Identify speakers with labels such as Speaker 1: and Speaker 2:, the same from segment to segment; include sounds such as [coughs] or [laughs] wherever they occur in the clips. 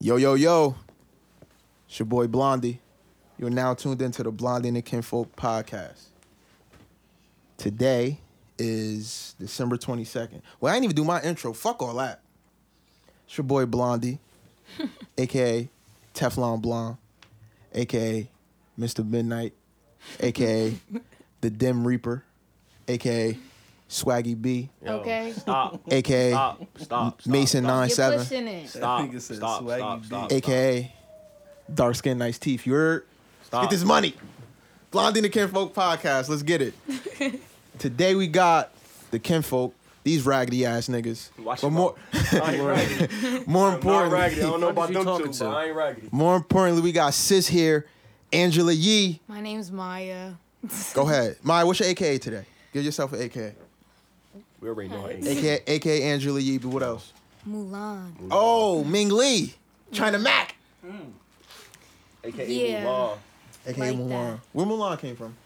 Speaker 1: Yo, yo, yo. It's your boy Blondie. You're now tuned into the Blondie and the Kinfolk podcast. Today is December 22nd. Well, I didn't even do my intro. Fuck all that. It's your boy
Speaker 2: [laughs]
Speaker 1: Blondie, aka Teflon Blonde, aka Mr. Midnight, aka
Speaker 2: [laughs]
Speaker 1: The Dim Reaper, aka Swaggy B,
Speaker 3: Yo,
Speaker 2: Okay.
Speaker 3: [laughs] Stop.
Speaker 1: aka
Speaker 3: Stop. Stop. stop
Speaker 1: Mason
Speaker 3: stop.
Speaker 1: Nine
Speaker 2: You're
Speaker 1: Seven.
Speaker 2: pushing it.
Speaker 3: Stop.
Speaker 4: nigga said
Speaker 3: Stop.
Speaker 4: swaggy
Speaker 3: Stop.
Speaker 4: bitch.
Speaker 3: Stop.
Speaker 1: aka Dark Skin Nice Teeth. You're
Speaker 3: Stop.
Speaker 1: get this money. Blondie and the Kinfolk podcast. Let's get it. [laughs] Today we got the Kinfolk. These raggedy ass niggas.
Speaker 3: Watch
Speaker 1: but
Speaker 3: your
Speaker 1: more,
Speaker 3: I ain't raggedy.
Speaker 1: [laughs] more
Speaker 3: I'm not raggedy.
Speaker 1: importantly,
Speaker 3: I don't know
Speaker 4: What
Speaker 3: about them
Speaker 4: is you
Speaker 3: two,
Speaker 4: talking
Speaker 3: but
Speaker 4: to?
Speaker 3: I ain't raggedy.
Speaker 1: [laughs] more importantly, we got sis here, Angela Yee.
Speaker 2: My name's Maya.
Speaker 1: Go ahead, Maya. What's your AKA today? Give yourself an AKA.
Speaker 3: We already know how it is.
Speaker 1: AKA, AKA Angela Yee. But what else?
Speaker 2: Mulan.
Speaker 1: Oh, Ming Lee, China Mac.
Speaker 3: AKA
Speaker 2: Yeah.
Speaker 3: Mulan.
Speaker 1: AKA
Speaker 2: Like
Speaker 1: Mulan.
Speaker 2: that.
Speaker 1: Where Mulan came from?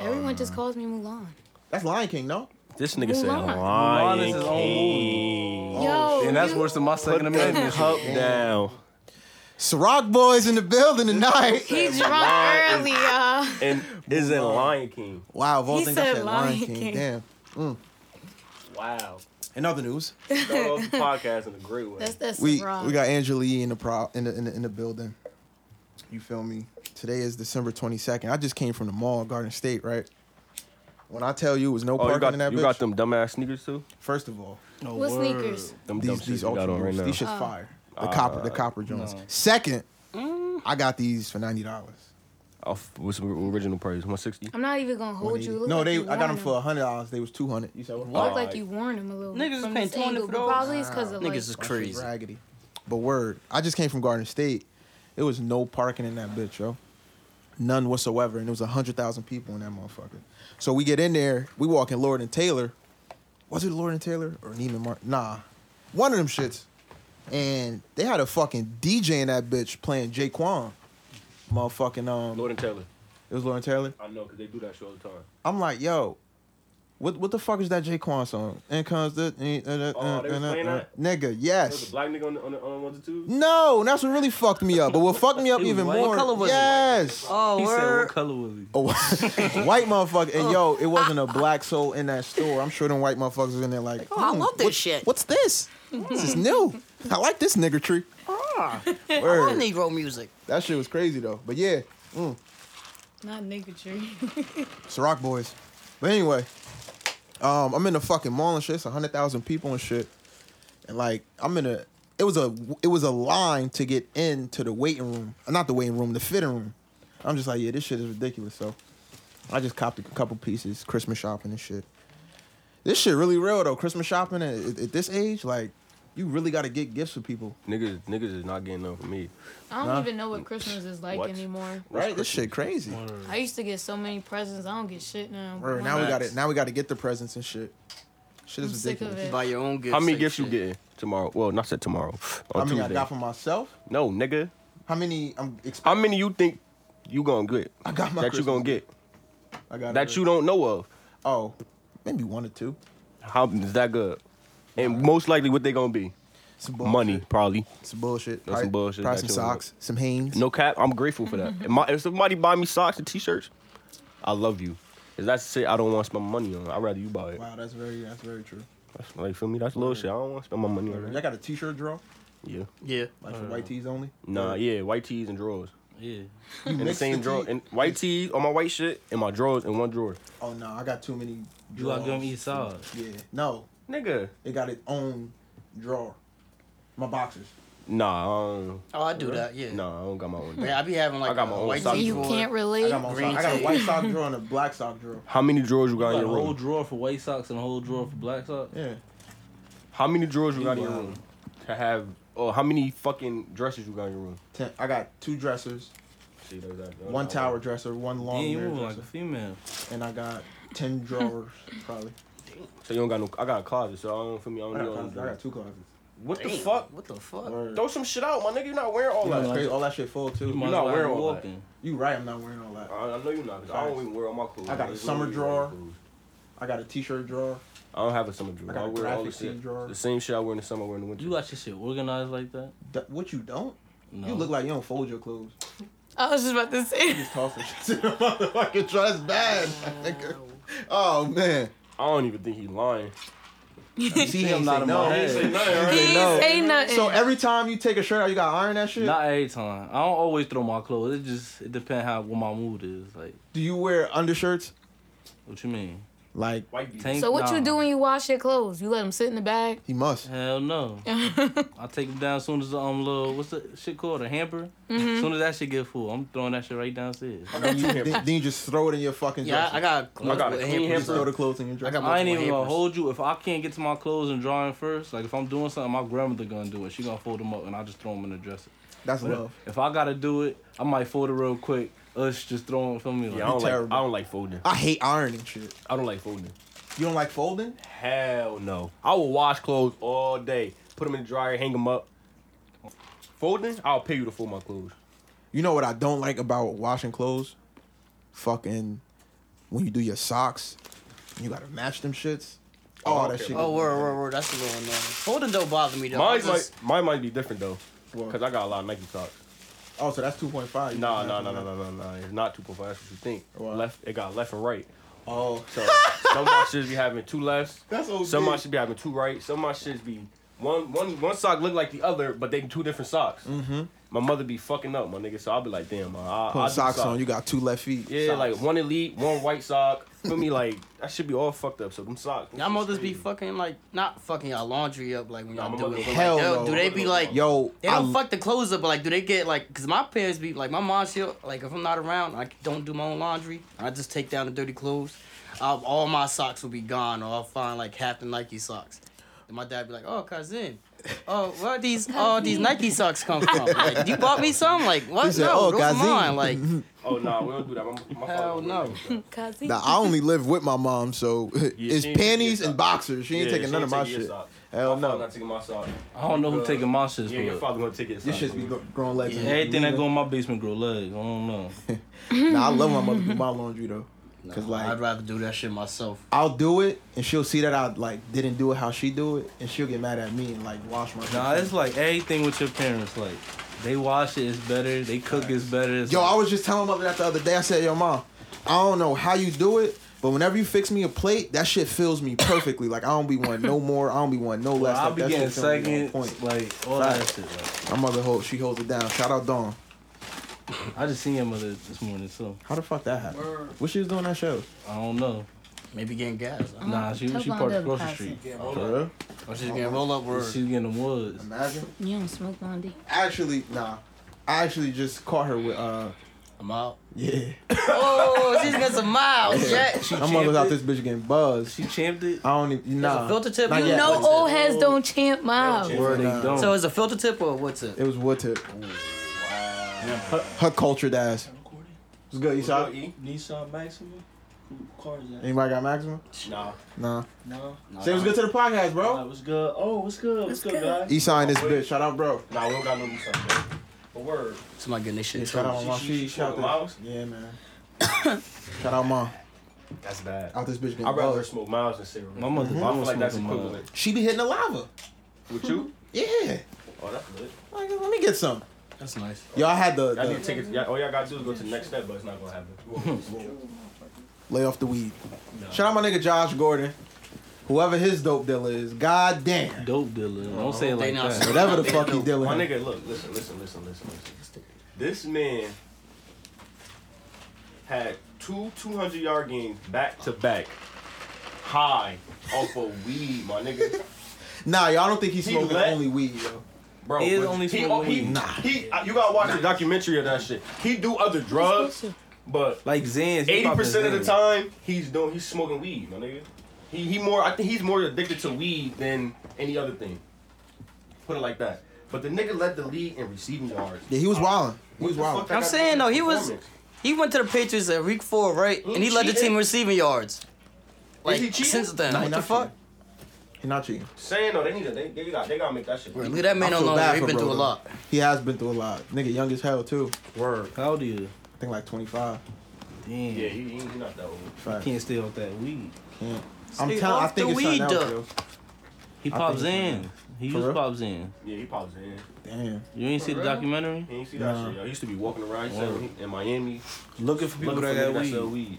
Speaker 2: Everyone just calls me Mulan.
Speaker 1: That's Lion King, no?
Speaker 5: This nigga said
Speaker 2: Mulan.
Speaker 5: Lion
Speaker 4: Mulan is his own
Speaker 5: King.
Speaker 2: Yo.
Speaker 4: And that's
Speaker 2: Oh, you-
Speaker 4: worse than my second amendment.
Speaker 5: Cup down.
Speaker 1: Ciroc Boys in the building tonight. [laughs]
Speaker 2: He drunk
Speaker 3: Mulan is-
Speaker 2: early, y'all.
Speaker 3: And is in Lion King.
Speaker 1: Wow, of all
Speaker 2: He
Speaker 1: things I
Speaker 2: said
Speaker 1: said
Speaker 2: Lion
Speaker 1: Lion King.
Speaker 2: King.
Speaker 1: Damn.
Speaker 3: [laughs] Wow.
Speaker 1: In other news,
Speaker 3: Start off the podcast in a great way.
Speaker 2: That's that's
Speaker 1: we
Speaker 2: wrong.
Speaker 1: we got Angela Yee in the pro in the, in the in the building. You feel me? Today is December twenty second. I just came from the mall, Garden State, right? When I tell you it was no
Speaker 5: Oh,
Speaker 1: parking
Speaker 5: you got,
Speaker 1: in that
Speaker 5: you
Speaker 1: bitch.
Speaker 5: got them dumbass sneakers too?
Speaker 1: First of all,
Speaker 4: No
Speaker 2: What
Speaker 4: word.
Speaker 2: sneakers?
Speaker 5: Them dumb
Speaker 1: these
Speaker 5: shit
Speaker 1: these
Speaker 5: you got
Speaker 1: ultra
Speaker 5: on right
Speaker 1: Boosts,
Speaker 5: now. Uh,
Speaker 1: these shits fire. The copper the copper Jones.
Speaker 4: no.
Speaker 1: Second,
Speaker 2: Mm.
Speaker 1: I got these for ninety dollars.
Speaker 5: Off, what's the original price? 160?
Speaker 2: I'm not even gonna hold you. Look
Speaker 1: No,
Speaker 2: like
Speaker 1: they
Speaker 2: you
Speaker 1: I got
Speaker 2: warned
Speaker 1: them for hundred dollars. They was two hundred. You said
Speaker 2: him.
Speaker 1: what?
Speaker 2: Look like you warned him a little.
Speaker 6: Niggas is
Speaker 2: from
Speaker 6: paying
Speaker 2: this
Speaker 6: 200
Speaker 2: angle,
Speaker 6: for
Speaker 2: but
Speaker 6: those?
Speaker 2: Probably it's because of
Speaker 6: Niggas
Speaker 2: like.
Speaker 6: is crazy.
Speaker 1: raggedy. But word, I just came from Garden State. It was no parking in that bitch, yo. None whatsoever. And it was 100,000 people in that motherfucker. So we get in there, we walk in Lord and Taylor. Was it Lord and Taylor or Neiman Martin? Nah. One of them shits. And they had a fucking DJ in that bitch playing Jaquan. Motherfucking, um,
Speaker 3: Lord and Taylor.
Speaker 1: it was Lord and Taylor.
Speaker 3: I know because they do that shit all the time.
Speaker 1: I'm like, yo, what what the fuck is that Jaquan song? And comes the. eh, eh, eh,
Speaker 3: Oh, they was
Speaker 1: eh,
Speaker 3: playing
Speaker 1: eh,
Speaker 3: that?
Speaker 1: Nigga,
Speaker 3: There was a
Speaker 1: yes.
Speaker 3: black nigga on the, on the on one to two.
Speaker 1: No, that's what really fucked me up. But what fucked
Speaker 6: [laughs]
Speaker 1: me up
Speaker 6: It was
Speaker 1: even
Speaker 6: white.
Speaker 1: more.
Speaker 6: What color was it?
Speaker 1: yes.
Speaker 6: Oh,
Speaker 4: He said,
Speaker 6: word.
Speaker 4: what color was he?
Speaker 1: A wh- [laughs] white motherfucker. And yo, it wasn't
Speaker 6: [laughs]
Speaker 1: a black soul in that store. I'm sure them white motherfuckers was in there like,
Speaker 6: oh, I
Speaker 1: "Hmm,
Speaker 6: love this
Speaker 1: what-
Speaker 6: shit."
Speaker 1: What's this? This is new. I like this nigger tree.
Speaker 6: Ah. Or
Speaker 1: Word.
Speaker 6: Negro music.
Speaker 1: That shit was crazy though. But yeah,
Speaker 2: Not nigga tree.
Speaker 1: Ciroc boys. But anyway, um, I'm in the fucking mall and shit. It's hundred thousand people and shit. And like, I'm in a. It was a. It was a line to get into the waiting room. Uh, Not the waiting room, the fitting room. I'm just like, yeah, this shit is ridiculous. So, I just copped a couple pieces, Christmas shopping and shit. This shit really real though. Christmas shopping at, at- at this age, like, you really got to get gifts for people,
Speaker 5: Niggas, niggas is not getting none from me.
Speaker 2: [laughs] I don't even know what Christmas is like
Speaker 5: What?
Speaker 2: anymore.
Speaker 1: right? This shit crazy.
Speaker 2: I used to get so many presents. I don't get shit now.
Speaker 1: Bro,
Speaker 2: When
Speaker 1: now we
Speaker 2: I-
Speaker 1: got it. Now we got to get the presents and shit. Shit is
Speaker 2: I'm sick of
Speaker 1: ridiculous.
Speaker 2: it.
Speaker 6: Buy your own gifts.
Speaker 5: How many
Speaker 6: like
Speaker 5: gifts you
Speaker 6: shit.
Speaker 5: getting tomorrow? Well, not said tomorrow. On
Speaker 1: How many I
Speaker 5: Tuesday.
Speaker 1: got for myself?
Speaker 5: no, nigga.
Speaker 1: How many I'm expecting?
Speaker 5: How many you think you gonna get?
Speaker 1: I got my
Speaker 5: That you gonna
Speaker 1: Christmas.
Speaker 5: get?
Speaker 1: I got
Speaker 5: That you don't know of.
Speaker 1: Oh, maybe one or two.
Speaker 5: How is that good? And most likely what they gonna be?
Speaker 1: Some
Speaker 5: Money, probably.
Speaker 1: Some bullshit.
Speaker 5: That's some bullshit.
Speaker 1: Probably
Speaker 5: That
Speaker 1: some
Speaker 5: you don't
Speaker 1: socks. Some Hanes.
Speaker 5: No cap, I'm grateful for
Speaker 3: Mm-hmm.
Speaker 5: that. If, my, if somebody buy me socks and t-shirts, I love you. Cause that's shit I don't want to spend my money on. I'd rather you buy it.
Speaker 1: Wow, that's very that's very true.
Speaker 5: That's, like feel me? That's little shit. I don't want to spend my money on
Speaker 1: Y'all
Speaker 5: that.
Speaker 1: got a T-shirt draw,
Speaker 5: Yeah.
Speaker 6: Yeah.
Speaker 1: like for
Speaker 4: Uh,
Speaker 1: white tees only.
Speaker 5: Nah. Yeah. White tees and drawers.
Speaker 4: Yeah.
Speaker 1: You
Speaker 5: In the
Speaker 1: mix
Speaker 5: same drawer.
Speaker 1: tee-
Speaker 5: And white tees on my white shit and my drawers in one drawer.
Speaker 1: oh no, I got too many.
Speaker 4: You gotta
Speaker 1: drawers.
Speaker 4: give him each side.
Speaker 1: Yeah, no,
Speaker 5: Nigga.
Speaker 1: it got its own drawer. My boxers.
Speaker 5: Nah. I don't,
Speaker 6: Oh, I do that. Yeah.
Speaker 5: Nah. I don't got my own.
Speaker 6: Man, I be having like
Speaker 5: I got my
Speaker 6: a
Speaker 5: own
Speaker 6: white
Speaker 5: socks.
Speaker 6: tee
Speaker 2: You
Speaker 6: drawer.
Speaker 2: can't
Speaker 1: I
Speaker 2: relate.
Speaker 1: got my.
Speaker 6: Green
Speaker 1: sock- I got a
Speaker 6: tee.
Speaker 1: white
Speaker 4: [laughs]
Speaker 1: sock drawer and a black sock drawer.
Speaker 5: How many drawers you got in
Speaker 4: You got a
Speaker 5: your
Speaker 4: whole
Speaker 5: room?
Speaker 4: drawer for white socks and a whole drawer for black socks.
Speaker 1: Yeah,
Speaker 5: How many drawers you got in your
Speaker 1: Wow.
Speaker 5: room? To have. Oh, how many fucking dresses you got in your room?
Speaker 1: Ten, I got two dressers,
Speaker 5: See, there's that-
Speaker 1: one tower dresser, one long
Speaker 4: Damn, you
Speaker 1: mirror
Speaker 4: moving like
Speaker 1: dresser,
Speaker 4: a female.
Speaker 1: and I got ten drawers probably.
Speaker 5: So you don't got no. I got a closet, so I don't feel me. I
Speaker 1: I
Speaker 5: don't
Speaker 1: got,
Speaker 5: need
Speaker 1: a
Speaker 5: all
Speaker 1: closet-
Speaker 5: these
Speaker 1: I
Speaker 5: drawers.
Speaker 1: got two closets.
Speaker 5: What the
Speaker 6: Damn,
Speaker 5: fuck?
Speaker 6: What the fuck?
Speaker 1: Word.
Speaker 5: Throw some shit out, my nigga. You're not wearing all
Speaker 1: You know, it's
Speaker 5: that.
Speaker 1: crazy. All that shit full too.
Speaker 4: You might
Speaker 5: not
Speaker 4: as well
Speaker 5: wearing
Speaker 4: be
Speaker 5: all that.
Speaker 4: walking.
Speaker 1: You right, I'm not wearing all that.
Speaker 5: I, I know you're not. 'cause I don't even wear all my clothes.
Speaker 1: I got a
Speaker 5: Like,
Speaker 1: summer
Speaker 5: literally all my
Speaker 1: drawer.
Speaker 5: clothes.
Speaker 1: I got a t-shirt drawer.
Speaker 5: I don't have a summer drawer.
Speaker 1: I got
Speaker 5: I,
Speaker 1: a
Speaker 5: wear all the
Speaker 1: graphic tee
Speaker 5: shit.
Speaker 1: drawer.
Speaker 5: The same shit I wear in the summer, I wear in the winter.
Speaker 4: You got your shit organized like that?
Speaker 1: That, what you don't?
Speaker 4: No.
Speaker 1: You look like you don't fold your clothes.
Speaker 2: I was just about
Speaker 1: [laughs]
Speaker 2: to say.
Speaker 1: Just toss them shit in the motherfucking trash. That's bad, my nigga. Oh man.
Speaker 3: I don't even think he lying.
Speaker 1: See
Speaker 4: him nodding my head.
Speaker 3: Say nothing, right?
Speaker 1: They
Speaker 2: He
Speaker 1: know.
Speaker 2: say nothing.
Speaker 1: So every time you take a shirt out, you gotta iron that shit.
Speaker 4: Not every time. I don't always throw my clothes. It just it depends how what my mood is. Like,
Speaker 1: Do you wear undershirts?
Speaker 4: what you mean?
Speaker 1: Like
Speaker 3: White people.
Speaker 4: Tank-
Speaker 2: So what you
Speaker 4: nah.
Speaker 2: do when you wash your clothes? You let them sit in the bag?
Speaker 1: he must.
Speaker 2: [laughs]
Speaker 4: Hell no. I take them down as soon as the um little what's the shit called a hamper.
Speaker 2: Mm-hmm.
Speaker 4: As soon as that shit get full, I'm throwing that shit right downstairs.
Speaker 3: I
Speaker 5: [laughs]
Speaker 3: got two
Speaker 1: then,
Speaker 3: hampers.
Speaker 1: then you just throw it in your fucking.
Speaker 6: Yeah,
Speaker 1: dresser.
Speaker 6: I, I got
Speaker 4: I got
Speaker 3: a
Speaker 6: with
Speaker 3: clean
Speaker 6: hampers.
Speaker 1: Just throw
Speaker 3: hamper.
Speaker 1: the clothes in your
Speaker 6: I
Speaker 1: dresser.
Speaker 6: got
Speaker 4: I ain't even gonna
Speaker 6: hampers.
Speaker 4: hold you. If I can't get to my clothes and dry 'em first, like if I'm doing something, my grandmother gonna do it. She gonna fold them up and I just throw them in the dresser.
Speaker 1: That's
Speaker 4: But
Speaker 1: love.
Speaker 4: if I gotta do it, I might fold it real quick. Us just throwing, feel me? Like,
Speaker 5: Yeah, I don't like.
Speaker 1: terrible.
Speaker 5: I don't like folding.
Speaker 1: I hate ironing shit.
Speaker 5: I don't like folding.
Speaker 1: You don't like folding?
Speaker 5: Hell no. I will wash clothes all day. Put them in the dryer, hang them up. Folding? I'll pay you to fold my clothes.
Speaker 1: You know what I don't like about washing clothes? Fucking when you do your socks, you gotta match them shits. Oh,
Speaker 5: Oh,
Speaker 1: that
Speaker 5: okay.
Speaker 1: shit.
Speaker 6: Oh, word, word, word. That's a little annoying. Folding don't bother me though. I
Speaker 5: Mine might,
Speaker 6: just-
Speaker 5: mine might be different though,
Speaker 1: What?
Speaker 5: cause I got a lot of Nike socks.
Speaker 1: oh, so that's two point five.
Speaker 5: Nah, nah, nah, nah, nah, nah, nah. It's not two point five. That's what you think.
Speaker 1: What?
Speaker 5: Left, it got left and right.
Speaker 1: Oh,
Speaker 5: So some of my shits be having two lefts.
Speaker 1: That's OD.
Speaker 5: Some of my shits be having two right. Some of my shits be one one one sock look like the other, but they two different socks. Mm-hmm. My mother be fucking up, my nigga. So I'll be like, damn, I, I, I
Speaker 1: putting
Speaker 5: do
Speaker 1: socks on. You got two left feet.
Speaker 5: Yeah, like one elite, one white sock. For me, like I should be all fucked up. So them socks. them
Speaker 6: Y'all
Speaker 5: shit's
Speaker 6: mothers be
Speaker 5: crazy.
Speaker 6: fucking like not fucking y'all laundry up like when
Speaker 5: Nah,
Speaker 6: y'all
Speaker 5: my
Speaker 6: do
Speaker 5: mother-
Speaker 6: it. But,
Speaker 1: Hell
Speaker 6: like, yo,
Speaker 1: no.
Speaker 6: do they be like
Speaker 1: yo,
Speaker 6: They don't
Speaker 1: I-
Speaker 6: fuck the clothes up, but like, do they get like? Cause my parents be like, my mom she'll like, if I'm not around, I don't do my own laundry. I just take down the dirty clothes. i all my socks will be gone, or I'll find like half the Nike socks. And my dad be like, oh, cousin, oh, where these all these Nike socks come from? Like, you bought me some? Like, what?
Speaker 1: He said,
Speaker 6: no,
Speaker 1: "Oh,
Speaker 6: those are
Speaker 1: cousin."
Speaker 6: mine. Like,
Speaker 5: Oh nah, we don't do that. My, my
Speaker 6: Hell
Speaker 5: father-
Speaker 6: no.
Speaker 2: Cause
Speaker 1: Nah, I only live with my mom, so [laughs]
Speaker 5: Yeah,
Speaker 1: it's
Speaker 5: she ain't taking
Speaker 1: panties
Speaker 5: your
Speaker 1: and
Speaker 5: socks.
Speaker 1: boxers. She ain't
Speaker 5: Yeah,
Speaker 1: taking none of
Speaker 5: ain't
Speaker 1: my
Speaker 5: taking your
Speaker 1: shit.
Speaker 5: socks.
Speaker 1: Hell
Speaker 5: my
Speaker 1: no.
Speaker 5: father Not taking my sock.
Speaker 4: I don't know who
Speaker 5: Uh,
Speaker 4: taking my shits
Speaker 5: Yeah, your
Speaker 4: for.
Speaker 5: father gonna take it.
Speaker 1: This shit be gr- growing legs. and
Speaker 4: Everything that
Speaker 1: leaving.
Speaker 4: go in my basement grow legs. I don't know.
Speaker 1: Nah, I love my mother do my laundry though, [laughs] cause
Speaker 6: nah, I'd
Speaker 1: like
Speaker 6: rather do that shit myself.
Speaker 1: I'll do it and she'll see that I like didn't do it how she do it, and she'll get mad at me and like wash my.
Speaker 4: Nah, it's like everything with your parents. Like they wash it is better. They cook is better. It's
Speaker 1: Yo,
Speaker 4: like-
Speaker 1: I was just telling my mother that the other day. I said, Yo, mom, I don't know how you do it, but whenever you fix me a plate, that shit fills me perfectly. Like I don't be wanting no more. I don't be wanting no less.
Speaker 4: I'll
Speaker 1: like,
Speaker 4: be
Speaker 1: that shit
Speaker 4: getting
Speaker 1: fill me on point.
Speaker 4: seconds, like all that
Speaker 1: Facts.
Speaker 4: shit. Like,
Speaker 1: My mother holds. She holds it down. Shout out Dawn.
Speaker 4: I just seen your mother this morning, so
Speaker 1: How the fuck that happened? What she was doing that show?
Speaker 4: I don't know.
Speaker 6: Maybe getting gas.
Speaker 7: Uh-huh.
Speaker 6: I don't know.
Speaker 4: Nah, she
Speaker 2: Tell
Speaker 4: she
Speaker 2: Von
Speaker 4: parked
Speaker 2: Dove
Speaker 4: across the
Speaker 2: passing.
Speaker 4: street.
Speaker 1: For real?
Speaker 6: Or she's
Speaker 1: Oh,
Speaker 6: getting roll up word.
Speaker 4: She was getting the woods.
Speaker 1: Imagine.
Speaker 2: You don't smoke Bondi.
Speaker 1: Actually, nah. I actually just caught her with uh
Speaker 6: I'm out.
Speaker 1: yeah.
Speaker 6: Oh, she's got
Speaker 1: [laughs]
Speaker 6: some miles. Yeah.
Speaker 1: My mother's out this bitch getting buzzed.
Speaker 4: She champed it.
Speaker 1: I don't even
Speaker 6: Nah.
Speaker 1: nah.
Speaker 6: a filter tip.
Speaker 1: Not
Speaker 6: you
Speaker 1: yet.
Speaker 2: No
Speaker 1: What's
Speaker 2: old heads don't champ miles.
Speaker 4: Where they
Speaker 1: Nah.
Speaker 4: don't.
Speaker 6: So it's a filter tip or what's it?
Speaker 1: It was wood tip. Her cultured ass. What's good, E? you saw? it?
Speaker 7: Nissan Maxima? Who car is that?
Speaker 1: Anybody got maximum?
Speaker 5: Nah.
Speaker 1: Nah.
Speaker 7: No.
Speaker 1: Say what's good to the podcast,
Speaker 7: Alright,
Speaker 1: bro.
Speaker 7: what's good? Oh, what's good? What's good, guys?
Speaker 1: Eastside this bitch. Shout out, bro.
Speaker 5: Nah, we don't got no new something. bro. But word.
Speaker 6: Somebody getting this shit.
Speaker 1: Shout out
Speaker 6: towed.
Speaker 1: my she. Shout out this. Yeah, man. [coughs] Shout out mom.
Speaker 5: That's bad.
Speaker 1: Out this bitch getting
Speaker 5: I'd rather her
Speaker 1: buzzed.
Speaker 5: smoke miles than cigarettes.
Speaker 4: My mother-
Speaker 3: Mm-hmm.
Speaker 5: But
Speaker 4: my
Speaker 5: I feel
Speaker 4: mother
Speaker 5: like that's
Speaker 4: smoking
Speaker 5: equivalent.
Speaker 1: She be hitting the lava.
Speaker 5: With you?
Speaker 1: Yeah.
Speaker 5: Oh, that's good.
Speaker 1: Like, let me get some.
Speaker 6: That's nice.
Speaker 1: Y'all had the,
Speaker 5: Y'all need to
Speaker 1: the
Speaker 5: take it. Y'all, all y'all got to do is go to the next step, but it's not gonna [laughs] happen.
Speaker 1: lay off the weed. Shout out my nigga Josh Gordon. Whoever his dope dealer is. God damn.
Speaker 4: Dope dealer. Don't say it
Speaker 6: they
Speaker 4: like
Speaker 6: not
Speaker 4: that.
Speaker 6: smoking.
Speaker 1: Whatever [laughs] the fuck he dealing.
Speaker 5: My nigga, look, listen, listen, listen, listen, listen. This man had two 200 yard games back to back, high off of weed, my nigga.
Speaker 1: Nah, y'all don't think he's
Speaker 5: He
Speaker 1: smoking
Speaker 5: let-
Speaker 1: only weed, yo.
Speaker 5: Bro,
Speaker 4: He is
Speaker 5: but
Speaker 4: only
Speaker 5: he,
Speaker 4: smoking
Speaker 5: oh, he,
Speaker 4: weed.
Speaker 5: Nah. He, uh, you gotta watch the documentary of that shit. He do other drugs, but
Speaker 4: Like Zans. he
Speaker 5: eighty percent of the
Speaker 4: popping Zans.
Speaker 5: time he's doing he's smoking weed, my nigga. He he more I think he's more addicted to weed than any other thing. Put it like that. But the nigga led the league in receiving yards.
Speaker 1: Yeah, he was wildin'. He
Speaker 5: What
Speaker 1: was
Speaker 5: the fuck
Speaker 1: wildin'.
Speaker 5: that
Speaker 6: I'm
Speaker 5: got to
Speaker 6: saying,
Speaker 5: do
Speaker 6: though,
Speaker 5: with
Speaker 6: he was-
Speaker 5: performance?
Speaker 6: He went to the Patriots at week four, right?
Speaker 5: He
Speaker 6: and he led the
Speaker 5: cheated.
Speaker 6: team in receiving yards. Like,
Speaker 5: he cheating?
Speaker 6: since then,
Speaker 1: Nah, he
Speaker 6: what the
Speaker 1: not
Speaker 6: fuck?
Speaker 1: He not cheating.
Speaker 5: saying though they need to they, they got they gotta make that shit.
Speaker 6: Bro, leave that man
Speaker 1: I feel
Speaker 6: alone.
Speaker 1: bad
Speaker 6: He's
Speaker 1: for
Speaker 6: been
Speaker 1: bro,
Speaker 6: through a
Speaker 1: though.
Speaker 6: lot.
Speaker 1: He has been through a lot. Nigga young as hell too.
Speaker 5: Word.
Speaker 4: How old are you?
Speaker 1: I think like 25.
Speaker 4: Damn.
Speaker 5: Yeah, he, he, he not that old.
Speaker 1: Fact.
Speaker 4: Can't stay off that weed.
Speaker 1: Can't. I'm
Speaker 6: Stay
Speaker 1: telling I
Speaker 6: off
Speaker 1: think
Speaker 6: the
Speaker 1: it's something
Speaker 6: weed,
Speaker 1: else,
Speaker 6: though.
Speaker 1: yo.
Speaker 4: He
Speaker 1: I
Speaker 4: pops
Speaker 1: think-
Speaker 4: in. He
Speaker 1: For
Speaker 4: used
Speaker 1: real?
Speaker 4: Pop Zans.
Speaker 5: Yeah, he pops in.
Speaker 1: Damn.
Speaker 4: You ain't see the
Speaker 2: real?
Speaker 4: documentary?
Speaker 5: He ain't see that
Speaker 1: Nah.
Speaker 5: shit. Yo. He used to be walking around he said, in Miami
Speaker 4: Looking for
Speaker 5: looking for
Speaker 4: that
Speaker 5: niggas
Speaker 4: got
Speaker 5: that
Speaker 4: weed.
Speaker 5: sell weed.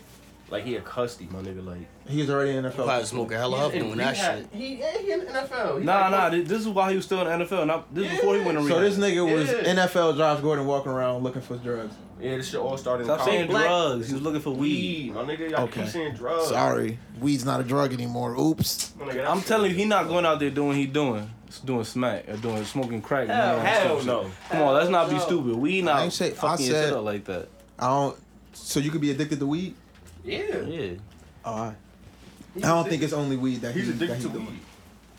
Speaker 5: Like he a custody, my nigga. Like
Speaker 1: He's already in the
Speaker 6: Probably
Speaker 1: NFL.
Speaker 6: smoking hella up doing that shit.
Speaker 5: He ain't in NFL. He
Speaker 4: Nah,
Speaker 5: like,
Speaker 4: nah. This, this is while he was still in the NFL. And I, this is before he went to
Speaker 1: So this
Speaker 4: rehab.
Speaker 1: nigga was
Speaker 5: Yeah.
Speaker 1: NFL Josh Gordon walking around looking for drugs.
Speaker 5: Yeah, this shit all started.
Speaker 4: Stop
Speaker 5: in
Speaker 4: saying
Speaker 5: college.
Speaker 4: drugs. He was looking for weed.
Speaker 5: weed, my nigga. Y'all
Speaker 1: Okay.
Speaker 5: keep saying drugs.
Speaker 1: Sorry, weed's not a drug anymore. Oops.
Speaker 5: My nigga, that
Speaker 4: I'm
Speaker 5: shit-
Speaker 4: telling you, he not going out there doing what he doing. It's doing smack or doing smoking crack. and all
Speaker 5: Hell,
Speaker 4: that
Speaker 5: hell
Speaker 4: stupid
Speaker 5: no.
Speaker 4: shit. Come on, let's not be stupid. We
Speaker 1: I
Speaker 4: not
Speaker 1: ain't say- I
Speaker 4: fucking your
Speaker 1: said-
Speaker 4: shit up like that.
Speaker 1: I don't. So you could be addicted to weed.
Speaker 5: Yeah.
Speaker 4: Yeah.
Speaker 1: All right. I don't think it's only weed that
Speaker 5: He's
Speaker 1: he- that
Speaker 5: addicted
Speaker 1: he
Speaker 5: to
Speaker 1: doing.
Speaker 5: weed.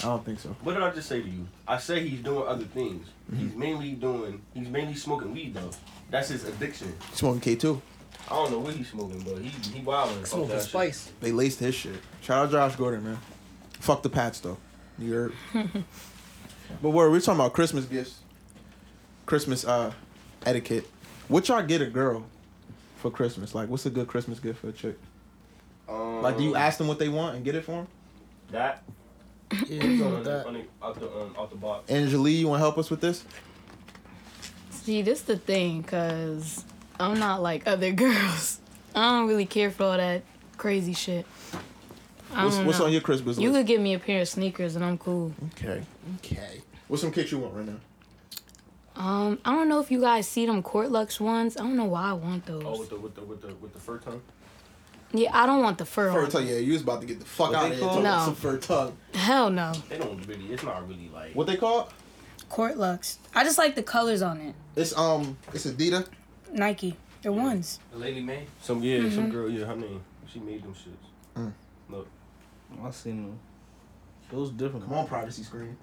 Speaker 1: I don't think so.
Speaker 5: What did I just say to you? I say he's doing other things.
Speaker 1: Mm-hmm.
Speaker 5: He's mainly doing. He's mainly smoking weed though. That's his addiction.
Speaker 1: Smoking K two.
Speaker 5: I don't know what he's smoking, but he he wilding.
Speaker 6: Smoking spice.
Speaker 1: They laced his shit. Shout out Josh Gordon, man. Fuck the Pats though. You heard.
Speaker 2: [laughs]
Speaker 1: but where we're talking about Christmas gifts, Christmas uh etiquette. What y'all get a girl for Christmas? Like, what's a good Christmas gift for a chick?
Speaker 5: Um,
Speaker 1: Like, do you ask them what they want and get it for them?
Speaker 5: that?
Speaker 6: Yeah,
Speaker 5: I
Speaker 6: oh,
Speaker 5: think out the um, out the box.
Speaker 1: Angelie, you want to help us with this?
Speaker 2: See, this the thing, cause I'm not like other [laughs] girls. I don't really care for all that crazy shit. I
Speaker 1: What's,
Speaker 2: don't
Speaker 1: what's
Speaker 2: know.
Speaker 1: on your Christmas
Speaker 2: You
Speaker 1: list?
Speaker 2: could give me a pair of sneakers and I'm cool.
Speaker 1: Okay.
Speaker 6: Okay.
Speaker 1: What's some kicks you want right now?
Speaker 2: Um, I don't know if you guys see them Court Lux ones. I don't know why I want those.
Speaker 5: Oh, with the with the with the with the fur tongue.
Speaker 2: yeah, I don't want the fur.
Speaker 1: Fur
Speaker 2: on.
Speaker 1: tug, yeah, you was about to get the fuck
Speaker 4: What
Speaker 1: out of
Speaker 4: they
Speaker 1: here.
Speaker 4: call
Speaker 1: talking
Speaker 2: it?
Speaker 1: about Some
Speaker 2: No.
Speaker 1: fur tug.
Speaker 2: Hell no.
Speaker 5: They don't really. It's not really like.
Speaker 1: What they call?
Speaker 8: Court Lux. I just like the colors on it.
Speaker 1: it? It's um, it's Adidas.
Speaker 8: Nike. They're ones.
Speaker 6: The lady man.
Speaker 5: Some yeah, some girl yeah. Her name. She made them shits.
Speaker 4: I seen them. Those different.
Speaker 1: Come on, privacy screen.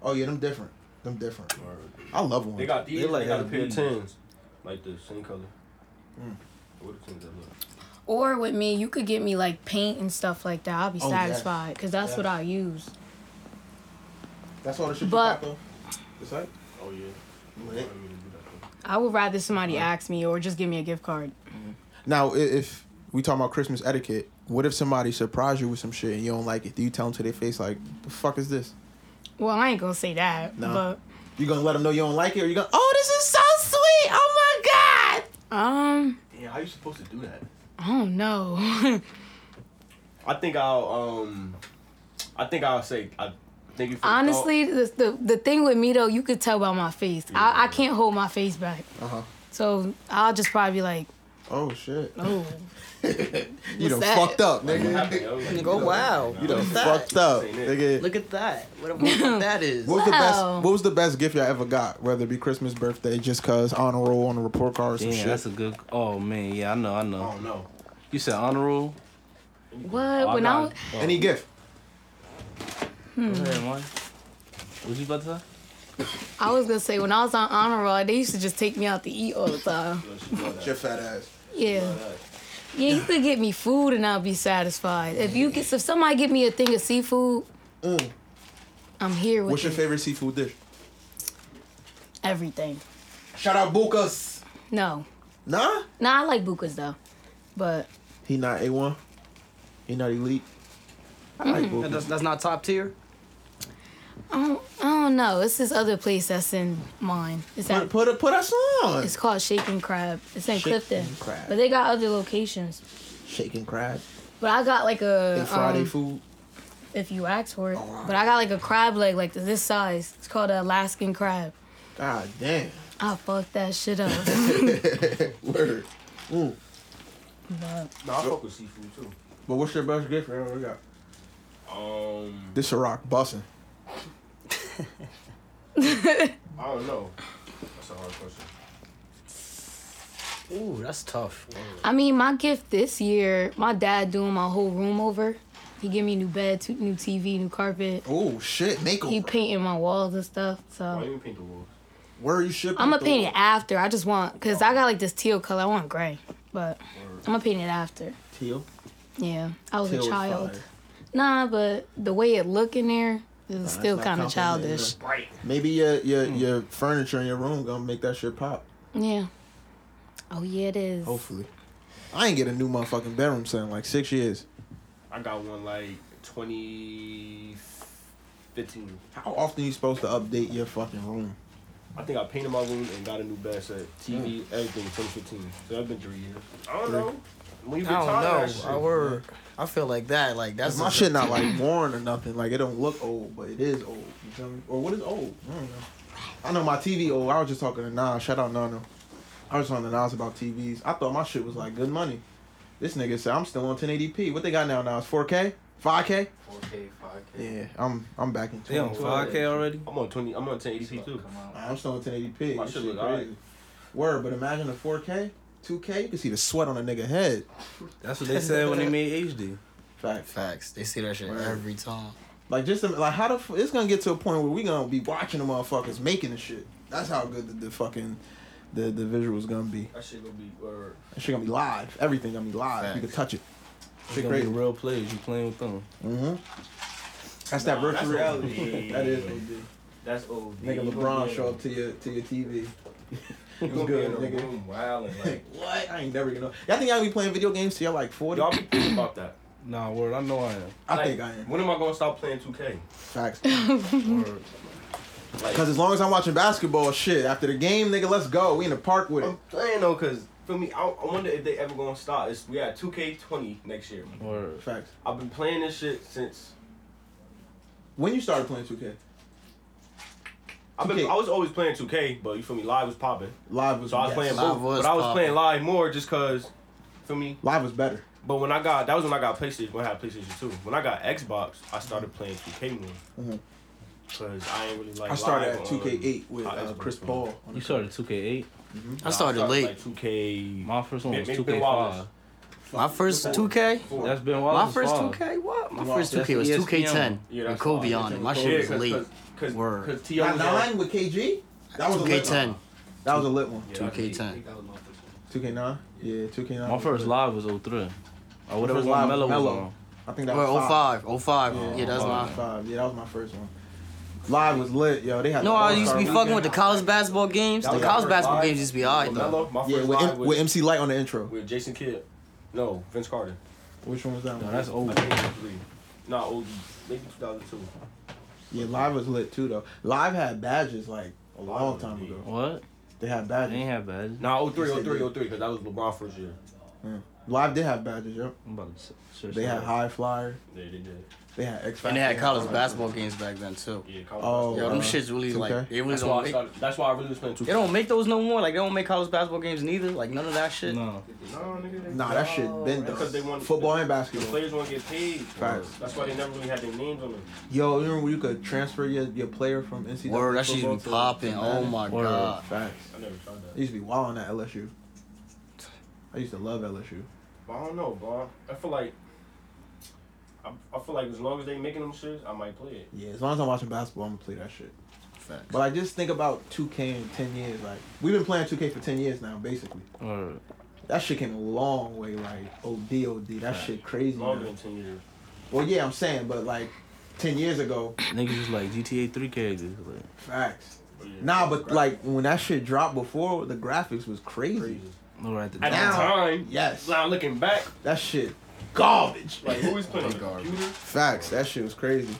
Speaker 1: Oh yeah, them different. Them different. I love one.
Speaker 5: They got these.
Speaker 4: They
Speaker 5: They,
Speaker 4: like
Speaker 5: got a
Speaker 4: that
Speaker 5: pair of
Speaker 4: weed.
Speaker 5: tens, like the same color.
Speaker 1: Mm.
Speaker 5: What the tens that look?
Speaker 2: Or with me, you could get me like paint and stuff like that. I'll be
Speaker 1: Oh, yes.
Speaker 2: satisfied because that's what I use.
Speaker 1: That's all the shit
Speaker 2: But-
Speaker 1: you got though. It's like
Speaker 5: Oh yeah.
Speaker 1: lit.
Speaker 2: I would rather somebody ask me or just give me a gift card.
Speaker 1: Now, i- if we talking about Christmas etiquette, what if somebody surprise you with some shit and you don't like it? Do you tell them to their face like, "The fuck is this"?
Speaker 2: Well, I ain't gonna say that,
Speaker 1: No.
Speaker 2: but
Speaker 1: You gonna let them know you don't like it, or you gonna, "Oh, this is so sweet. Oh my god."
Speaker 2: um,
Speaker 5: Yeah, how you supposed to do that?
Speaker 2: I don't know. [laughs]
Speaker 5: I think I'll um, I think I'll say I thank you for the thought.
Speaker 2: Honestly,
Speaker 1: Oh.
Speaker 2: the, the the thing with me though, you could tell by my face. I, I can't hold my face back,
Speaker 1: Uh huh.
Speaker 2: so I'll just probably be like,
Speaker 1: Oh shit.
Speaker 2: oh,
Speaker 1: You done
Speaker 2: What's that?
Speaker 1: fucked up,
Speaker 5: What
Speaker 1: nigga.
Speaker 5: happened, yo? Like, you
Speaker 6: Nigga, oh,
Speaker 5: know,
Speaker 6: wow.
Speaker 1: You done
Speaker 6: Look at that.
Speaker 1: fucked up,
Speaker 5: Ain't it?
Speaker 1: nigga.
Speaker 6: Look at that. What a
Speaker 1: [laughs]
Speaker 6: what [laughs] that is.
Speaker 1: What was the best?
Speaker 2: Wow.
Speaker 1: What was the best gift y'all ever got? Whether it be Christmas, birthday, just cause honor roll on a report card or some
Speaker 4: Damn, that's
Speaker 1: shit.
Speaker 4: a good. Oh man, yeah, I know, I
Speaker 5: I
Speaker 4: know.
Speaker 5: don't know.
Speaker 4: You said honor roll.
Speaker 2: what?
Speaker 4: Oh,
Speaker 2: when I
Speaker 4: got-
Speaker 2: was,
Speaker 4: oh.
Speaker 1: Any gift?
Speaker 4: Go ahead, Mike. What you about to say?
Speaker 2: I was gonna say when I was on honor roll, they used to just take me out to eat all the time.
Speaker 1: Your fat ass.
Speaker 2: Yeah. Yeah, you could get me food and I'll be satisfied. If you get, if somebody give me a thing of seafood,
Speaker 1: Mm.
Speaker 2: I'm here with
Speaker 1: What's your
Speaker 2: it.
Speaker 1: favorite seafood dish?
Speaker 2: everything.
Speaker 1: Shout out Bukas.
Speaker 2: No,
Speaker 1: Nah.
Speaker 2: nah, I like bukas though, but
Speaker 1: He not a one. He not elite. I like
Speaker 2: Mm-hmm.
Speaker 6: That-
Speaker 1: Bukas.
Speaker 6: That's, that's not top tier.
Speaker 2: I don't, I don't know. It's this other place that's in mine. It's
Speaker 1: Put
Speaker 2: at,
Speaker 1: put, put us on.
Speaker 2: it's called Shaking Crab. It's in
Speaker 1: Shakin'
Speaker 2: Clifton,
Speaker 1: Crab.
Speaker 2: but they got other locations.
Speaker 1: Shaking crab.
Speaker 2: But I got like
Speaker 1: They
Speaker 2: a
Speaker 1: Friday
Speaker 2: um,
Speaker 1: food.
Speaker 2: if you ask for it. But I got like a crab leg like this size. It's called an Alaskan crab.
Speaker 1: God
Speaker 2: [laughs]
Speaker 1: damn. [laughs]
Speaker 2: I fucked that shit up.
Speaker 1: Word. Mm.
Speaker 2: but
Speaker 5: Nah, I fuck with seafood too.
Speaker 1: But what's your best gift you ever got?
Speaker 5: Um,
Speaker 1: This Ciroc bussin'.
Speaker 5: I don't know. That's a hard question.
Speaker 6: Ooh, that's tough.
Speaker 2: I mean, my gift this year, my dad doing my whole room over. He give me new bed, t- new TV, new carpet.
Speaker 1: Oh shit,
Speaker 2: He
Speaker 1: Nico.
Speaker 2: painting my walls and stuff. So
Speaker 5: Why you paint the walls?
Speaker 1: Where are you shipping?
Speaker 2: I'm gonna
Speaker 1: through?
Speaker 2: paint it after. I just want, cause I got like this teal color. I want gray, but I'm gonna paint it after.
Speaker 1: Teal.
Speaker 2: Yeah, I was
Speaker 1: Teal
Speaker 2: a
Speaker 1: is
Speaker 2: child.
Speaker 1: fire.
Speaker 2: Nah, but the way it look in there is
Speaker 1: that's
Speaker 2: still
Speaker 1: not
Speaker 2: kind of
Speaker 1: complimenting
Speaker 2: childish.
Speaker 1: Maybe your your
Speaker 2: Hmm.
Speaker 1: your furniture in your room gonna make that shit pop.
Speaker 2: Yeah. Oh yeah, it is.
Speaker 1: Hopefully. I ain't get a new motherfucking bedroom set in like six years.
Speaker 5: I got one like 20, 15.
Speaker 1: How often you supposed to update your fucking room?
Speaker 5: I think I painted my room and got a new bed set, TV, everything, 2015. So that's been three years. I don't know. When you
Speaker 6: I don't know. I word. I feel like that. Like that's
Speaker 1: Cause my
Speaker 6: a-
Speaker 1: shit not like worn or nothing. Like it don't look old, but it is old. You feel me? Or what is old? I don't know. I know my TV old. I was just talking to Nas. Shout out Nano. I was talking to Nas about TVs. I thought my shit was like good money. This nigga said I'm still on 1080p. What they got now? Now it's 4K, 5K.
Speaker 9: 4K, 5K.
Speaker 1: Yeah, I'm I'm back in.
Speaker 4: They on
Speaker 1: 2012.
Speaker 4: 5K already?
Speaker 5: I'm on 20. I'm on 1080p too.
Speaker 9: Come out.
Speaker 1: I'm still on 1080p.
Speaker 5: My
Speaker 1: This
Speaker 5: shit
Speaker 1: shit
Speaker 5: look alright.
Speaker 1: crazy. Word, but imagine a 4K, 2K. You can see the sweat on a nigga head.
Speaker 4: That's what they said when they made
Speaker 5: [laughs]
Speaker 4: HD.
Speaker 1: Fact.
Speaker 6: Facts. They see that shit
Speaker 1: Word.
Speaker 6: every time.
Speaker 1: Like just like how the f- it's gonna get to a point where we gonna be watching the motherfuckers making the shit. That's how good the, the fucking the the visuals gonna be.
Speaker 5: That shit gonna be. Or,
Speaker 1: That shit gonna be live. Everything gonna be live. You can touch it.
Speaker 4: It's
Speaker 1: Shit
Speaker 4: gonna be
Speaker 1: crazy.
Speaker 4: real players. You playing with them.
Speaker 1: Mm-hmm. That's that virtual
Speaker 3: that's
Speaker 1: reality. [laughs]
Speaker 3: OD.
Speaker 1: that is OD.
Speaker 3: That's old.
Speaker 1: Nigga LeBron show up to your to your TV.
Speaker 5: you
Speaker 1: [laughs] It was
Speaker 5: gonna be
Speaker 1: good,
Speaker 5: in the
Speaker 1: nigga.
Speaker 5: room wilding. Like,
Speaker 1: Like what? I ain't never gonna. Y'all think y'all be playing video games till y'all like forty?
Speaker 5: y'all be thinking about that.
Speaker 4: Nah, word. I know I am.
Speaker 1: I
Speaker 5: Like,
Speaker 1: think I am.
Speaker 5: When am I gonna stop playing 2K? [laughs]
Speaker 1: Facts. Mm-hmm.
Speaker 4: Word.
Speaker 5: Like,
Speaker 1: Cause as long as I'm watching basketball, shit. After the game, nigga, let's go. We in the park with it.
Speaker 5: I'm playing though, cause for me, I, I wonder if they ever gonna stop. It's, we at 2K20 next year.
Speaker 4: Word.
Speaker 1: Facts.
Speaker 5: I've been playing this shit since.
Speaker 1: When you started playing 2K,
Speaker 5: I've been,
Speaker 1: 2K.
Speaker 5: I was always playing 2K, but you feel me? Live was popping,
Speaker 1: live was
Speaker 5: so I was
Speaker 1: yes.
Speaker 5: playing
Speaker 6: Live
Speaker 5: both.
Speaker 6: was
Speaker 5: but I was
Speaker 6: popping.
Speaker 5: playing live more just cause, feel me?
Speaker 1: Live was better.
Speaker 5: But when I got that was when I got PlayStation. When I had PlayStation Two. When I got Xbox, I started playing 2K more.
Speaker 1: Mhm.
Speaker 5: Cause I ain't really like.
Speaker 1: I started
Speaker 5: live
Speaker 1: at
Speaker 5: on-
Speaker 1: 2K8 with
Speaker 5: on
Speaker 1: uh,
Speaker 5: Xbox
Speaker 1: Chris
Speaker 5: One.
Speaker 1: Paul. on
Speaker 4: You
Speaker 1: the
Speaker 4: started 2K8.
Speaker 6: I started late.
Speaker 5: Like 2K.
Speaker 4: My first one
Speaker 5: Yeah,
Speaker 4: was
Speaker 5: maybe
Speaker 4: 2K5.
Speaker 5: Wallace.
Speaker 6: My first 2K.
Speaker 4: That's Ben Wallace.
Speaker 6: My first 2K. What? My
Speaker 1: Wow,
Speaker 6: first
Speaker 4: that's
Speaker 6: 2K
Speaker 5: E
Speaker 6: was
Speaker 4: ESPN.
Speaker 6: 2K10
Speaker 5: Yeah, that's
Speaker 6: with Kobe
Speaker 5: wild.
Speaker 6: on it. My
Speaker 1: Yeah,
Speaker 6: shit was
Speaker 5: cause,
Speaker 6: late.
Speaker 5: Cause, cause,
Speaker 6: Word.
Speaker 5: Cause T.O.
Speaker 1: Not
Speaker 5: was on-
Speaker 1: nine with KG. That was a lit one.
Speaker 6: 2K10.
Speaker 1: That was a lit one.
Speaker 5: Yeah, that's-
Speaker 6: 2K10.
Speaker 9: That was my first one.
Speaker 1: 2K9. Yeah, 2K9.
Speaker 4: My first live was 03. Or whatever
Speaker 1: first
Speaker 4: one
Speaker 1: live
Speaker 4: Mello
Speaker 1: was
Speaker 4: was
Speaker 1: Melo.
Speaker 4: on.
Speaker 1: I think that was
Speaker 6: Or
Speaker 1: five.
Speaker 6: 05. 05. Yeah, that's my.
Speaker 1: 05. Yeah, that was my first one. Live was lit, yo. They had
Speaker 6: No,
Speaker 1: the
Speaker 6: I
Speaker 1: All-Star
Speaker 6: used to be
Speaker 1: weekend.
Speaker 6: fucking with the college basketball games.
Speaker 5: That
Speaker 6: The
Speaker 5: was my
Speaker 6: college
Speaker 5: first
Speaker 6: basketball
Speaker 5: live.
Speaker 6: games used to be alright though.
Speaker 5: Lamelo, my first
Speaker 1: Yeah, with,
Speaker 5: live
Speaker 1: M-
Speaker 5: was-
Speaker 1: with MC Light on the intro.
Speaker 5: with Jason Kidd. No, Vince Carter.
Speaker 1: Which one was that
Speaker 4: No,
Speaker 1: one?
Speaker 4: that's old.
Speaker 5: I think it was three. Nah, old. Maybe 2002.
Speaker 1: yeah, live was lit too though. Live had badges like a long time ago.
Speaker 4: What?
Speaker 1: They had
Speaker 4: They ain't
Speaker 1: badges.
Speaker 4: have badges.
Speaker 5: Nah, 03,
Speaker 1: Yes, they
Speaker 5: 03,
Speaker 1: did.
Speaker 5: 03, because that was LeBron first year.
Speaker 1: Live did have badges, yo.
Speaker 4: I'm about to s- search
Speaker 1: They
Speaker 4: that
Speaker 1: had
Speaker 4: up.
Speaker 1: high flyer.
Speaker 5: Yeah, they did.
Speaker 1: They had X.
Speaker 6: And they had
Speaker 1: Factor,
Speaker 6: college
Speaker 1: all that.
Speaker 6: basketball games back then too.
Speaker 5: Yeah,
Speaker 1: Oh,
Speaker 5: college
Speaker 6: Yo,
Speaker 5: basketball.
Speaker 6: them
Speaker 1: uh,
Speaker 6: shits really
Speaker 1: 2K.
Speaker 6: like they really
Speaker 5: That's why,
Speaker 6: don't.
Speaker 5: I
Speaker 6: They,
Speaker 5: started, that's why I really was playing 2K.
Speaker 6: they don't make those no more. Like they don't make college basketball games neither. Like none of that shit.
Speaker 4: No.
Speaker 5: No, nigga. they-
Speaker 1: Nah, that shit been
Speaker 5: That's 'cause they
Speaker 1: done.
Speaker 5: want-
Speaker 1: Football and
Speaker 5: The
Speaker 1: basketball.
Speaker 5: players want to get paid.
Speaker 1: Facts.
Speaker 5: That's why they never really had their names on them.
Speaker 1: Yo, you remember when you could transfer your, your player from NCAA
Speaker 6: Word, that shit used to be
Speaker 1: football to-
Speaker 6: popping.
Speaker 1: to
Speaker 6: Oh
Speaker 1: Madden?
Speaker 6: my
Speaker 4: Word.
Speaker 6: god.
Speaker 1: Facts.
Speaker 5: I never tried that.
Speaker 1: It used to be wild on that LSU. I used to love LSU.
Speaker 5: But I don't know, bro. I feel like. I, I feel like as long as they making them shits, I might play it.
Speaker 1: Yeah, as long as I'm watching basketball, I'm gonna play that shit.
Speaker 6: Facts.
Speaker 1: But I just think about 2K in 10 years. Like we've been playing 2K for 10 years now, basically.
Speaker 4: Word.
Speaker 1: That shit came a long way. Like OD, OD. That shit crazy.
Speaker 5: Longer
Speaker 1: now.
Speaker 5: than 10 years.
Speaker 1: Well, yeah, I'm saying, but like 10 years ago,
Speaker 4: Niggas was like GTA 3 characters. Like,
Speaker 1: facts.
Speaker 5: But yeah.
Speaker 1: Nah, but like when that shit dropped before, the graphics was crazy.
Speaker 5: Crazy.
Speaker 4: no right at the
Speaker 5: At
Speaker 4: time.
Speaker 5: the time,
Speaker 1: Yes,
Speaker 5: now looking back,
Speaker 1: that shit garbage.
Speaker 5: like who was playing on the
Speaker 6: Garbage.
Speaker 5: computer?
Speaker 1: Facts. That shit was crazy.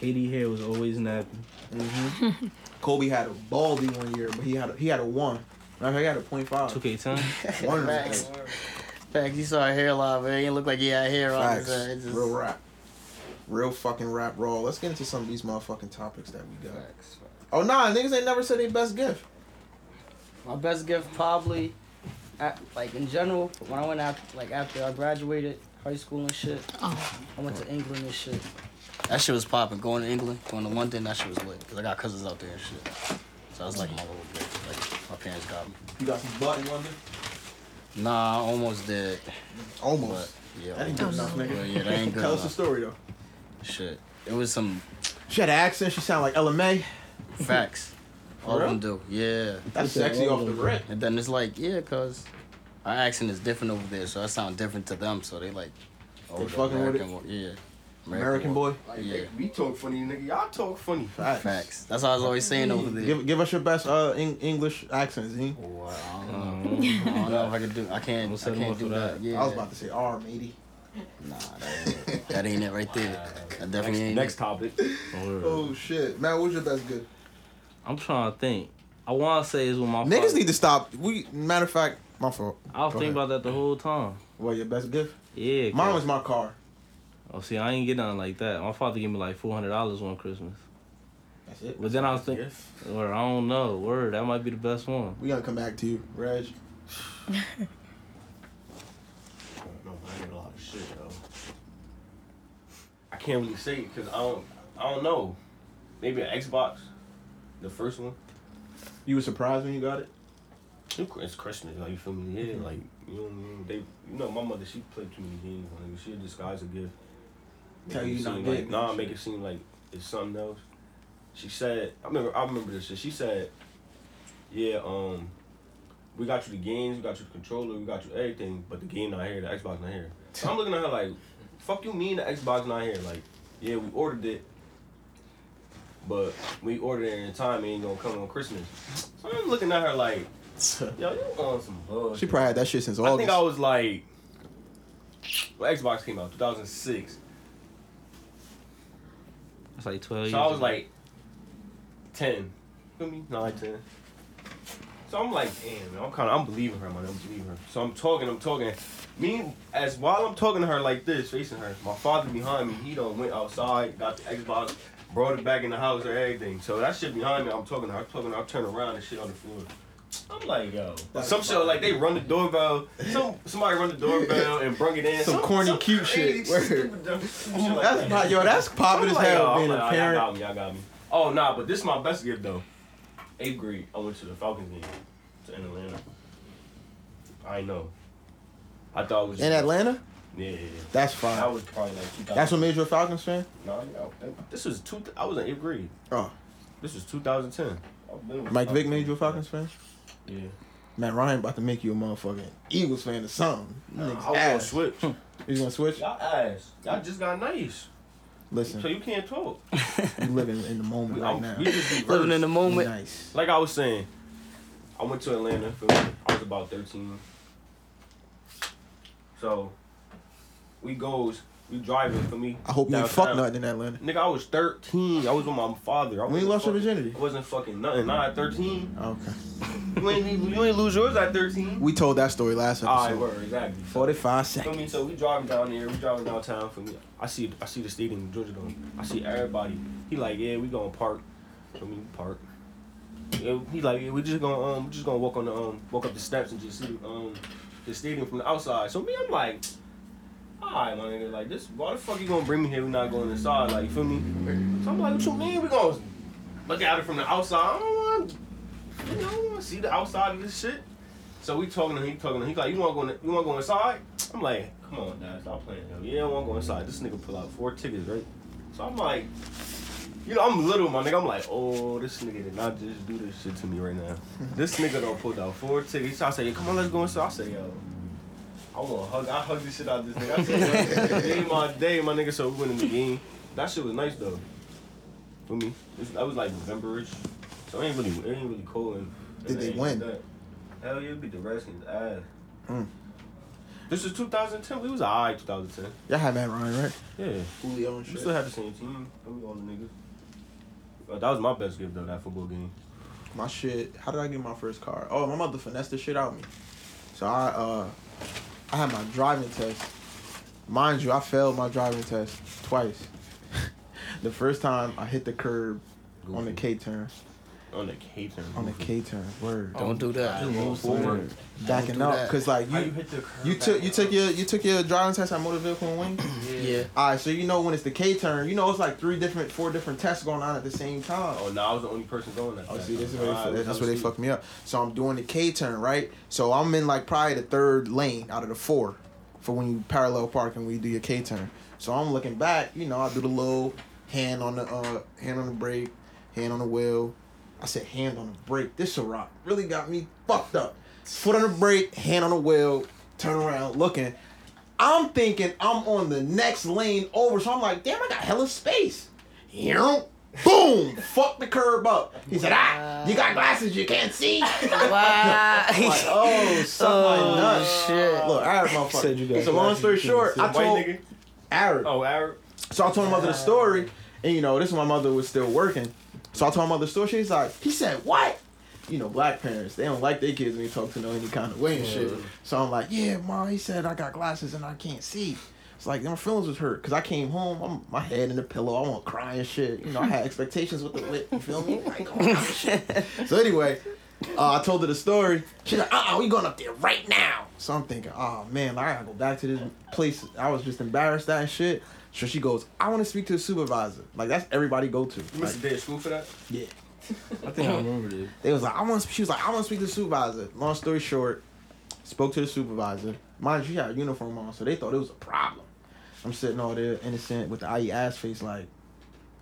Speaker 4: KD hair was always napping.
Speaker 1: Mm-hmm. Kobe had a baldy one year, but he had a, he had a one. Now he had a point five. [laughs]
Speaker 4: 2K10.
Speaker 1: One of them
Speaker 6: [laughs] Facts.
Speaker 1: things.
Speaker 6: Facts. You saw her hair live. It ain't look like he had hair on.
Speaker 1: [laughs]
Speaker 6: It
Speaker 1: Facts.
Speaker 6: just,
Speaker 1: Real rap. Real fucking rap raw. Let's get into some of these motherfucking topics that we got. Oh nah, niggas ain't never said they best gift.
Speaker 6: My best gift probably, at, like in general, when I went out, like after I graduated high school and shit,
Speaker 1: Oh.
Speaker 6: I went to England and shit. That shit was popping. Going to England, going to London, that shit was lit. Cause I got cousins out there and shit. So I was like my little gift. Like my parents got me.
Speaker 1: You got some butt in London?
Speaker 6: Nah, I almost did. But
Speaker 1: Almost.
Speaker 6: yeah,
Speaker 1: That ain't
Speaker 6: almost.
Speaker 1: good enough, nigga.
Speaker 6: Well, yeah, that ain't good
Speaker 1: Tell us the
Speaker 6: enough.
Speaker 1: story though.
Speaker 6: Shit, it was some
Speaker 1: She had an accent. She sounded like LMA.
Speaker 6: facts. All
Speaker 1: For
Speaker 6: of them do. Yeah.
Speaker 1: That's sexy off the rip.
Speaker 6: And then it's like, yeah, cause our accent is different over there, so I sound different to them. So they like, oh,
Speaker 1: They
Speaker 6: the
Speaker 1: fucking with it.
Speaker 6: wo- yeah,
Speaker 1: American boy.
Speaker 6: Like, Yeah.
Speaker 5: we talk funny, nigga. Y'all talk funny.
Speaker 1: Facts.
Speaker 6: Facts. That's what I was always saying over there.
Speaker 1: Give, give us your best uh, Eng- English accents, Z.
Speaker 6: Boy, I don't know.
Speaker 4: Um,
Speaker 6: I don't know if I can do. I can't.
Speaker 4: Don't
Speaker 6: I
Speaker 4: set 'em
Speaker 6: can't
Speaker 4: up
Speaker 6: do
Speaker 4: for
Speaker 6: that.
Speaker 4: that.
Speaker 6: Yeah.
Speaker 1: I was about to say R, matey.
Speaker 6: Nah, that ain't it. That ain't it right there. That definitely ain't
Speaker 5: Next
Speaker 6: it.
Speaker 5: topic.
Speaker 4: Word.
Speaker 1: Oh shit, Matt, what's your best good?
Speaker 4: I'm trying to think. I want to say is when my
Speaker 1: Niggas
Speaker 4: father-
Speaker 1: need to stop. We matter of fact, my fault.
Speaker 4: I was
Speaker 1: Go
Speaker 4: thinking
Speaker 1: ahead.
Speaker 4: about that the whole time.
Speaker 1: What your best gift?
Speaker 4: Yeah.
Speaker 1: Mine
Speaker 4: cause-
Speaker 1: was my car.
Speaker 4: Oh, see, I ain't get nothing like that. My father gave me like four hundred dollars one Christmas,
Speaker 1: That's it.
Speaker 4: but then I was thinking, or I don't know, word that might be the best one.
Speaker 1: We gonna come back to you, Reg.
Speaker 5: I don't know, but I get a lot of shit though. I can't really say because I don't. I don't know. Maybe an Xbox, the first one.
Speaker 1: You were surprised when you got it. Mm-hmm.
Speaker 5: It's Christmas, like you feel me? Yeah, like you know what I mean. They, you know, my mother she played too many games. Like she disguise a gift. Make
Speaker 1: Tell
Speaker 5: it
Speaker 1: you
Speaker 5: seem
Speaker 1: not
Speaker 5: like,
Speaker 1: big.
Speaker 5: nah, make it seem like it's something else. She said, I remember, I remember this shit. She said, yeah, um, we got you the games, we got you the controller, we got you everything, but the game not here, the Xbox
Speaker 1: [laughs]
Speaker 5: not here. So I'm looking at her like, fuck you mean the Xbox not here? Like, yeah, we ordered it, but we ordered it in time, it ain't gonna come on Christmas. So I'm looking at
Speaker 1: [laughs]
Speaker 5: her like, yo, you on some
Speaker 1: [laughs]
Speaker 5: bullshit.
Speaker 1: She probably had that shit since
Speaker 5: I
Speaker 1: August.
Speaker 5: think I was like, well, Xbox came out 2006.
Speaker 4: It's like twelve
Speaker 5: So
Speaker 4: years.
Speaker 5: I was
Speaker 4: ago.
Speaker 5: like 10. Feel me? Nine, 10. So I'm like, damn, man, I'm kind of, I'm believing her, man. I'm believing her. So I'm talking, I'm talking. Me, as while I'm talking to her like this, facing her, my father behind me, he done went outside, got the Xbox, brought it back in the house or everything. So that shit behind me, I'm talking to her, I'm talking to her, I turn around and shit on the floor. I'm like, yo. Some shit, like, they run the doorbell. Some Somebody run the
Speaker 1: [laughs]
Speaker 5: doorbell and brung it in.
Speaker 1: Some corny, cute shit.
Speaker 5: crazy,
Speaker 1: Word.
Speaker 5: stupid, dumb shit like
Speaker 1: that's
Speaker 5: that.
Speaker 1: pop- yo, that's popping
Speaker 5: I'm
Speaker 1: as
Speaker 5: like,
Speaker 1: hell
Speaker 5: oh, I'm
Speaker 1: being a
Speaker 5: like, oh,
Speaker 1: parent.
Speaker 5: Y'all got me, y'all got me. Oh nah, but this is my best gift though. Eighth grade, I went to the Falcons game to in Atlanta. I know. I thought it was
Speaker 1: In Atlanta,
Speaker 5: Yeah, yeah, yeah.
Speaker 1: that's
Speaker 5: That
Speaker 1: fine.
Speaker 5: was probably like 2000.
Speaker 1: That's what made you a Falcons fan.
Speaker 5: Nah, yeah, this was two. I was in eighth grade.
Speaker 1: Oh,
Speaker 5: This was 2010. I've been with
Speaker 1: Mike Vick
Speaker 5: Falcons.
Speaker 1: made you a Falcons fan.
Speaker 5: Yeah.
Speaker 1: Matt Ryan about to make you a motherfucking Eagles fan or something. You niggas
Speaker 5: Nah, I was gonna
Speaker 1: ass.
Speaker 5: switch.
Speaker 1: You gonna switch?
Speaker 5: [laughs] Y'all ass. Y'all just got nice. So
Speaker 1: Listen,
Speaker 5: you can't talk.
Speaker 1: you
Speaker 6: [laughs]
Speaker 1: living in the moment
Speaker 5: We,
Speaker 1: right
Speaker 5: I'm-
Speaker 1: now.
Speaker 5: we just be
Speaker 6: Living in the moment.
Speaker 1: Nice.
Speaker 5: like I was saying, I went to Atlanta. feel me? I was about thirteen. So we goes, we driving for me.
Speaker 1: I hope you ain't fuck
Speaker 5: downtown.
Speaker 1: nothing in Atlanta.
Speaker 5: Nigga, I was thirteen. I was with my father. I
Speaker 1: When you
Speaker 5: wasn't
Speaker 1: lost your
Speaker 5: fucking-
Speaker 1: virginity?
Speaker 5: I wasn't fucking nothing. Nah, at thirteen.
Speaker 1: Okay.
Speaker 5: You ain't you ain't lose yours at thirteen.
Speaker 1: We told that story last
Speaker 5: All right,
Speaker 1: episode.
Speaker 5: word exactly.
Speaker 1: Forty-five
Speaker 5: Feel me?
Speaker 1: seconds.
Speaker 5: So we driving down there, we driving downtown for me. I see I see the stadium, Georgia Dome. I see everybody. He like, yeah, we gonna park. I mean park. Yeah, he like, yeah, we just gonna um we just gonna walk on the um walk up the steps and just see the, um the stadium from the outside. So me I'm like, alright my nigga, like this why the fuck you gonna bring me here? We not going inside, like you feel me? So I'm like, what you mean we gonna look at it from the outside? I don't want you know, I don't wanna see the outside of this shit. So we talking to him, he talking to him. He like, you want to go? In, you want to go inside? I'm like, come on, dad, stop playing. Yo. Yeah, I want to go inside. This nigga pull out four tickets, right? So I'm like, you know, I'm little, my nigga. I'm like, oh, this nigga did not just do this shit to me right
Speaker 1: [laughs]
Speaker 5: now. this nigga don't pull out four tickets. So I say, come on, let's go inside. I say, yo. I want to hug. I hug this shit out of this nigga. I said, yo, day my day, my nigga. So we went in the game. That shit was nice though. For me, It's- that was like Novemberish. So it ain't really, it ain't really cold. And,
Speaker 1: Did
Speaker 5: and
Speaker 1: they
Speaker 5: ain't
Speaker 1: win?
Speaker 5: that. Hell, you beat the Redskins ass.
Speaker 1: Mm.
Speaker 5: This is 2010. We was alright 2010.
Speaker 1: Y'all had Matt Ryan, right?
Speaker 5: Yeah,
Speaker 1: Julio and
Speaker 5: we still had the same team. We all the niggas. Uh, that was my best gift though. That football game.
Speaker 1: my shit. How did I get my first car? Oh, my mother finessed the shit out of me. So I uh I had my driving test. Mind you, I failed my driving test twice. the first time I hit the curb on the K turn.
Speaker 5: On the K-turn.
Speaker 1: On the K turn. Word.
Speaker 6: Don't do that.
Speaker 5: forward.
Speaker 1: Backing
Speaker 6: do
Speaker 1: up.
Speaker 6: that.
Speaker 1: Cause like
Speaker 5: How you
Speaker 1: you
Speaker 5: hit the curve
Speaker 1: you
Speaker 5: back
Speaker 1: took you
Speaker 5: up?
Speaker 1: took your you took your driving test at motor vehicle and wing.
Speaker 5: [clears throat]
Speaker 6: Yeah.
Speaker 1: Alright, so you know when it's the K turn, you know it's like three different four different tests going on at the same time.
Speaker 5: Oh no, I was the only person going that.
Speaker 1: Oh,
Speaker 5: back.
Speaker 1: see, this is where they,
Speaker 5: Alright, let's
Speaker 1: that's
Speaker 5: have
Speaker 1: where
Speaker 5: a
Speaker 1: they
Speaker 5: seat.
Speaker 1: fucked me up. So I'm doing the K turn, right? So I'm in like probably the third lane out of the four for when you parallel park and when you do your K turn. So I'm looking back, you know, I do the little hand on the uh hand on the brake, hand on the wheel. I said hand on the brake. This a rock really got me fucked up. Foot on the brake, hand on the wheel, turn around, looking. I'm thinking I'm on the next lane over, so I'm like, damn, I got hella space. You know, Boom! Fuck the curb up. He said, ah, you got glasses, you can't
Speaker 6: [laughs]
Speaker 1: see. Like,
Speaker 6: Wow.
Speaker 1: oh, suck my nuts.
Speaker 6: Shit.
Speaker 1: Look,
Speaker 5: [laughs]
Speaker 1: Arab motherfucker. it's a long story short. I
Speaker 5: White
Speaker 1: told
Speaker 5: nigga?
Speaker 1: Arab.
Speaker 5: Oh, Arab.
Speaker 1: So I told my mother the story, and you know, this is when my mother was still working. So I told my mother the story. She's like, he said what? You know, black parents, they don't like their kids when they talk to them any kind of way and shit. So I'm like, yeah, ma, he said I got glasses and I can't see. It's like my feelings was hurt because I came home, I'm, my head in the pillow, I want crying and shit. You know, I had expectations with the lip. You feel me? Like, oh, shit. So anyway, uh, I told her the story. She's like, uh uh we going up there right now. So I'm thinking, oh man, I gotta go back to this place. I was just embarrassed that shit. So she goes, I wanna speak to the supervisor. Like, that's everybody go to.
Speaker 5: You
Speaker 1: Like,
Speaker 5: missed a day of school for that?
Speaker 1: yeah.
Speaker 4: I think
Speaker 5: [laughs]
Speaker 4: I remember this.
Speaker 1: They was like, I want. She was like, I want to speak to the supervisor. Long story short, spoke to the supervisor. Mind you, she had a uniform on, so they thought it was a problem. I'm sitting all there innocent with the IE ass face, like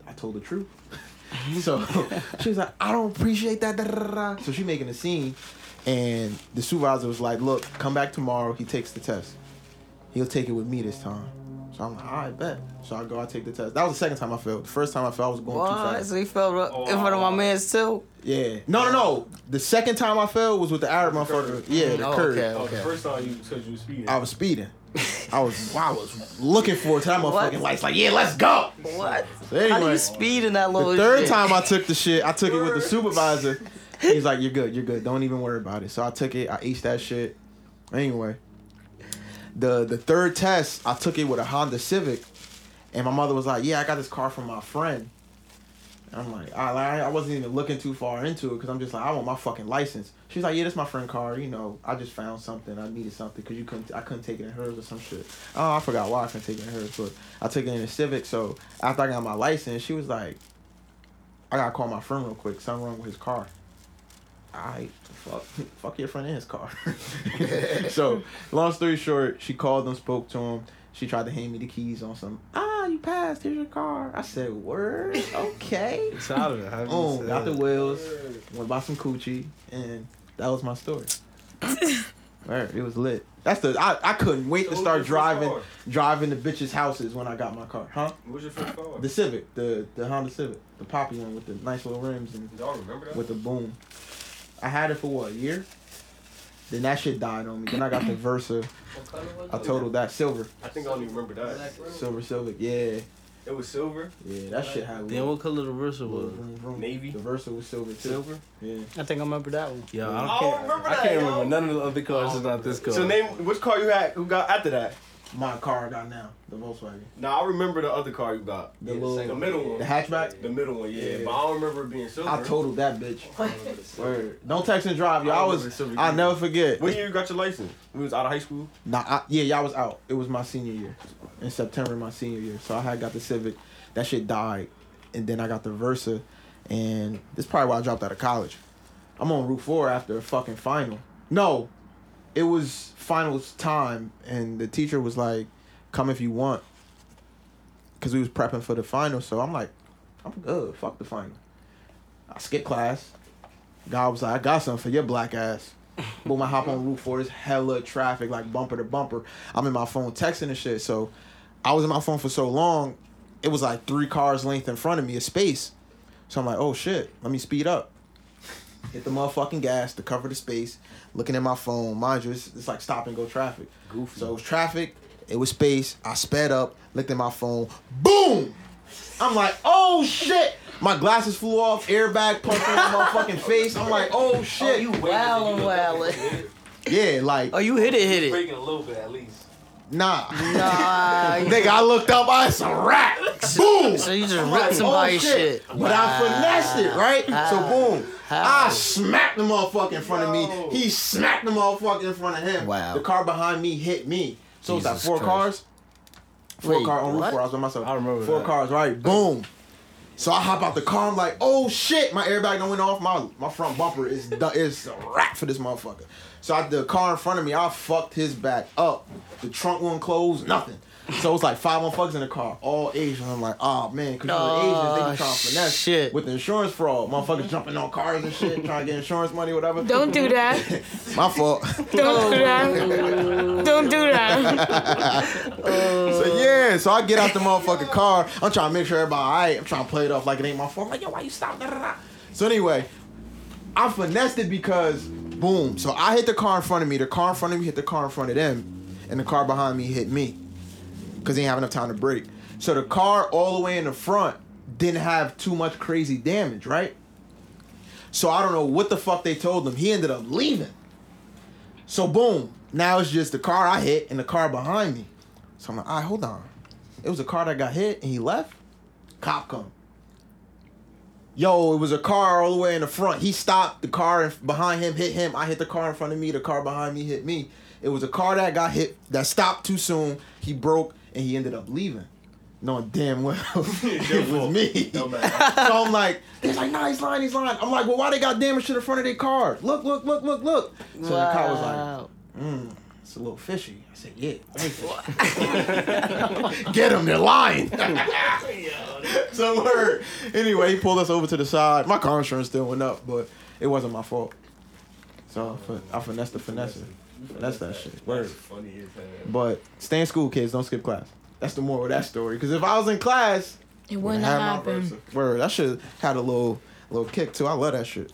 Speaker 1: I told the truth. [laughs]
Speaker 4: [laughs]
Speaker 1: so she was like, I don't appreciate that. da, da, da, da." So she making a scene, and the supervisor was like, Look, come back tomorrow. He takes the test. He'll take it with me this time. So I'm like, all right, bet. So I go, I take the test. That was the second time I failed. The first time I failed, I was going too
Speaker 6: What?
Speaker 1: fast.
Speaker 6: So he fell up in front of my man's too.
Speaker 1: Yeah. No, no, no. The second time I fell was with the Arab motherfucker. Yeah, the
Speaker 6: Oh,
Speaker 1: curve.
Speaker 6: okay,
Speaker 3: Oh, the
Speaker 6: okay.
Speaker 3: first time you because you was speeding.
Speaker 1: I was speeding. I was, I was looking for it. Time
Speaker 6: What?
Speaker 1: motherfucking lights. Like, yeah, let's go.
Speaker 6: What?
Speaker 1: So
Speaker 6: How do
Speaker 1: anyway,
Speaker 6: you speed in that little
Speaker 1: the third
Speaker 6: Oh, shit?
Speaker 1: time I took the shit, I took it with the supervisor. He's like, "You're good. You're good. Don't even worry about it." So I took it. I aced that shit. Anyway, the the third test, I took it with a Honda Civic, and my mother was like, "Yeah, I got this car from my friend." And I'm like, I, I I wasn't even looking too far into it because I'm just like, I want my fucking license. She's like, yeah, this my friend car. You know, I just found something. I needed something because you couldn't. I couldn't take it in hers or some shit. Oh, I forgot why I couldn't take it in hers, but I took it in a Civic. So after I got my license, she was like, I gotta call my friend real quick. Something wrong with his car. I fuck, [laughs] fuck your friend in his car. [laughs] so, long story short, she called him, spoke to him. She tried to hand me the keys on some. Ah, you passed. Here's your car. I said, word, okay.
Speaker 4: [laughs] It's out of it. How do you
Speaker 1: Boom,
Speaker 5: Oh,
Speaker 4: say
Speaker 1: got the
Speaker 4: that?
Speaker 1: wheels. Went by some coochie, and that was my story. Alright, it was lit. That's the I, I couldn't wait
Speaker 5: So
Speaker 1: to
Speaker 5: what
Speaker 1: start
Speaker 5: was your first
Speaker 1: driving
Speaker 5: car?
Speaker 1: driving the bitches' houses when I got my car, huh?
Speaker 5: What was your first car?
Speaker 1: The Civic, the the Honda Civic, the poppy one with the nice little rims and
Speaker 5: Y'all remember that?
Speaker 1: with the boom. I had it for what a year. Then that shit died on me. Then I got the Versa.
Speaker 9: What color was it?
Speaker 1: I totaled that silver,
Speaker 5: I think I only remember that.
Speaker 1: silver, silver. Yeah,
Speaker 5: It was silver.
Speaker 1: yeah. That shit had.
Speaker 4: Then what color the Versa was?
Speaker 5: Navy?
Speaker 1: The Versa was silver too.
Speaker 5: Silver?
Speaker 1: Yeah.
Speaker 6: I think I remember that one.
Speaker 4: Yo, I,
Speaker 5: I
Speaker 4: don't
Speaker 5: don't
Speaker 4: care.
Speaker 5: remember
Speaker 4: I
Speaker 5: that,
Speaker 4: can't
Speaker 5: yo.
Speaker 4: remember none of the other cars. It's not this car.
Speaker 5: So name which car you had? Who got after that?
Speaker 1: My car I got now, the Volkswagen,
Speaker 5: No, I remember the other car you got.
Speaker 1: the
Speaker 9: Yeah, the
Speaker 1: little,
Speaker 9: second
Speaker 5: The
Speaker 1: the,
Speaker 5: middle one.
Speaker 1: hatchback.
Speaker 5: The middle one, yeah.
Speaker 1: Yeah.
Speaker 5: But I don't remember it being silver.
Speaker 1: I totaled that
Speaker 9: [laughs]
Speaker 1: bitch.
Speaker 9: What?
Speaker 1: Word. Don't text and drive, y'all. I
Speaker 5: remember
Speaker 1: was.
Speaker 5: silver
Speaker 1: I
Speaker 5: green.
Speaker 1: never forget.
Speaker 5: What year you got your license? We was out of high school.
Speaker 1: Nah, I, yeah, y'all was out. It was my senior year, in September my senior year. So I had got the Civic, that shit died, and then I got the Versa, and this is probably why I dropped out of college. I'm on Route Four after a fucking final. No, it was finals time, and the teacher was like, "Come if you want," because we was prepping for the final. So I'm like, "I'm good. Fuck the final." I skipped class. God was like, "I got something for your black ass." Boom, I hop on Route 4. It's hella traffic, like bumper to bumper. I'm in my phone texting and shit. So I was in my phone for so long, it was like three cars length in front of me, a space. So I'm like, oh shit, let me speed up. Hit the motherfucking gas to cover the space, looking at my phone. Mind you, it's, it's like stop and go traffic. Goofy. So it was traffic, it was space. I sped up, looked at my phone, boom! I'm like, oh shit! My glasses flew off, airbag punched me in
Speaker 6: [laughs]
Speaker 1: my motherfucking face. I'm like, oh shit.
Speaker 6: Wow, wow.
Speaker 1: yeah, like
Speaker 6: Oh, you hit it, hit it.
Speaker 9: Breaking a little bit at least.
Speaker 1: Nah.
Speaker 6: Nah.
Speaker 1: [laughs]
Speaker 6: you-
Speaker 1: Nigga, I looked up, I it's a rat. Boom.
Speaker 6: So you just
Speaker 1: I'm
Speaker 6: ripped
Speaker 1: like,
Speaker 6: somebody's
Speaker 1: oh,
Speaker 6: shit.
Speaker 1: But I finessed it, right? so boom.
Speaker 6: How?
Speaker 1: I smacked the motherfucker in front of me. He smacked the motherfucker in front of him.
Speaker 6: Wow.
Speaker 1: The car behind me hit me. So it's like
Speaker 6: Jesus
Speaker 1: four
Speaker 6: Christ.
Speaker 1: cars. Four
Speaker 6: Wait,
Speaker 1: car on
Speaker 6: what?
Speaker 1: roof four. I was by myself.
Speaker 4: I remember
Speaker 1: Four
Speaker 4: that.
Speaker 1: cars, right? Boom. So I hop out the car. I'm like, oh shit, my airbag done went off. My my front bumper is done. It's a wrap for this motherfucker. So I, the car in front of me, I fucked his back up. The trunk won't close, nothing. So it's like five motherfuckers in the car, all Asian. I'm like, oh man, because you're Asian, they be trying to finesse
Speaker 6: shit.
Speaker 1: with the insurance fraud. Motherfuckers jumping on cars and shit, trying to get insurance money, whatever.
Speaker 2: Don't
Speaker 1: [laughs]
Speaker 2: do that.
Speaker 1: My fault.
Speaker 2: Don't do
Speaker 1: Oh.
Speaker 2: that. Don't do that.
Speaker 1: so yeah, so I get out the motherfucking car. I'm trying to make sure everybody alright. I'm trying to play it off like it ain't my fault. I'm like, yo, why you stop? Da, da, da. So anyway, I finessed it because boom. So I hit the car in front of me. The car in front of me hit the car in front of them, and the car behind me hit me because they didn't have enough time to brake. So the car all the way in the front didn't have too much crazy damage, right? So I don't know what the fuck they told him. He ended up leaving. So boom, now it's just the car I hit and the car behind me. So I'm like, all right, hold on. It was a car that got hit and he left. Cop come. Yo, it was a car all the way in the front. He stopped. The car in- behind him hit him. I hit the car in front of me. The car behind me hit me. It was a car that got hit that stopped too soon. He broke and he ended up leaving. Knowing damn well [laughs] it was me. so
Speaker 3: [laughs]
Speaker 1: I'm like, [laughs] they're like, nah, he's lying, he's lying. I'm like, well, why they got damage to the front of their car? Look, look, look, look, look. So the car was like, mm,
Speaker 6: Wow.
Speaker 1: it's a little fishy. I said, yeah. [laughs] Get them, they're lying. so word. Anyway, he pulled us over to the side. My car insurance still went up, but it wasn't my fault. So I, fin- I finessed the finesse. Finesse that shit. Word.
Speaker 3: Funny as hell.
Speaker 1: But stay in school, kids. Don't skip class. That's the moral of that story. Because if I was in class,
Speaker 2: It wouldn't
Speaker 1: I had
Speaker 2: have
Speaker 1: my
Speaker 2: happened.
Speaker 1: versa. Word. That shit had a little little kick too. I love that shit.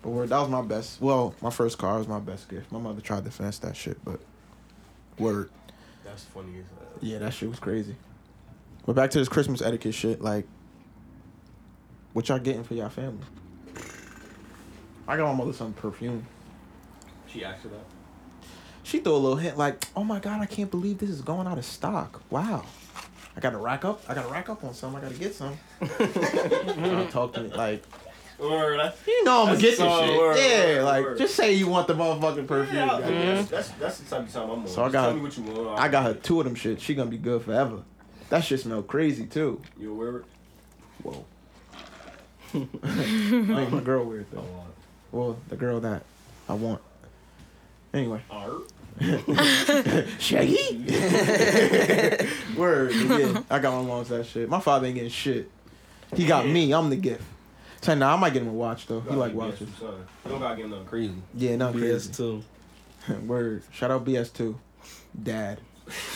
Speaker 1: But word, that was my best. Well, my first car was my best gift. My mother tried to finesse that shit, but word.
Speaker 3: That's funny as hell.
Speaker 1: Yeah, that shit was crazy. But back to this Christmas etiquette shit, like, what y'all getting for y'all family? I got my mother some perfume.
Speaker 3: She asked her that.
Speaker 1: She threw a little hint, like, oh my god, I can't believe this is going out of stock. Wow. I gotta rack up. I gotta rack up on some. I gotta get [laughs] some. Don't talk to me like
Speaker 3: Word. That's,
Speaker 1: you know I'm gonna get this
Speaker 3: so
Speaker 1: shit.
Speaker 3: word,
Speaker 1: yeah,
Speaker 3: word,
Speaker 1: like
Speaker 3: word.
Speaker 1: just say you want the motherfucking perfume.
Speaker 3: yeah,
Speaker 1: goddamn.
Speaker 3: that's, that's, that's the type of time I'm on.
Speaker 1: So I
Speaker 3: Just
Speaker 1: got-
Speaker 3: Tell me what you want.
Speaker 1: I got her two of them shit. She gonna be good forever. That shit smell crazy too.
Speaker 3: You aware of it?
Speaker 1: Whoa. [laughs] Make my girl weird though.
Speaker 3: Oh,
Speaker 1: Well, the girl that I want. Anyway,
Speaker 5: uh,
Speaker 3: Art. [laughs]
Speaker 1: Shaggy. Word. but [laughs] Yeah, I got my mom's that shit. My father ain't getting shit. He got me. I'm the gift. So now I might get him a watch though. He like watches.
Speaker 3: You don't gotta get nothing crazy.
Speaker 1: Yeah, not crazy.
Speaker 4: BS2.
Speaker 1: [clears throat] Word. Shout out BS2. Dad.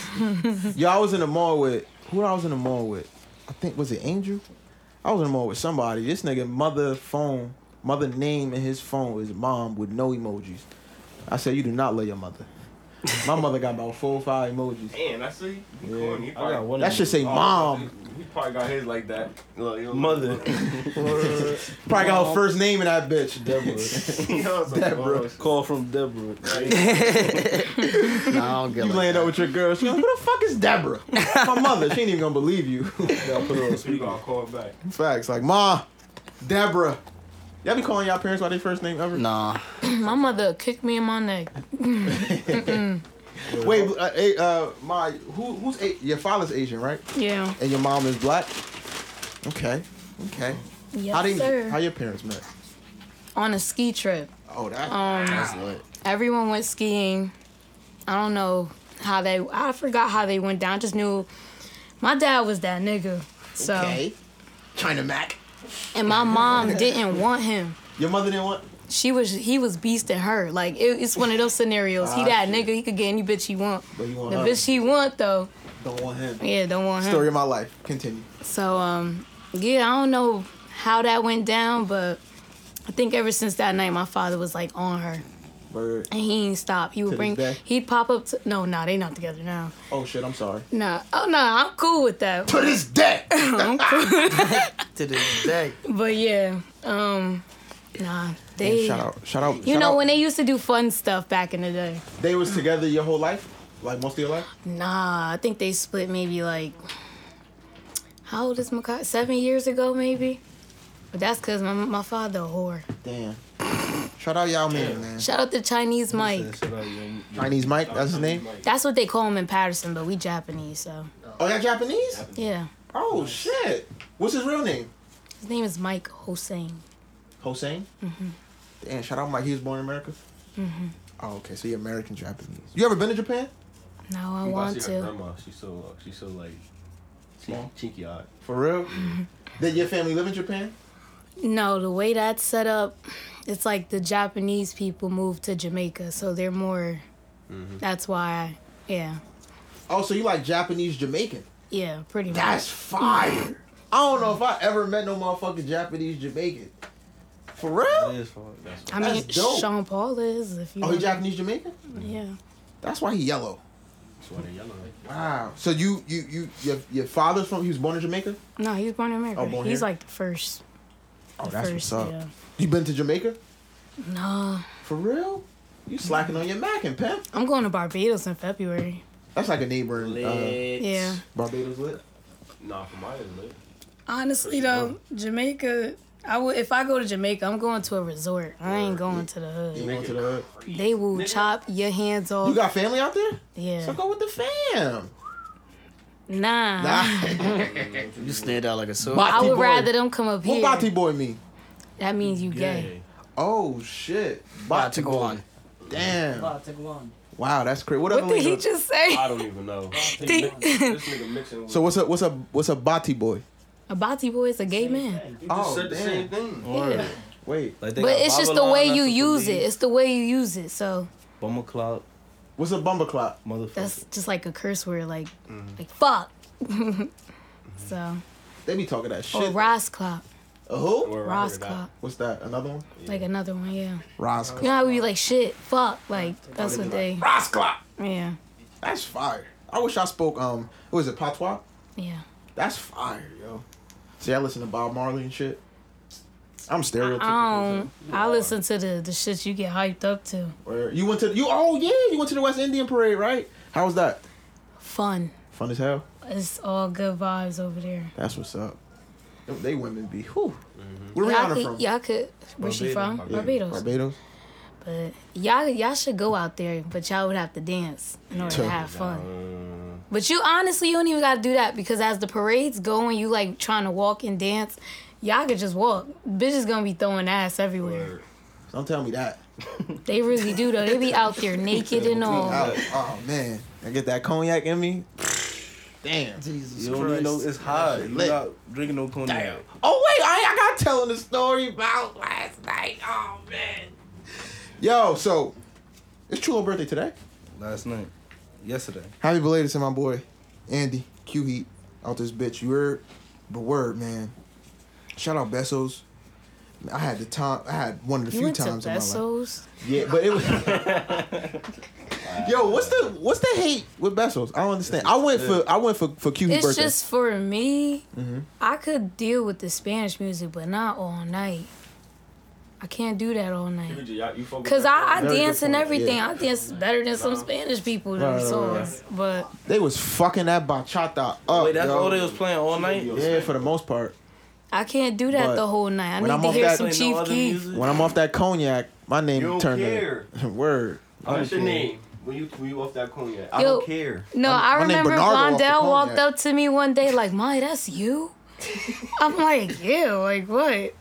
Speaker 1: [laughs] Yo, I was in the mall with who I was in the mall with? I think was it Angel? I was in the mall with somebody. This nigga mother phone, mother name in his phone is mom with no emojis. I said, You do not love your mother. My mother got about four or five emojis.
Speaker 3: Damn, I see. He
Speaker 1: Yeah.
Speaker 3: corny. He
Speaker 4: I got
Speaker 3: probably, Oh,
Speaker 4: one.
Speaker 1: That should say mom.
Speaker 3: he probably got his like that. Look, you know,
Speaker 4: [laughs]
Speaker 5: [laughs]
Speaker 4: Mother.
Speaker 1: Probably got her first name in that bitch.
Speaker 4: Deborah.
Speaker 3: you know, it's like,
Speaker 1: That, bro.
Speaker 3: oh, shit.
Speaker 4: Call from Deborah.
Speaker 6: Nah, I don't get
Speaker 1: You
Speaker 6: like
Speaker 1: laying
Speaker 6: that.
Speaker 1: up with your girl. She's like, Who the fuck is
Speaker 4: [laughs]
Speaker 1: Deborah? My mother. She ain't even gonna believe you.
Speaker 4: Gotta put her on
Speaker 3: You
Speaker 4: speaker.
Speaker 3: gotta call back.
Speaker 1: Facts. Like, Ma, Deborah. Y'all be calling y'all parents by their first name ever?
Speaker 6: Nah.
Speaker 2: My mother kicked me in my neck.
Speaker 1: Wait, uh, eh, uh, my who who's a- your father's Asian, right?
Speaker 2: Yeah.
Speaker 1: And your mom is black. Okay, okay.
Speaker 2: Yes,
Speaker 1: how they
Speaker 2: sir.
Speaker 1: how your parents met?
Speaker 2: On a ski trip.
Speaker 1: Oh, that.
Speaker 2: Um,
Speaker 6: That's lit.
Speaker 2: everyone went skiing. I don't know how they. I forgot how they went down. I just knew my dad was that nigga. So
Speaker 1: okay. China Mac.
Speaker 2: and my mom didn't want him.
Speaker 1: Your mother didn't want.
Speaker 2: She was he was beasting her. Like it, it's one of those scenarios. He that nigga. He could get any bitch he want.
Speaker 1: But you want
Speaker 2: The
Speaker 1: her.
Speaker 2: bitch he want though.
Speaker 1: Don't want him.
Speaker 2: Yeah, don't want him.
Speaker 1: Story of my life. Continue.
Speaker 2: So um, yeah, I don't know how that went down, but I think ever since that night, my father was like on her,
Speaker 1: Word.
Speaker 2: and he ain't stop. He
Speaker 1: To
Speaker 2: would
Speaker 1: this
Speaker 2: bring,
Speaker 1: day?
Speaker 2: he'd pop up. To, no, nah, they not together now.
Speaker 1: Oh shit, I'm sorry.
Speaker 2: Nah, oh no, nah, I'm cool
Speaker 1: [laughs]
Speaker 2: with that.
Speaker 1: To this
Speaker 2: [laughs]
Speaker 1: day.
Speaker 6: To this day.
Speaker 2: But yeah, um, nah, they.
Speaker 1: Shout out, shout out.
Speaker 2: You
Speaker 1: shout
Speaker 2: know
Speaker 1: out.
Speaker 2: when they used to do fun stuff back in the day?
Speaker 1: they was together your whole life, like most of your life.
Speaker 2: Nah, I think they split maybe like. How old is Makai? Seven years ago, maybe. But that's cause my my father a whore.
Speaker 1: Damn. Shout out y'all man, man.
Speaker 2: Shout out to Chinese Mike.
Speaker 1: Chinese Mike, that's his name.
Speaker 2: That's what they call him in Patterson, but we Japanese, so
Speaker 1: Oh, that Japanese?
Speaker 2: yeah.
Speaker 1: Oh shit. What's his real name?
Speaker 2: His name is Mike Hossein.
Speaker 1: Hossein? Mm-hmm. Damn, shout out Mike. He was born in America? Mm-hmm. Oh, okay. So you're American Japanese. You ever been to Japan?
Speaker 2: Now I
Speaker 5: You gotta
Speaker 2: want
Speaker 5: see her
Speaker 2: to.
Speaker 5: grandma. She's so
Speaker 3: uh,
Speaker 5: she's so like
Speaker 1: Small.
Speaker 5: cheeky eyed.
Speaker 1: For real? Did your family live in Japan?
Speaker 2: No, the way that's set up, it's like the Japanese people moved to Jamaica, so they're more.
Speaker 1: Mm-hmm.
Speaker 2: That's why, yeah,
Speaker 1: Oh, so you like Japanese Jamaican?
Speaker 2: yeah, pretty
Speaker 1: That's fire. I don't know if I ever met no motherfucking Japanese Jamaican. For real?
Speaker 4: It is far. That's
Speaker 2: much. I mean,
Speaker 1: that's dope.
Speaker 2: Sean Paul is if you.
Speaker 1: Oh, he Japanese Jamaican?
Speaker 2: yeah.
Speaker 1: That's why he yellow.
Speaker 5: That's why they yellow.
Speaker 1: Wow. So you you you your, your father's from? He was born in Jamaica.
Speaker 2: No, he's born in America.
Speaker 1: Oh, born
Speaker 2: he's
Speaker 1: here?
Speaker 2: like the first.
Speaker 1: Oh,
Speaker 2: the
Speaker 1: that's
Speaker 2: first,
Speaker 1: what's up.
Speaker 2: Yeah.
Speaker 1: You been to Jamaica?
Speaker 2: No,
Speaker 1: For real? You slacking on your Mac and pimp?
Speaker 2: I'm going to Barbados in February.
Speaker 1: That's like a neighbor in uh,
Speaker 2: Yeah.
Speaker 1: Barbados lit.
Speaker 5: Nah, for my lit.
Speaker 8: Honestly though, Jamaica. I would if I go to Jamaica,
Speaker 2: I'm going to a resort. I ain't going to the
Speaker 1: You
Speaker 2: hood.
Speaker 1: going to the hood?
Speaker 2: They will chop your hands
Speaker 1: You
Speaker 2: off.
Speaker 1: got family out there? So
Speaker 2: yeah.
Speaker 1: go with the fam.
Speaker 2: Nah.
Speaker 1: Nah.
Speaker 6: You stand out like a sore.
Speaker 2: I
Speaker 1: Bati
Speaker 2: would
Speaker 1: boy.
Speaker 2: rather them come up
Speaker 1: What
Speaker 2: here.
Speaker 1: Bati boy mean?
Speaker 2: That means you gay.
Speaker 1: Oh shit.
Speaker 6: About to go
Speaker 1: boy.
Speaker 6: on.
Speaker 1: Damn.
Speaker 7: About to go on.
Speaker 1: Wow, that's crazy. What,
Speaker 2: What
Speaker 1: other
Speaker 2: did he
Speaker 1: lingo-
Speaker 2: just say?
Speaker 5: I don't even know.
Speaker 2: Did-
Speaker 5: [laughs]
Speaker 2: [laughs]
Speaker 5: this nigga mixing with
Speaker 1: So what's a what's a what's a Bati boy?
Speaker 2: A Bati boy is a gay man.
Speaker 5: you
Speaker 1: Oh,
Speaker 5: just said the
Speaker 1: damn.
Speaker 5: same thing.
Speaker 4: Word.
Speaker 1: Wait,
Speaker 4: Like they
Speaker 2: But
Speaker 4: got
Speaker 2: it's just the
Speaker 4: Babylon,
Speaker 2: way you
Speaker 4: that's what
Speaker 2: use it.
Speaker 4: leads.
Speaker 2: It's the way you use it. So
Speaker 4: Bummer clout,
Speaker 1: what's a bumper clock?
Speaker 4: motherfucker.
Speaker 2: that's just like a curse word, like like fuck. [laughs] so
Speaker 1: They be talking that shit.
Speaker 2: or Ross clock,
Speaker 1: a who?
Speaker 5: Or I
Speaker 2: Ross
Speaker 5: heard that.
Speaker 2: clock,
Speaker 1: What's that? Another one?
Speaker 2: like another one. Yeah,
Speaker 1: Ross
Speaker 2: you know how we be like shit, fuck, like that's what they.
Speaker 1: Ross clock.
Speaker 2: Yeah,
Speaker 1: That's fire. I wish I spoke um what was it, patois?
Speaker 2: yeah.
Speaker 1: That's fire, yo. See, I listen to Bob Marley and shit. I'm
Speaker 2: I,
Speaker 1: stereotypical.
Speaker 2: I um,
Speaker 1: too.
Speaker 2: don't. I listen to the the shit you get hyped up to.
Speaker 1: Where- you went to you oh yeah, you went to the West Indian parade, right? How was that?
Speaker 2: Fun.
Speaker 1: Fun as hell.
Speaker 2: It's all good vibes over there.
Speaker 1: That's what's up. They, they women be who? Where
Speaker 2: Y'all
Speaker 1: Rihanna from?
Speaker 2: could, y'all could. Where she from? Barbados.
Speaker 1: Barbados.
Speaker 2: But y'all y'all should go out there, but y'all would have to dance in order to have fun. But you honestly you don't even gotta do that because as the parade's going, you like trying to walk and dance, y'all could just walk. Bitches gonna be throwing ass everywhere.
Speaker 1: Don't tell me that.
Speaker 2: They really do though. They be
Speaker 1: [laughs]
Speaker 2: out there naked and all.
Speaker 1: Oh, oh, man, I get that cognac in me. Damn.
Speaker 4: You don't even know it's hot. You
Speaker 1: lit.
Speaker 4: not drinking no cognac.
Speaker 1: Oh wait, I, I got telling the story about last night. Oh man. Yo, so it's Chulo's birthday today.
Speaker 4: Last night, yesterday.
Speaker 1: Happy belated to my boy, Andy Q Heat out this bitch. You heard, but word man. Shout out Bessos. I had the time. I had one of the
Speaker 2: You
Speaker 1: few
Speaker 2: went to
Speaker 1: times in my life.
Speaker 2: Bessos.
Speaker 1: Yeah, but
Speaker 2: [laughs]
Speaker 1: it was. Yo, what's the what's the hate with Bessos? I don't understand. I went for I went for for Q Heat
Speaker 2: It's
Speaker 1: birthday.
Speaker 2: just for me.
Speaker 1: Mm-hmm.
Speaker 2: I could deal with the Spanish music, but not all night. I can't do that all night.
Speaker 5: You, y'all- you fuck with
Speaker 2: Cause
Speaker 5: that
Speaker 2: I, I
Speaker 1: Very good
Speaker 2: dance and
Speaker 1: point,
Speaker 2: everything.
Speaker 1: yeah.
Speaker 2: I dance better than some Spanish people
Speaker 1: Right,
Speaker 2: them
Speaker 1: right,
Speaker 2: songs. But
Speaker 1: They was fucking that bachata up.
Speaker 4: Wait, that's
Speaker 1: Oh, yo.
Speaker 4: all they was playing all night.
Speaker 1: Yeah, for the most part.
Speaker 2: I can't do that
Speaker 1: But
Speaker 2: the whole night. I
Speaker 1: when
Speaker 2: need
Speaker 1: I'm
Speaker 2: to
Speaker 1: off
Speaker 2: hear
Speaker 1: that-
Speaker 2: some
Speaker 4: Ain't
Speaker 2: Chief
Speaker 4: no other
Speaker 2: Keef.
Speaker 4: music.
Speaker 1: When I'm off that cognac, my name
Speaker 5: You don't
Speaker 1: turned
Speaker 5: care.
Speaker 1: to [laughs] word.
Speaker 5: I'm What's your name? When you when you off that cognac, I
Speaker 2: Yo.
Speaker 5: don't care.
Speaker 2: No,
Speaker 1: My-
Speaker 2: I
Speaker 1: my name
Speaker 2: remember
Speaker 1: Bernardo off the
Speaker 2: Blondell walked
Speaker 1: cognac.
Speaker 2: up to me one day like, "My, that's you." I'm like, "Yeah, like what?"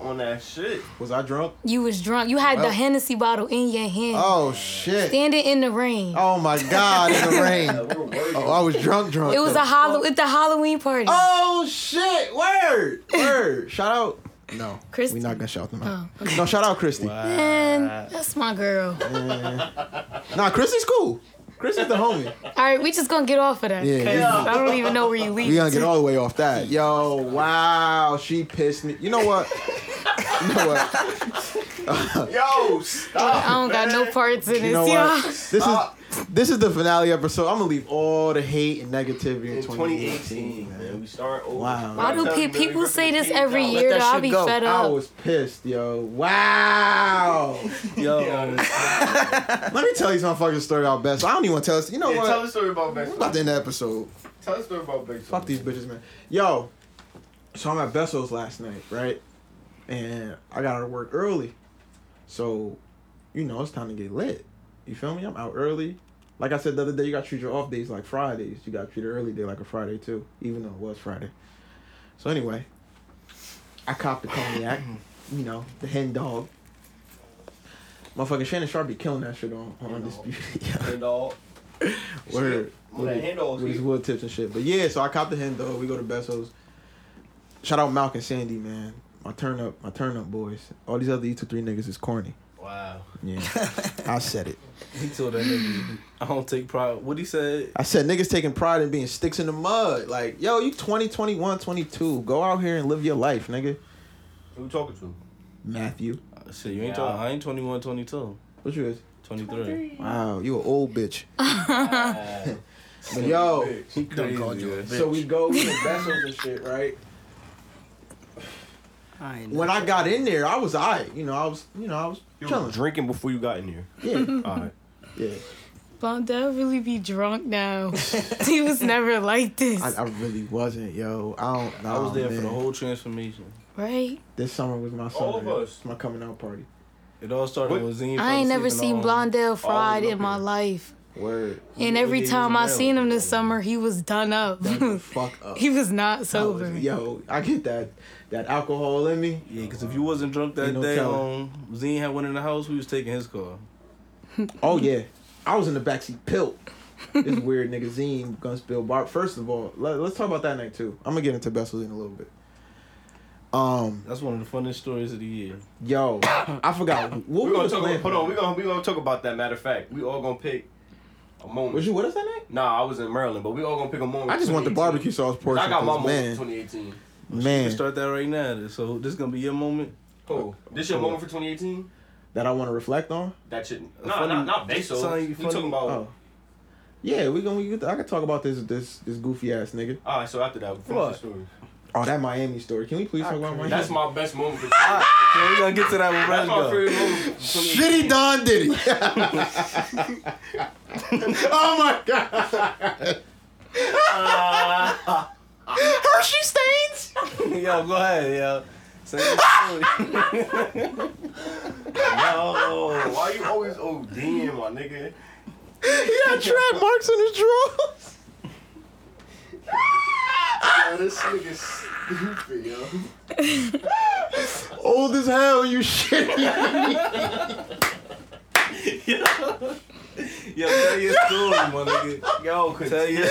Speaker 5: On that shit.
Speaker 1: Was I drunk?
Speaker 2: You was drunk. You had
Speaker 1: Well-
Speaker 2: the Hennessy bottle in your hand,
Speaker 1: Oh shit!
Speaker 2: standing in the rain.
Speaker 1: Oh my god! In
Speaker 2: [laughs]
Speaker 1: the rain.
Speaker 5: We're [laughs] working.
Speaker 1: Oh, I was drunk, drunk.
Speaker 2: it was a hollow. It's a Halloween party.
Speaker 1: Oh shit! Word, word. [laughs] Shout out. No,
Speaker 2: Christy. Oh,
Speaker 1: we not gonna shout them out. No, shout out Christy.
Speaker 2: Man,
Speaker 1: Uh.
Speaker 2: that's my girl.
Speaker 1: Nah, Christy's cool. Christy's the
Speaker 2: [laughs]
Speaker 1: homie.
Speaker 2: All right, we just gonna get off of that.
Speaker 1: Yeah,
Speaker 2: 'cause
Speaker 1: yeah.
Speaker 2: I don't even know where you
Speaker 1: We
Speaker 2: leave.
Speaker 1: gonna get all the way off that. Yo, wow, she pissed me. You know what? You know what?
Speaker 5: Yo, stop.
Speaker 2: I don't got no parts in
Speaker 1: You know
Speaker 2: this,
Speaker 1: what?
Speaker 2: y'all.
Speaker 1: This is this is the finale episode. I'm gonna leave all the hate and negativity in,
Speaker 5: In
Speaker 1: 2018.
Speaker 5: 2018, man, we start over.
Speaker 1: Wow.
Speaker 2: Why do
Speaker 5: Tell
Speaker 2: pe-
Speaker 5: you, really
Speaker 2: people say this
Speaker 5: representation
Speaker 2: every
Speaker 5: out.
Speaker 2: year?
Speaker 6: that
Speaker 2: though? I'll
Speaker 6: shit
Speaker 2: be
Speaker 6: go.
Speaker 2: fed
Speaker 1: I
Speaker 2: up.
Speaker 1: was pissed, yo. Wow.
Speaker 4: Yo,
Speaker 1: Let me tell you some fucking story about best. I don't even want to tell us. You know
Speaker 5: Yeah,
Speaker 1: what?
Speaker 5: tell the story about
Speaker 1: We're about to
Speaker 5: Bexel.
Speaker 1: end the episode.
Speaker 5: Tell the story about Bexel.
Speaker 1: Fuck these bitches, man. Yo, so I'm at Besso's last night, right? And I got out of work early. So, you know, it's time to get lit. You feel me? I'm out early. Like I said the other day, you got to treat your off days like Fridays. You got to treat an early day like a Friday, too, even though it was Friday. So, anyway, I copped the cognac, you know, the hen dog. [laughs] Motherfucking Shannon Sharp be killing that shit on, on Undisputed.
Speaker 5: And uh, all.
Speaker 1: Word.
Speaker 9: With that handle,
Speaker 1: With his
Speaker 9: see?
Speaker 1: wood tips and shit. But yeah, so I copped the hand though. We go to Besso's. Shout out Malk and Sandy, man. My turn up, my turn up boys. All these other E23 niggas is corny.
Speaker 4: Wow.
Speaker 1: Yeah. I said it.
Speaker 4: He told that nigga, [laughs] I don't take pride. What he said?
Speaker 1: I said niggas taking pride in being sticks in the mud. Like, yo, you 20, 21, 22. Go out here and live your life, nigga.
Speaker 5: Who you talking to?
Speaker 1: Matthew.
Speaker 4: I said, you ain't talking. I ain't 21, 22,
Speaker 1: What you is?
Speaker 4: 23.
Speaker 1: Wow, you an old bitch. [laughs] But yo,
Speaker 4: He crazy. man.
Speaker 1: so we go we the vessels and shit, right?
Speaker 6: I ain't
Speaker 1: When I got in there, I was alright. You know, I was, you know, I was
Speaker 5: You were
Speaker 1: chilling.
Speaker 5: drinking before you got in here.
Speaker 2: [laughs]
Speaker 1: Yeah,
Speaker 5: All [laughs] right.
Speaker 1: yeah.
Speaker 2: Bondell really be drunk now. [laughs] he was never like this,
Speaker 1: I, I really wasn't, yo. I don't.
Speaker 4: I was there for the
Speaker 1: whole.
Speaker 4: whole transformation.
Speaker 2: right?
Speaker 1: This summer was my summer.
Speaker 5: All of us.
Speaker 1: My coming out party.
Speaker 4: It all started
Speaker 5: What?
Speaker 4: with Zine.
Speaker 2: I ain't never seen Blondell fried in my life.
Speaker 1: Word.
Speaker 2: And every
Speaker 4: Yeah, he
Speaker 2: time
Speaker 4: was
Speaker 2: I
Speaker 4: around.
Speaker 2: seen him this summer, he was done up. [laughs]
Speaker 1: Done the fuck up.
Speaker 2: he was not
Speaker 1: I
Speaker 2: sober.
Speaker 1: was- Yo, I get that that alcohol in me.
Speaker 4: Yeah, because if you wasn't drunk that
Speaker 1: Ain't no
Speaker 4: day,
Speaker 1: telling.
Speaker 4: um, Zine had one in the house. We was taking his car.
Speaker 1: Oh yeah, I was in the backseat pilt.
Speaker 2: [laughs]
Speaker 1: This weird nigga Zine Gun Spill Bar. First of all, let, us talk about that night too. I'm gonna get into Bessels in a little bit. Um,
Speaker 4: That's one of the funniest stories of the year.
Speaker 1: yo, I
Speaker 5: [coughs]
Speaker 1: forgot what
Speaker 5: We're
Speaker 1: we
Speaker 5: gonna
Speaker 1: was
Speaker 5: talk.
Speaker 1: playing.
Speaker 5: About, hold on. We're gonna we gonna talk about that. Matter of fact, we all gonna pick a moment.
Speaker 1: Was you with us that night?
Speaker 5: Nah, I was in Maryland, but we all gonna pick a moment.
Speaker 1: I just want the
Speaker 5: 2018.
Speaker 1: barbecue sauce portion.
Speaker 5: I got my
Speaker 1: 'cause,
Speaker 5: moment. in
Speaker 1: man,
Speaker 5: 2018.
Speaker 4: Oh, We
Speaker 1: man,
Speaker 4: start that right now. So this gonna be your moment. [laughs]
Speaker 5: Cool. This your moment for 2018.
Speaker 1: that I want to reflect on.
Speaker 5: That shouldn't.
Speaker 4: A
Speaker 5: Nah,
Speaker 4: funny-
Speaker 5: not not Bezos.
Speaker 4: son, you
Speaker 5: we
Speaker 4: funny-
Speaker 5: talking about.
Speaker 1: Oh, yeah, we gonna. We, get- I could talk about this this this goofy ass nigga.
Speaker 5: All right. So after that, finish
Speaker 1: What?
Speaker 5: the
Speaker 4: [laughs]
Speaker 5: story.
Speaker 1: Oh, that Miami story. Can we please talk about Miami?
Speaker 5: That's my best moment for. 2018.
Speaker 4: So we gonna get to that with
Speaker 5: That's my
Speaker 4: Roscoe.
Speaker 5: favorite moment. for
Speaker 1: Shitty Don
Speaker 5: 2018.
Speaker 1: Diddy. [laughs] oh my god. Uh. Hershey stains. [laughs]
Speaker 4: yo, go ahead, yo. Say your story.
Speaker 1: [laughs]
Speaker 5: No, why you always ODing, my nigga?
Speaker 1: He had track marks on his drawers.
Speaker 9: Yo, this nigga's stupid, yo.
Speaker 1: Old as hell, you shit.
Speaker 4: Yo, tell your story, my [laughs] nigga.
Speaker 5: Yo, cause
Speaker 4: Tell your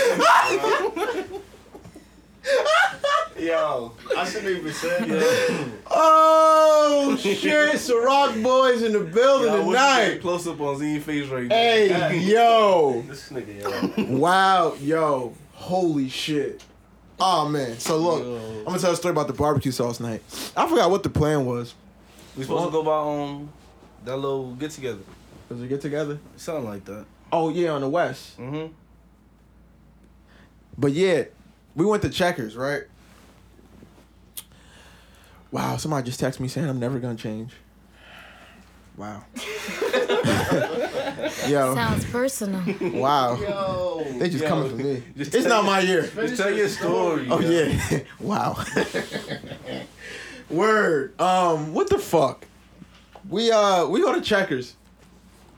Speaker 5: yo, I shouldn't even say that.
Speaker 4: yo,
Speaker 1: [laughs] Oh shit, Ciroc boys in the building
Speaker 4: yo,
Speaker 1: tonight.
Speaker 4: Close up on Zine face right now.
Speaker 1: Hey yo,
Speaker 5: This nigga, yo.
Speaker 1: wow, yo, holy shit. Oh man, so look,
Speaker 4: Yo.
Speaker 1: I'm gonna tell a story about the barbecue sauce night. I forgot what the plan was.
Speaker 4: We supposed to go by um that little get together.
Speaker 1: Does it get together?
Speaker 4: Something like that.
Speaker 1: Oh yeah, on the west.
Speaker 4: Mm-hmm.
Speaker 1: But yeah, we went to Checkers, right? Wow, somebody just texted me saying I'm never gonna change. Wow. Yo,
Speaker 2: Sounds personal.
Speaker 1: wow.
Speaker 9: Yo.
Speaker 1: They just
Speaker 4: Yo.
Speaker 1: coming for me.
Speaker 4: Just
Speaker 1: It's not
Speaker 4: tell your-
Speaker 1: my year.
Speaker 4: Just tell your story.
Speaker 1: Oh
Speaker 4: yo.
Speaker 1: yeah. [laughs] wow. Word. Um, what the fuck? We uh we go to Checkers.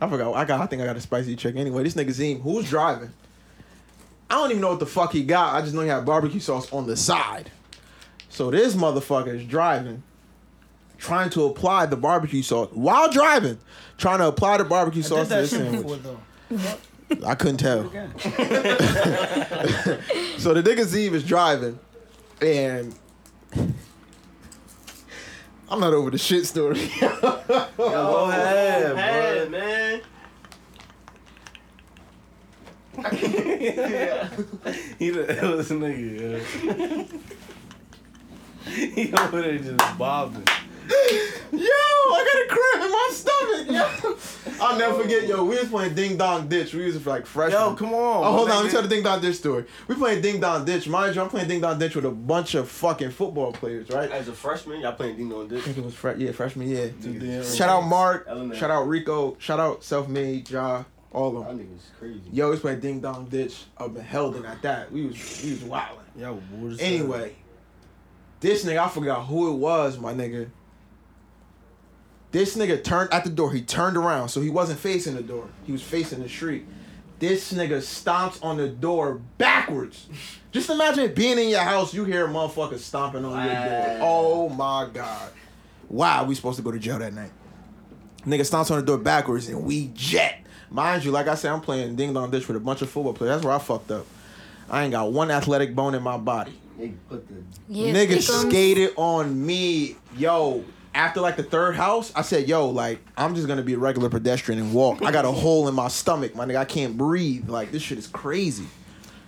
Speaker 1: I forgot. I got I think I got a spicy check anyway. This nigga Zim, who's driving? I don't even know what the fuck he got. I just know he had barbecue sauce on the side. So this motherfucker is driving, trying to apply the barbecue sauce while driving, trying to apply the barbecue sauce to this sandwich.
Speaker 6: though.
Speaker 1: I couldn't tell. [laughs] So the nigga Zeev is driving, and I'm not over the shit story. [laughs]
Speaker 4: Go ahead,
Speaker 5: Hey,
Speaker 4: bro.
Speaker 5: man.
Speaker 4: [laughs] He the illest nigga.
Speaker 1: [laughs]
Speaker 4: Yo. [laughs] he over there just bobbing.
Speaker 1: yo, I got a cramp in my stomach. Yo. I'll never forget, yo. We was playing Ding Dong Ditch. We was like freshmen.
Speaker 4: Yo, come on.
Speaker 1: Oh, hold on. Let me
Speaker 4: nigga.
Speaker 1: tell the Ding Dong Ditch story. We playing Ding Dong Ditch. Mind you, I'm playing Ding Dong Ditch with a bunch of fucking football players, right? I
Speaker 5: As a freshman, y'all playing Dino and Dick.
Speaker 1: think it was fre- yeah, freshman year.
Speaker 4: Damn.
Speaker 1: Shout out Mark.
Speaker 5: Elementary.
Speaker 1: Shout out Rico. Shout out Self Made, Ja. All of
Speaker 5: That
Speaker 1: them.
Speaker 5: nigga's crazy.
Speaker 1: Yo, it's playing Ding Dong Ditch up in Heldon at that. We was we was wilding.
Speaker 4: Y'all bored as hell.
Speaker 1: Anyway, this nigga, I forgot who it was, my nigga. This nigga turned at the door. He turned around, so he wasn't facing the door. He was facing the street. This nigga stomps on the door backwards. Just imagine being in your house, you hear a motherfucker stomping on your door. Oh my god. Wow, we supposed to go to jail that night. Nigga stomps on the door backwards and we jet. Mind you, like I said, I'm playing ding dong ditch with a bunch of football players. That's where I fucked up. I ain't got one athletic bone in my body.
Speaker 10: Nigga, put the
Speaker 2: Yeah,
Speaker 1: Niggas
Speaker 2: stick 'em.
Speaker 1: skated on me, yo. After like the third house, I said, "Yo, like I'm just gonna be a regular pedestrian and walk. I got a hole in my stomach, my nigga. I can't breathe. Like this shit is crazy."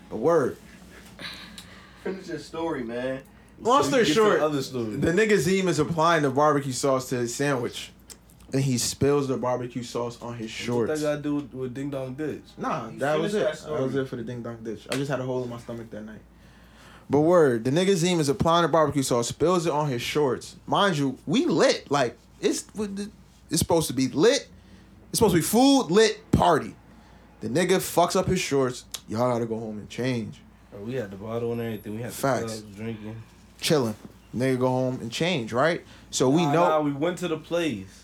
Speaker 1: But word.
Speaker 10: finish your story, man.
Speaker 1: Long story
Speaker 5: Get to
Speaker 1: short,
Speaker 5: the other story.
Speaker 1: the nigga Zim is applying the barbecue sauce to his sandwich, and he spills the barbecue sauce on his
Speaker 4: What that
Speaker 1: shorts.
Speaker 4: got to do with, with Ding Dong Ditch?
Speaker 1: Nah,
Speaker 5: You
Speaker 1: that was it.
Speaker 5: finished
Speaker 1: That,
Speaker 5: that story.
Speaker 1: was it for the ding dong ditch. I just had a hole in my stomach that night. But word, the nigga Zim is applying the barbecue sauce, spills it on his shorts. Mind you, we lit. Like it's it's supposed to be lit. It's supposed to be food lit party. The nigga fucks up his shorts. Y'all gotta go home and change.
Speaker 4: Bro, we had the bottle and everything. We had the
Speaker 1: Facts.
Speaker 4: clubs, drinking.
Speaker 1: Chilling. Nigga go home and change, right? So we
Speaker 4: Nah,
Speaker 1: know
Speaker 4: nah, we went to the place.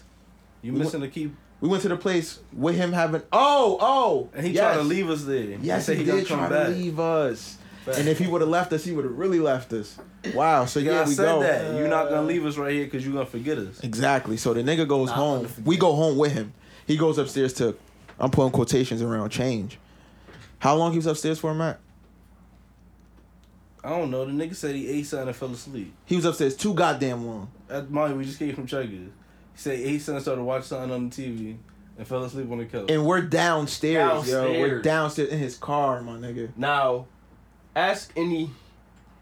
Speaker 4: You
Speaker 1: We
Speaker 4: missing the key,
Speaker 1: we went to the place with him having oh oh
Speaker 4: and he
Speaker 1: yes.
Speaker 4: tried to leave us there.
Speaker 1: Yes,
Speaker 4: said
Speaker 1: he,
Speaker 4: gonna
Speaker 1: did try to leave us.
Speaker 4: Back.
Speaker 1: And if he would have left us, he would have really left us. Wow. So
Speaker 4: Yeah,
Speaker 1: yeah,
Speaker 4: I
Speaker 1: we
Speaker 4: said
Speaker 1: go.
Speaker 4: that. You're not gonna leave us right here because you're gonna forget us.
Speaker 1: Exactly. So the nigga goes home. We go home with him. He goes upstairs to. I'm putting quotations around change. How long he was upstairs for, Matt?
Speaker 4: I don't know. The nigga said he ate something and fell asleep.
Speaker 1: He was upstairs too goddamn long.
Speaker 4: At Molly, we just came from Chuggers. He said he ate something, started watching something on the TV, and fell asleep on the couch.
Speaker 1: And we're downstairs, yo. We're
Speaker 5: Downstairs.
Speaker 1: downstairs in his car, my nigga.
Speaker 5: Now, ask any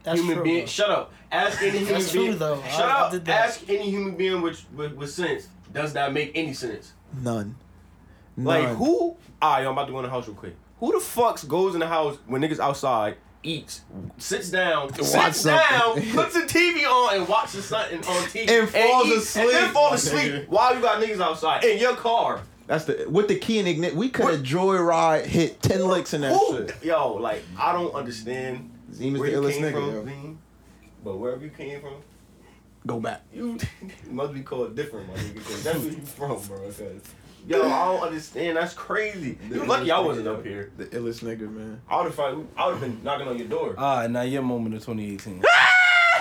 Speaker 6: That's
Speaker 5: human
Speaker 6: true,
Speaker 5: being.
Speaker 6: though.
Speaker 5: Shut up. Ask any human
Speaker 6: That's true,
Speaker 5: being.
Speaker 6: though. I-
Speaker 5: Shut
Speaker 6: I
Speaker 5: up.
Speaker 6: did that.
Speaker 5: ask any human being with, with with sense. Does that make any sense?
Speaker 1: None. None.
Speaker 5: Like who? Ah, yo, I'm about to go in the house real quick. Who the fucks goes in the house when niggas outside? Eats, sits down,
Speaker 1: watch
Speaker 5: sits down,
Speaker 1: something. [laughs]
Speaker 5: puts the TV on and watches something on TV,
Speaker 1: And falls
Speaker 5: eats,
Speaker 1: asleep.
Speaker 5: and then falls
Speaker 1: [laughs]
Speaker 5: asleep while you got niggas outside in your car.
Speaker 1: That's the with the key and ignition. We could have joyride hit ten licks in that
Speaker 5: Who?
Speaker 1: shit.
Speaker 5: Yo, like I don't understand
Speaker 1: Zeem is
Speaker 5: where
Speaker 1: the
Speaker 5: you
Speaker 1: illest
Speaker 5: came
Speaker 1: nigga,
Speaker 5: from,
Speaker 1: yo.
Speaker 5: Zeem, but wherever you came from,
Speaker 1: Go back.
Speaker 5: You [laughs] must be called different, my nigga, because that's where you from, bro. 'cause- Yo, I don't understand. That's crazy. You lucky I wasn't up here.
Speaker 1: The illest nigga, man.
Speaker 5: I would have fight. I would have been knocking on your door.
Speaker 4: All right, Ah, now your moment of 2018.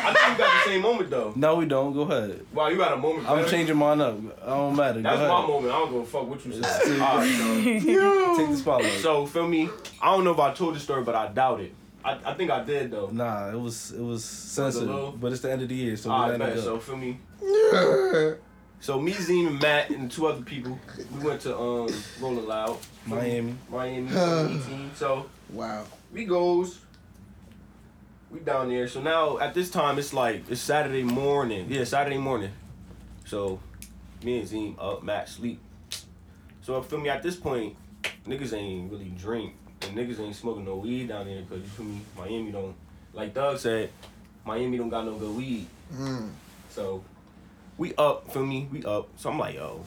Speaker 5: I think you got the same moment though.
Speaker 4: [laughs] no, we don't. Go ahead.
Speaker 5: Wow, you got a moment.
Speaker 4: I'm
Speaker 5: better.
Speaker 4: changing mine up. I don't matter.
Speaker 5: That's
Speaker 4: go
Speaker 5: my
Speaker 4: ahead.
Speaker 5: moment. I don't give a fuck what you
Speaker 4: Let's
Speaker 5: said.
Speaker 4: see.
Speaker 5: All right, dog.
Speaker 4: Take the spotlight.
Speaker 5: so feel me. I don't know if I told the story, but I doubt it. I, I think I did though.
Speaker 4: nah, it was it was sensitive,
Speaker 5: little-
Speaker 4: but it's the end of the year, so
Speaker 5: All
Speaker 4: we
Speaker 5: right,
Speaker 4: let
Speaker 5: man.
Speaker 4: it
Speaker 5: So
Speaker 4: go.
Speaker 5: feel me. So me, Zim, and Matt, and two other people, we went to um Rolling Loud,
Speaker 4: Miami.
Speaker 5: Miami, 2018. So
Speaker 1: Wow.
Speaker 5: we goes. We down there. So now at this time it's like it's Saturday morning. Yeah, Saturday morning. So me and Zim up, Matt sleep. So I feel me at this point, niggas ain't really drink and niggas ain't smoking no weed down there because you feel me, Miami don't like Doug said, Miami don't got no good weed.
Speaker 1: Mm.
Speaker 5: So we up, feel me? We up. So I'm like, yo,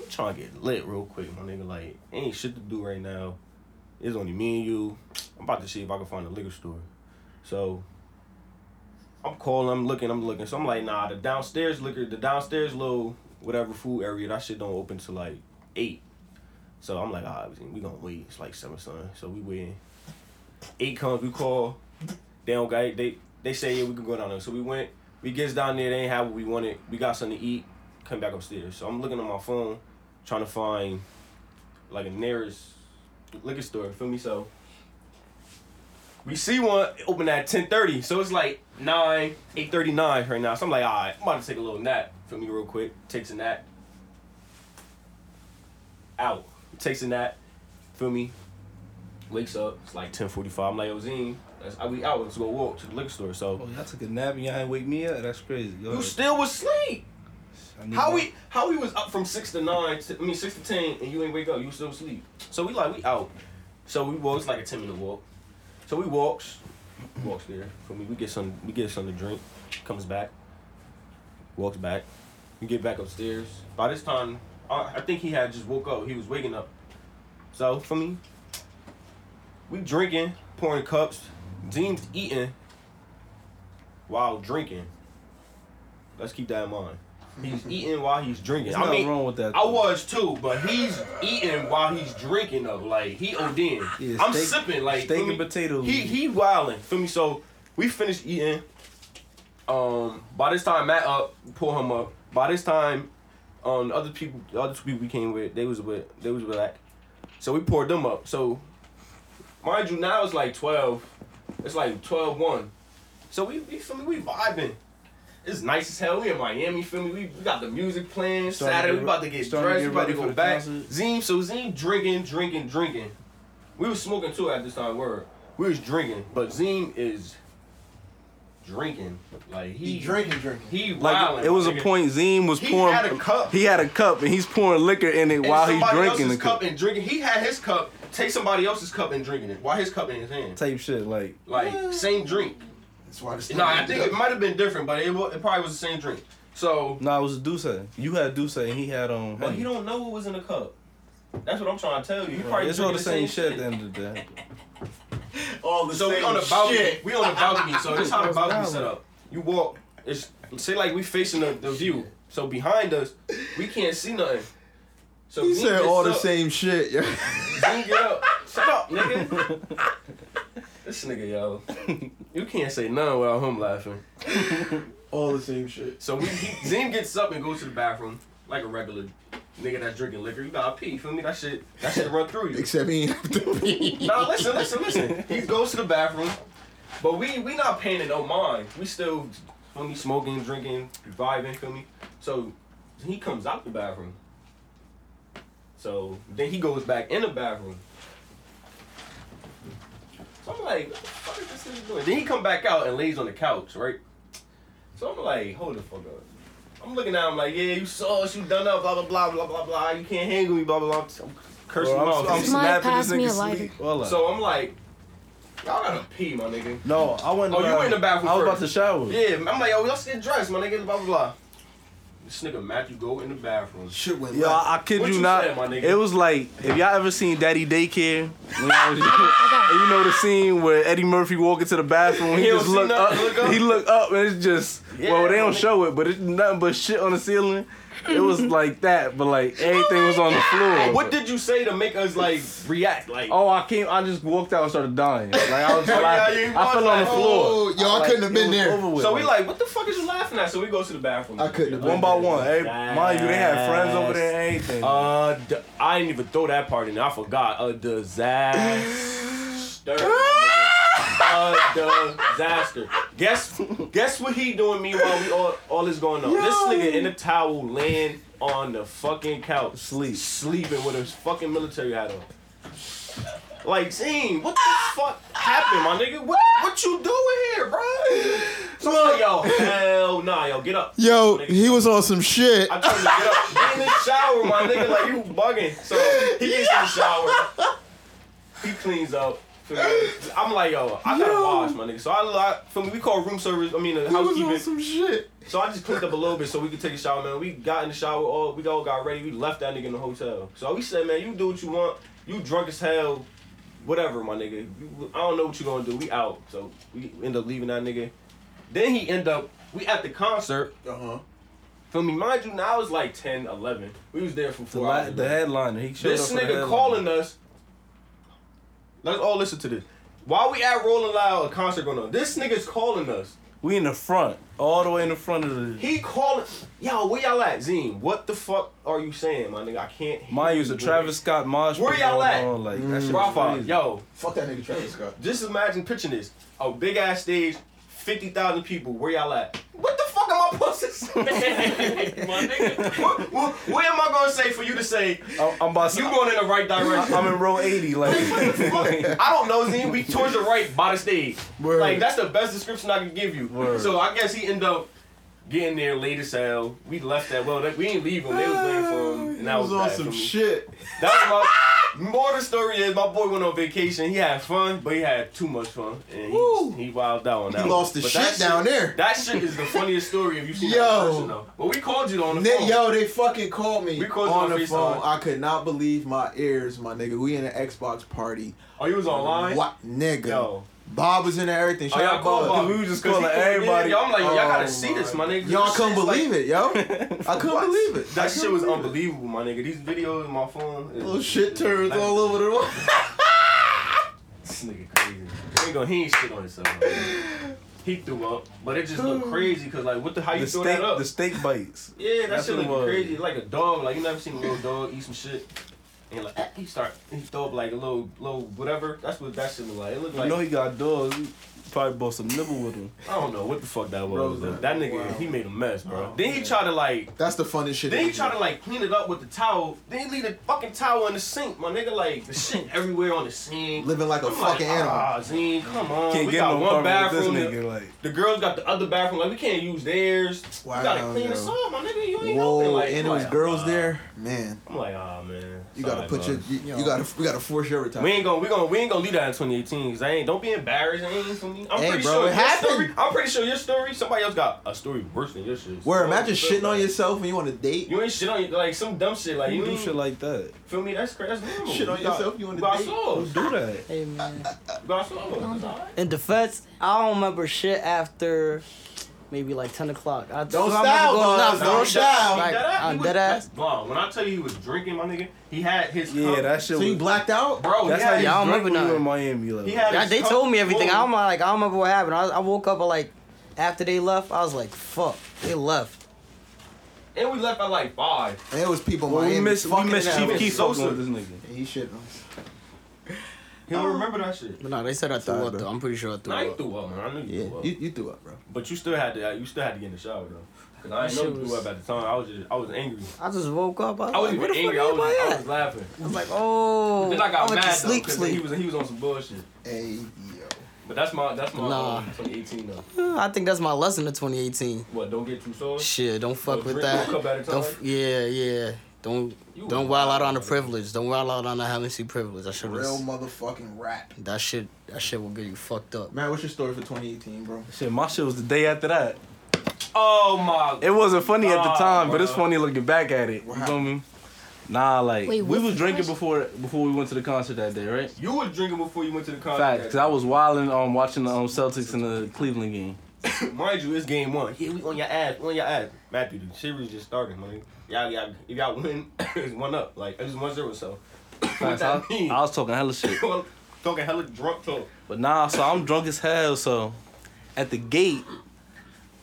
Speaker 5: I'm trying to get lit real quick, my nigga. Like, ain't shit to do right now. It's only me and you. I'm about to see if I can find a liquor store. So I'm calling, I'm looking, I'm looking. So I'm like, nah, the downstairs liquor, the downstairs little whatever food area, that shit don't open till like eight. So I'm like, all right, we gonna wait. It's like seven, son. So we waiting. Eight comes, we call. They don't got they they say yeah, we can go down there. So we went. We gets down there, they ain't have what we wanted. We got something to eat. Come back upstairs. So I'm looking on my phone, trying to find like a nearest liquor store. Feel me? So we see one open at ten thirty. So it's like nine, eight thirty nine right now. So I'm like, all right, I'm about to take a little nap. Feel me, real quick. Takes a nap. Out. Takes a nap. Feel me? Wakes up. It's like ten forty five. I'm like, yo, Zine, let's, we out. Let's go walk to the liquor store. So.
Speaker 4: Oh, y'all took a nap and y'all ain't wake me up. That's crazy. Go
Speaker 5: You
Speaker 4: ahead.
Speaker 5: still was asleep.
Speaker 4: I need
Speaker 5: How
Speaker 4: my-
Speaker 5: we how we was up from six to nine? To, I mean six to ten, and you ain't wake up. You still asleep. So we like we out. So we walks like a ten minute walk. So we walks, walks there. For me, we get some we get something to drink. Comes back, walks back. We get back upstairs. By this time, I, I think he had just woke up. He was waking up. So for me, we drinking, pouring cups. Dean's eating while drinking. Let's keep that in mind.
Speaker 4: [laughs]
Speaker 5: He's eating while he's drinking.
Speaker 4: There's
Speaker 5: I
Speaker 4: nothing
Speaker 5: mean,
Speaker 4: wrong with that.
Speaker 5: I
Speaker 4: though.
Speaker 5: was too, but he's eating while he's drinking though. Like he ODing.
Speaker 4: Yeah,
Speaker 5: I'm
Speaker 4: steak-
Speaker 5: sipping. Like
Speaker 4: steak
Speaker 5: feel
Speaker 4: and
Speaker 5: me?
Speaker 4: potatoes.
Speaker 5: He he wilding. Feel me? So we finished eating. Um, by this time Matt up, pull him up. By this time, um, the other people, the other two people we came with, they was with, they was black. So we poured them up. So, mind you, now it's like 12. It's like 12 1. So we, we feel me, we vibing. It's nice as hell. We in Miami, feel me? We, we got the music playing.
Speaker 4: Starting to
Speaker 5: Saturday,
Speaker 4: get
Speaker 5: we about
Speaker 4: re-
Speaker 5: to get
Speaker 4: starting to
Speaker 5: dressed.
Speaker 4: get
Speaker 5: we about to
Speaker 4: ready for
Speaker 5: go
Speaker 4: the
Speaker 5: back.
Speaker 4: concert.
Speaker 5: Zim, so Zim drinking, drinking, drinking. We was smoking too at this time, word. We was drinking, but Zim is drinking. Like he,
Speaker 1: He drinking, drinking.
Speaker 5: He
Speaker 4: Like
Speaker 5: wilding,
Speaker 4: it was a
Speaker 5: nigga.
Speaker 4: point. Zim was
Speaker 5: He
Speaker 4: pouring.
Speaker 5: had a cup.
Speaker 4: He had a cup, and he's pouring liquor in it
Speaker 5: And
Speaker 4: while he's
Speaker 5: somebody
Speaker 4: drinking the
Speaker 5: else's
Speaker 4: cup.
Speaker 5: cup and drinking. He had his cup, take somebody else's cup and drinking it. Why his cup in his hand?
Speaker 4: Type shit like
Speaker 5: Like same drink.
Speaker 1: That's why this
Speaker 5: No, I think it might have been different, but it, wa- it probably was the same drink. So,
Speaker 4: no, nah, it was Duce. You had Duce, and he had um.
Speaker 5: but
Speaker 4: honey.
Speaker 5: he don't know what was in the cup. That's what I'm trying to tell you. He probably
Speaker 4: It's all the
Speaker 5: drinking
Speaker 4: same shit at the end of the day.
Speaker 11: All the
Speaker 5: So we
Speaker 11: same
Speaker 5: on the balcony.
Speaker 11: shit.
Speaker 5: We on the balcony. So this is how the
Speaker 4: That's
Speaker 5: balcony
Speaker 4: valid.
Speaker 5: set up. You walk. It's say like we facing the, the view. So behind us, we can't see nothing. So
Speaker 1: He
Speaker 5: Zeke
Speaker 1: said
Speaker 5: gets
Speaker 1: all the
Speaker 5: up.
Speaker 1: same shit. [laughs] Yeah.
Speaker 5: Zeke get up. Shut up, nigga. this nigga, yo. You can't say nothing without him laughing.
Speaker 1: all the same shit.
Speaker 5: So we he, Zim gets up and goes to the bathroom like a regular nigga that's drinking liquor. You gotta pee, feel me? That shit, that shit run through you.
Speaker 1: Except he ain't have to
Speaker 5: [laughs]
Speaker 1: be.
Speaker 5: No, listen, listen, listen. He goes to the bathroom, but we we not paying it no mind. We still, feel me, smoking, drinking, vibing, feel me. So he comes out the bathroom. So then he goes back in the bathroom. So I'm like, what the fuck is this nigga doing? Then he come back out and lays on the couch, right? So I'm like, hold the fuck up. I'm looking at him like, yeah, you saw us, you done up, blah blah blah blah blah blah. You can't hang with me, blah blah blah. I'm cursing him
Speaker 4: Bro,
Speaker 5: out.
Speaker 4: I'm, I'm
Speaker 2: Somebody
Speaker 4: snapping
Speaker 2: pass
Speaker 4: this
Speaker 2: me a
Speaker 4: nigga's
Speaker 2: lighter.
Speaker 4: sleep. Well,
Speaker 5: So I'm like, y'all gotta pee, my nigga.
Speaker 4: no, I went.
Speaker 5: Oh, you went in the bathroom
Speaker 4: I was about
Speaker 5: first.
Speaker 4: to shower.
Speaker 5: Yeah, I'm like, yo, let's get dressed, my nigga. Blah blah blah. This nigga Matthew go in the bathroom.
Speaker 1: Shit went
Speaker 4: Yo,
Speaker 1: left.
Speaker 4: I, I kid
Speaker 5: What
Speaker 4: you,
Speaker 5: you
Speaker 4: not.
Speaker 5: said, my nigga?
Speaker 4: it was like if y'all ever seen Daddy Daycare, when I was,
Speaker 2: got
Speaker 4: and you know the scene where Eddie Murphy walk into the bathroom, he,
Speaker 5: He don't
Speaker 4: just
Speaker 5: see
Speaker 4: look up,
Speaker 5: nothing, look up.
Speaker 4: he look up, and it's just well,
Speaker 5: Yeah,
Speaker 4: they don't
Speaker 5: my nigga.
Speaker 4: show it, but it's nothing but shit on the ceiling. It was like that, but like everything was on the floor.
Speaker 5: What did you say to make us like react? Like,
Speaker 4: Oh, I came. I just walked out and started dying. Like I was
Speaker 5: Oh, [laughs] yeah,
Speaker 4: laughing.
Speaker 5: you
Speaker 4: I fell on
Speaker 5: was
Speaker 4: the
Speaker 5: like,
Speaker 4: floor.
Speaker 1: oh, yo, I
Speaker 4: Like,
Speaker 1: couldn't have
Speaker 4: it
Speaker 1: been
Speaker 4: was
Speaker 1: there.
Speaker 4: over with.
Speaker 5: so we like, what the fuck is you laughing at? So we go to the bathroom.
Speaker 1: I couldn't have
Speaker 4: one by one. Hey, mind you, they had friends over there and everything.
Speaker 5: Uh, d- I didn't even throw that part in. there. I forgot. A disaster. a disaster. Guess guess what he doing me while we all all is going on. This nigga in a towel laying on the fucking couch,
Speaker 4: Sleep.
Speaker 5: sleeping with his fucking military hat on. Like, Zane, what the fuck happened, my nigga? What what you doing here, bro? So I'm like, yo, hell nah, yo, get up.
Speaker 1: Yo, he was on some shit.
Speaker 5: I told him to get up. Get in the shower, my nigga. Like you bugging. So he gets in the shower. He cleans up. feel me? I'm like, yo, I gotta wash, my nigga. So I, I feel me, we call room service. I mean, uh,
Speaker 1: He was on
Speaker 5: housekeeping.
Speaker 1: some shit.
Speaker 5: So I just cleaned up a little bit so we could take a shower, man. We got in the shower, all we all got ready. We left that nigga in the hotel. So we said, man, you do what you want. You drunk as hell, whatever, my nigga. You, I don't know what you gonna do. We out. So we end up leaving that nigga. Then he end up. We at the concert.
Speaker 1: Uh
Speaker 4: Uh-huh.
Speaker 1: huh.
Speaker 5: For me, mind you, now it's like 10, 11. We was there for
Speaker 4: the,
Speaker 5: four
Speaker 4: la-
Speaker 5: hours.
Speaker 4: the headliner. He showed
Speaker 5: this
Speaker 4: up for the
Speaker 5: nigga
Speaker 4: headliner.
Speaker 5: calling us. Let's all listen to this. While we at Rolling Loud, a concert going on. This nigga's calling us.
Speaker 4: We in the front, all the way in the front of the.
Speaker 5: He calling. Yo, where y'all at, Zine? What the fuck are you saying, my nigga? I can't. hear
Speaker 4: Mine was a
Speaker 5: you, boy.
Speaker 4: Travis Scott mosh.
Speaker 5: Where
Speaker 4: pit
Speaker 5: y'all
Speaker 4: going
Speaker 5: at?
Speaker 4: on, Like that shit was
Speaker 5: Rafa,
Speaker 4: crazy.
Speaker 5: yo,
Speaker 1: Fuck that nigga Travis Scott.
Speaker 5: just imagine pitching this. A big ass stage, 50,000 people. Where y'all at? What the fuck am I supposed to say? [laughs] my nigga. What, what, what am I going to say for you to say,
Speaker 4: I'm, I'm about.
Speaker 5: You going in the right direction.
Speaker 4: I'm in
Speaker 5: [laughs]
Speaker 4: row eighty. Like [laughs]
Speaker 5: Fuck, I don't know, Z. We towards the right by the stage.
Speaker 1: Word.
Speaker 5: Like that's the best description I can give you.
Speaker 4: Word.
Speaker 5: So I guess he ended up getting there late as hell. We left that well. That, we didn't leave him. They was waiting for him. And
Speaker 1: He
Speaker 5: that was,
Speaker 1: was on
Speaker 5: bad for
Speaker 1: some
Speaker 5: me.
Speaker 1: shit.
Speaker 5: That was my more of the story is my boy went on vacation. He had fun, but he had too much fun, and
Speaker 1: Woo.
Speaker 5: he, he wilded out on
Speaker 1: He
Speaker 5: that. one.
Speaker 1: lost his
Speaker 5: But
Speaker 1: shit,
Speaker 5: that
Speaker 1: down there.
Speaker 5: That shit is the funniest story if you seen that
Speaker 1: Yo.
Speaker 5: in person though. But we called you on the
Speaker 1: Ni-
Speaker 5: phone.
Speaker 1: yo, they fucking called me
Speaker 5: We called you
Speaker 1: on
Speaker 5: on
Speaker 1: the
Speaker 5: FaceTime.
Speaker 1: phone. I could not believe my ears, my nigga. We in an Xbox party.
Speaker 5: Oh, you was online.
Speaker 1: What nigga?
Speaker 5: Yo.
Speaker 1: Bob was in there, everything.
Speaker 5: Oh,
Speaker 1: Shout
Speaker 5: y'all
Speaker 1: out
Speaker 5: called
Speaker 1: Bob.
Speaker 5: Bob.
Speaker 4: we was just
Speaker 5: Cause he
Speaker 4: calling
Speaker 5: called me in.
Speaker 4: everybody.
Speaker 5: Yo, I'm like, y'all
Speaker 1: Oh,
Speaker 5: gotta see
Speaker 1: my
Speaker 5: this, my nigga.
Speaker 1: Y'all
Speaker 5: This
Speaker 1: couldn't
Speaker 5: shit's like-
Speaker 1: believe it, yo.
Speaker 5: [laughs]
Speaker 1: I couldn't believe it.
Speaker 5: That shit was unbelievable, my nigga. These videos on my phone. is-
Speaker 1: Little Oh, shit turns all over the room.
Speaker 5: This nigga crazy. He ain't gonna, he ain't shit on himself. man. He threw up, but it
Speaker 1: [sighs]
Speaker 5: just looked crazy because like what the how you
Speaker 4: The
Speaker 5: throw
Speaker 4: steak,
Speaker 5: that up?
Speaker 4: the steak bites.
Speaker 5: Yeah, that
Speaker 4: That's
Speaker 5: shit
Speaker 4: what it
Speaker 5: look
Speaker 4: was.
Speaker 5: crazy. Like a dog. Like you never seen a little dog eat some shit. And like he start he throw up like a little little whatever. That's what that shit look like. It looked
Speaker 4: I
Speaker 5: like
Speaker 4: know he got dogs. He probably bought some nibble with him.
Speaker 5: I don't know what the fuck that was.
Speaker 1: Bro,
Speaker 5: though. that nigga
Speaker 1: wow.
Speaker 5: he made a mess, bro. then he tried to
Speaker 1: [laughs]
Speaker 5: like
Speaker 1: That's the funniest shit.
Speaker 5: then
Speaker 1: ever.
Speaker 5: he tried to like clean it up with the towel. Then he leave the fucking towel in the sink, my nigga. Like the shit everywhere on the sink.
Speaker 1: Living like a fucking animal.
Speaker 5: Ah, Zine, come on.
Speaker 4: Can't
Speaker 5: we
Speaker 4: get
Speaker 5: got
Speaker 4: no
Speaker 5: one
Speaker 4: apartment
Speaker 5: bathroom.
Speaker 4: with this
Speaker 5: The-
Speaker 4: nigga. Like
Speaker 5: The girls got the other bathroom. Like we can't use theirs.
Speaker 1: Wow,
Speaker 5: we gotta clean this
Speaker 1: yo.
Speaker 5: up, my nigga. You ain't helping.
Speaker 1: Whoa,
Speaker 5: Like,
Speaker 1: and
Speaker 5: I'm
Speaker 1: there was
Speaker 5: like,
Speaker 1: girls
Speaker 5: ah.
Speaker 1: there. Man,
Speaker 5: I'm like, ah man.
Speaker 1: you gotta
Speaker 5: Sorry,
Speaker 1: put
Speaker 5: bro.
Speaker 1: your you, you gotta we gotta force your retirement.
Speaker 5: We ain't gonna we gonna we ain't gonna leave that in 2018. Cause I ain't don't be embarrassed. It ain't for me. I'm
Speaker 1: Hey,
Speaker 5: pretty
Speaker 1: bro,
Speaker 5: sure
Speaker 1: it
Speaker 5: your
Speaker 1: happened.
Speaker 5: story. I'm pretty sure your story. Somebody else got a story worse than your shit.
Speaker 1: Where
Speaker 5: So,
Speaker 1: imagine
Speaker 5: so,
Speaker 1: shitting on
Speaker 5: like,
Speaker 1: yourself when you on a date.
Speaker 5: You ain't shit on your, like some dumb shit like
Speaker 4: you
Speaker 5: you
Speaker 4: do
Speaker 5: ain't
Speaker 4: shit like that.
Speaker 5: feel me. That's crazy. That's normal.
Speaker 1: Shit on
Speaker 5: You got-
Speaker 1: yourself, you on
Speaker 5: You
Speaker 1: the
Speaker 5: got
Speaker 1: date.
Speaker 4: Who
Speaker 5: souls.
Speaker 4: do that?
Speaker 6: Hey man.
Speaker 5: You got souls.
Speaker 6: In defense, I don't remember shit after maybe like ten o'clock. I
Speaker 1: Don't
Speaker 6: I remember
Speaker 1: style,
Speaker 6: going
Speaker 1: Buzz,
Speaker 6: nuts.
Speaker 1: don't
Speaker 6: Like,
Speaker 1: style.
Speaker 6: Like, uh, I'm dead ass.
Speaker 5: Bro, when I tell you he was drinking, my nigga, he had his
Speaker 4: Yeah,
Speaker 5: cup.
Speaker 4: that shit.
Speaker 1: So you
Speaker 4: was,
Speaker 1: blacked out.
Speaker 5: bro.
Speaker 4: that's
Speaker 5: he had
Speaker 4: how you
Speaker 6: Yeah, I don't
Speaker 4: drink when
Speaker 6: remember
Speaker 4: you
Speaker 6: none.
Speaker 4: in Miami. Like,
Speaker 5: He had
Speaker 6: Yeah,
Speaker 5: his
Speaker 6: they
Speaker 5: cup
Speaker 6: told me everything.
Speaker 5: full.
Speaker 6: I'm like, I don't remember what happened. I, I woke up at like after they left. I was like, fuck, they left.
Speaker 5: and we left at like five.
Speaker 1: And it was people. in
Speaker 4: well, we
Speaker 1: Miami
Speaker 4: miss we
Speaker 1: fucking
Speaker 4: miss
Speaker 1: it
Speaker 4: Chief
Speaker 1: up.
Speaker 4: Keef
Speaker 5: Sosa.
Speaker 4: fucking with this nigga.
Speaker 1: And He shit.
Speaker 5: He
Speaker 1: Um,
Speaker 5: don't remember that shit.
Speaker 6: But no, they said I threw
Speaker 1: Sorry,
Speaker 6: up
Speaker 1: bro.
Speaker 6: though. I'm pretty sure I threw
Speaker 5: Nah, you
Speaker 6: up.
Speaker 5: threw up, man. I knew you
Speaker 1: Yeah,
Speaker 5: threw up.
Speaker 1: you, you threw up, bro.
Speaker 5: But you still had to you still had to get in the shower though. Cause I
Speaker 6: That
Speaker 5: didn't know
Speaker 6: shit
Speaker 5: you threw
Speaker 6: was-
Speaker 5: up at the time. I was just I was angry.
Speaker 6: I just woke up. I was,
Speaker 5: I wasn't
Speaker 6: like,
Speaker 5: even
Speaker 6: where the
Speaker 5: angry. I
Speaker 6: fuck
Speaker 5: was,
Speaker 6: everybody
Speaker 5: I
Speaker 6: at?
Speaker 5: was laughing.
Speaker 6: I was like, oh,
Speaker 5: Then I
Speaker 6: I
Speaker 5: got
Speaker 6: went
Speaker 5: mad
Speaker 6: to
Speaker 5: though,
Speaker 6: sleep,
Speaker 5: 'cause
Speaker 6: sleep.
Speaker 5: he was he was on some bullshit.
Speaker 1: Hey yo.
Speaker 5: But that's my that's my
Speaker 6: Nah.
Speaker 5: um, 2018 though.
Speaker 6: Uh, I think that's my lesson of 2018.
Speaker 5: What? Don't get too sore.
Speaker 6: Shit, don't fuck
Speaker 5: Don't
Speaker 6: with
Speaker 5: drink
Speaker 6: that.
Speaker 5: no cup at a
Speaker 6: Don't,
Speaker 5: time.
Speaker 6: f- yeah, yeah. Don't
Speaker 5: You
Speaker 6: don't
Speaker 5: a
Speaker 6: wild out on the
Speaker 5: wild.
Speaker 6: privilege. Don't wild out on the having see privilege. That shit
Speaker 1: Real
Speaker 6: was,
Speaker 1: motherfucking rap.
Speaker 6: that shit that shit will get you fucked up.
Speaker 1: Man, what's your story for 2018, bro?
Speaker 4: Shit, my shit was the day after that.
Speaker 5: Oh my.
Speaker 4: It wasn't funny at the
Speaker 5: Ah,
Speaker 4: time, but it's
Speaker 5: bro.
Speaker 4: funny looking back at it.
Speaker 1: Wow.
Speaker 4: You feel me? Nah, like
Speaker 2: Wait,
Speaker 4: we
Speaker 2: what's
Speaker 4: was
Speaker 2: the
Speaker 4: drinking
Speaker 2: question?
Speaker 4: before before we went to the concert that day, right?
Speaker 5: You was drinking before you went to the concert.
Speaker 4: Fact, because I was wilding on um, watching the um, Celtics and the Cleveland game.
Speaker 5: Mind you, it's game one. Yeah, we on your ass, on your ass. Matthew, the series just started, man. Y'all, y'all, if y'all win, [coughs] it's one up. Like it's one zero. So [laughs] [laughs] what
Speaker 4: Facts, I,
Speaker 5: that mean?
Speaker 4: I was talking hella shit.
Speaker 5: Talking hella drunk talk.
Speaker 4: But nah, so I'm drunk as hell. So at the gate,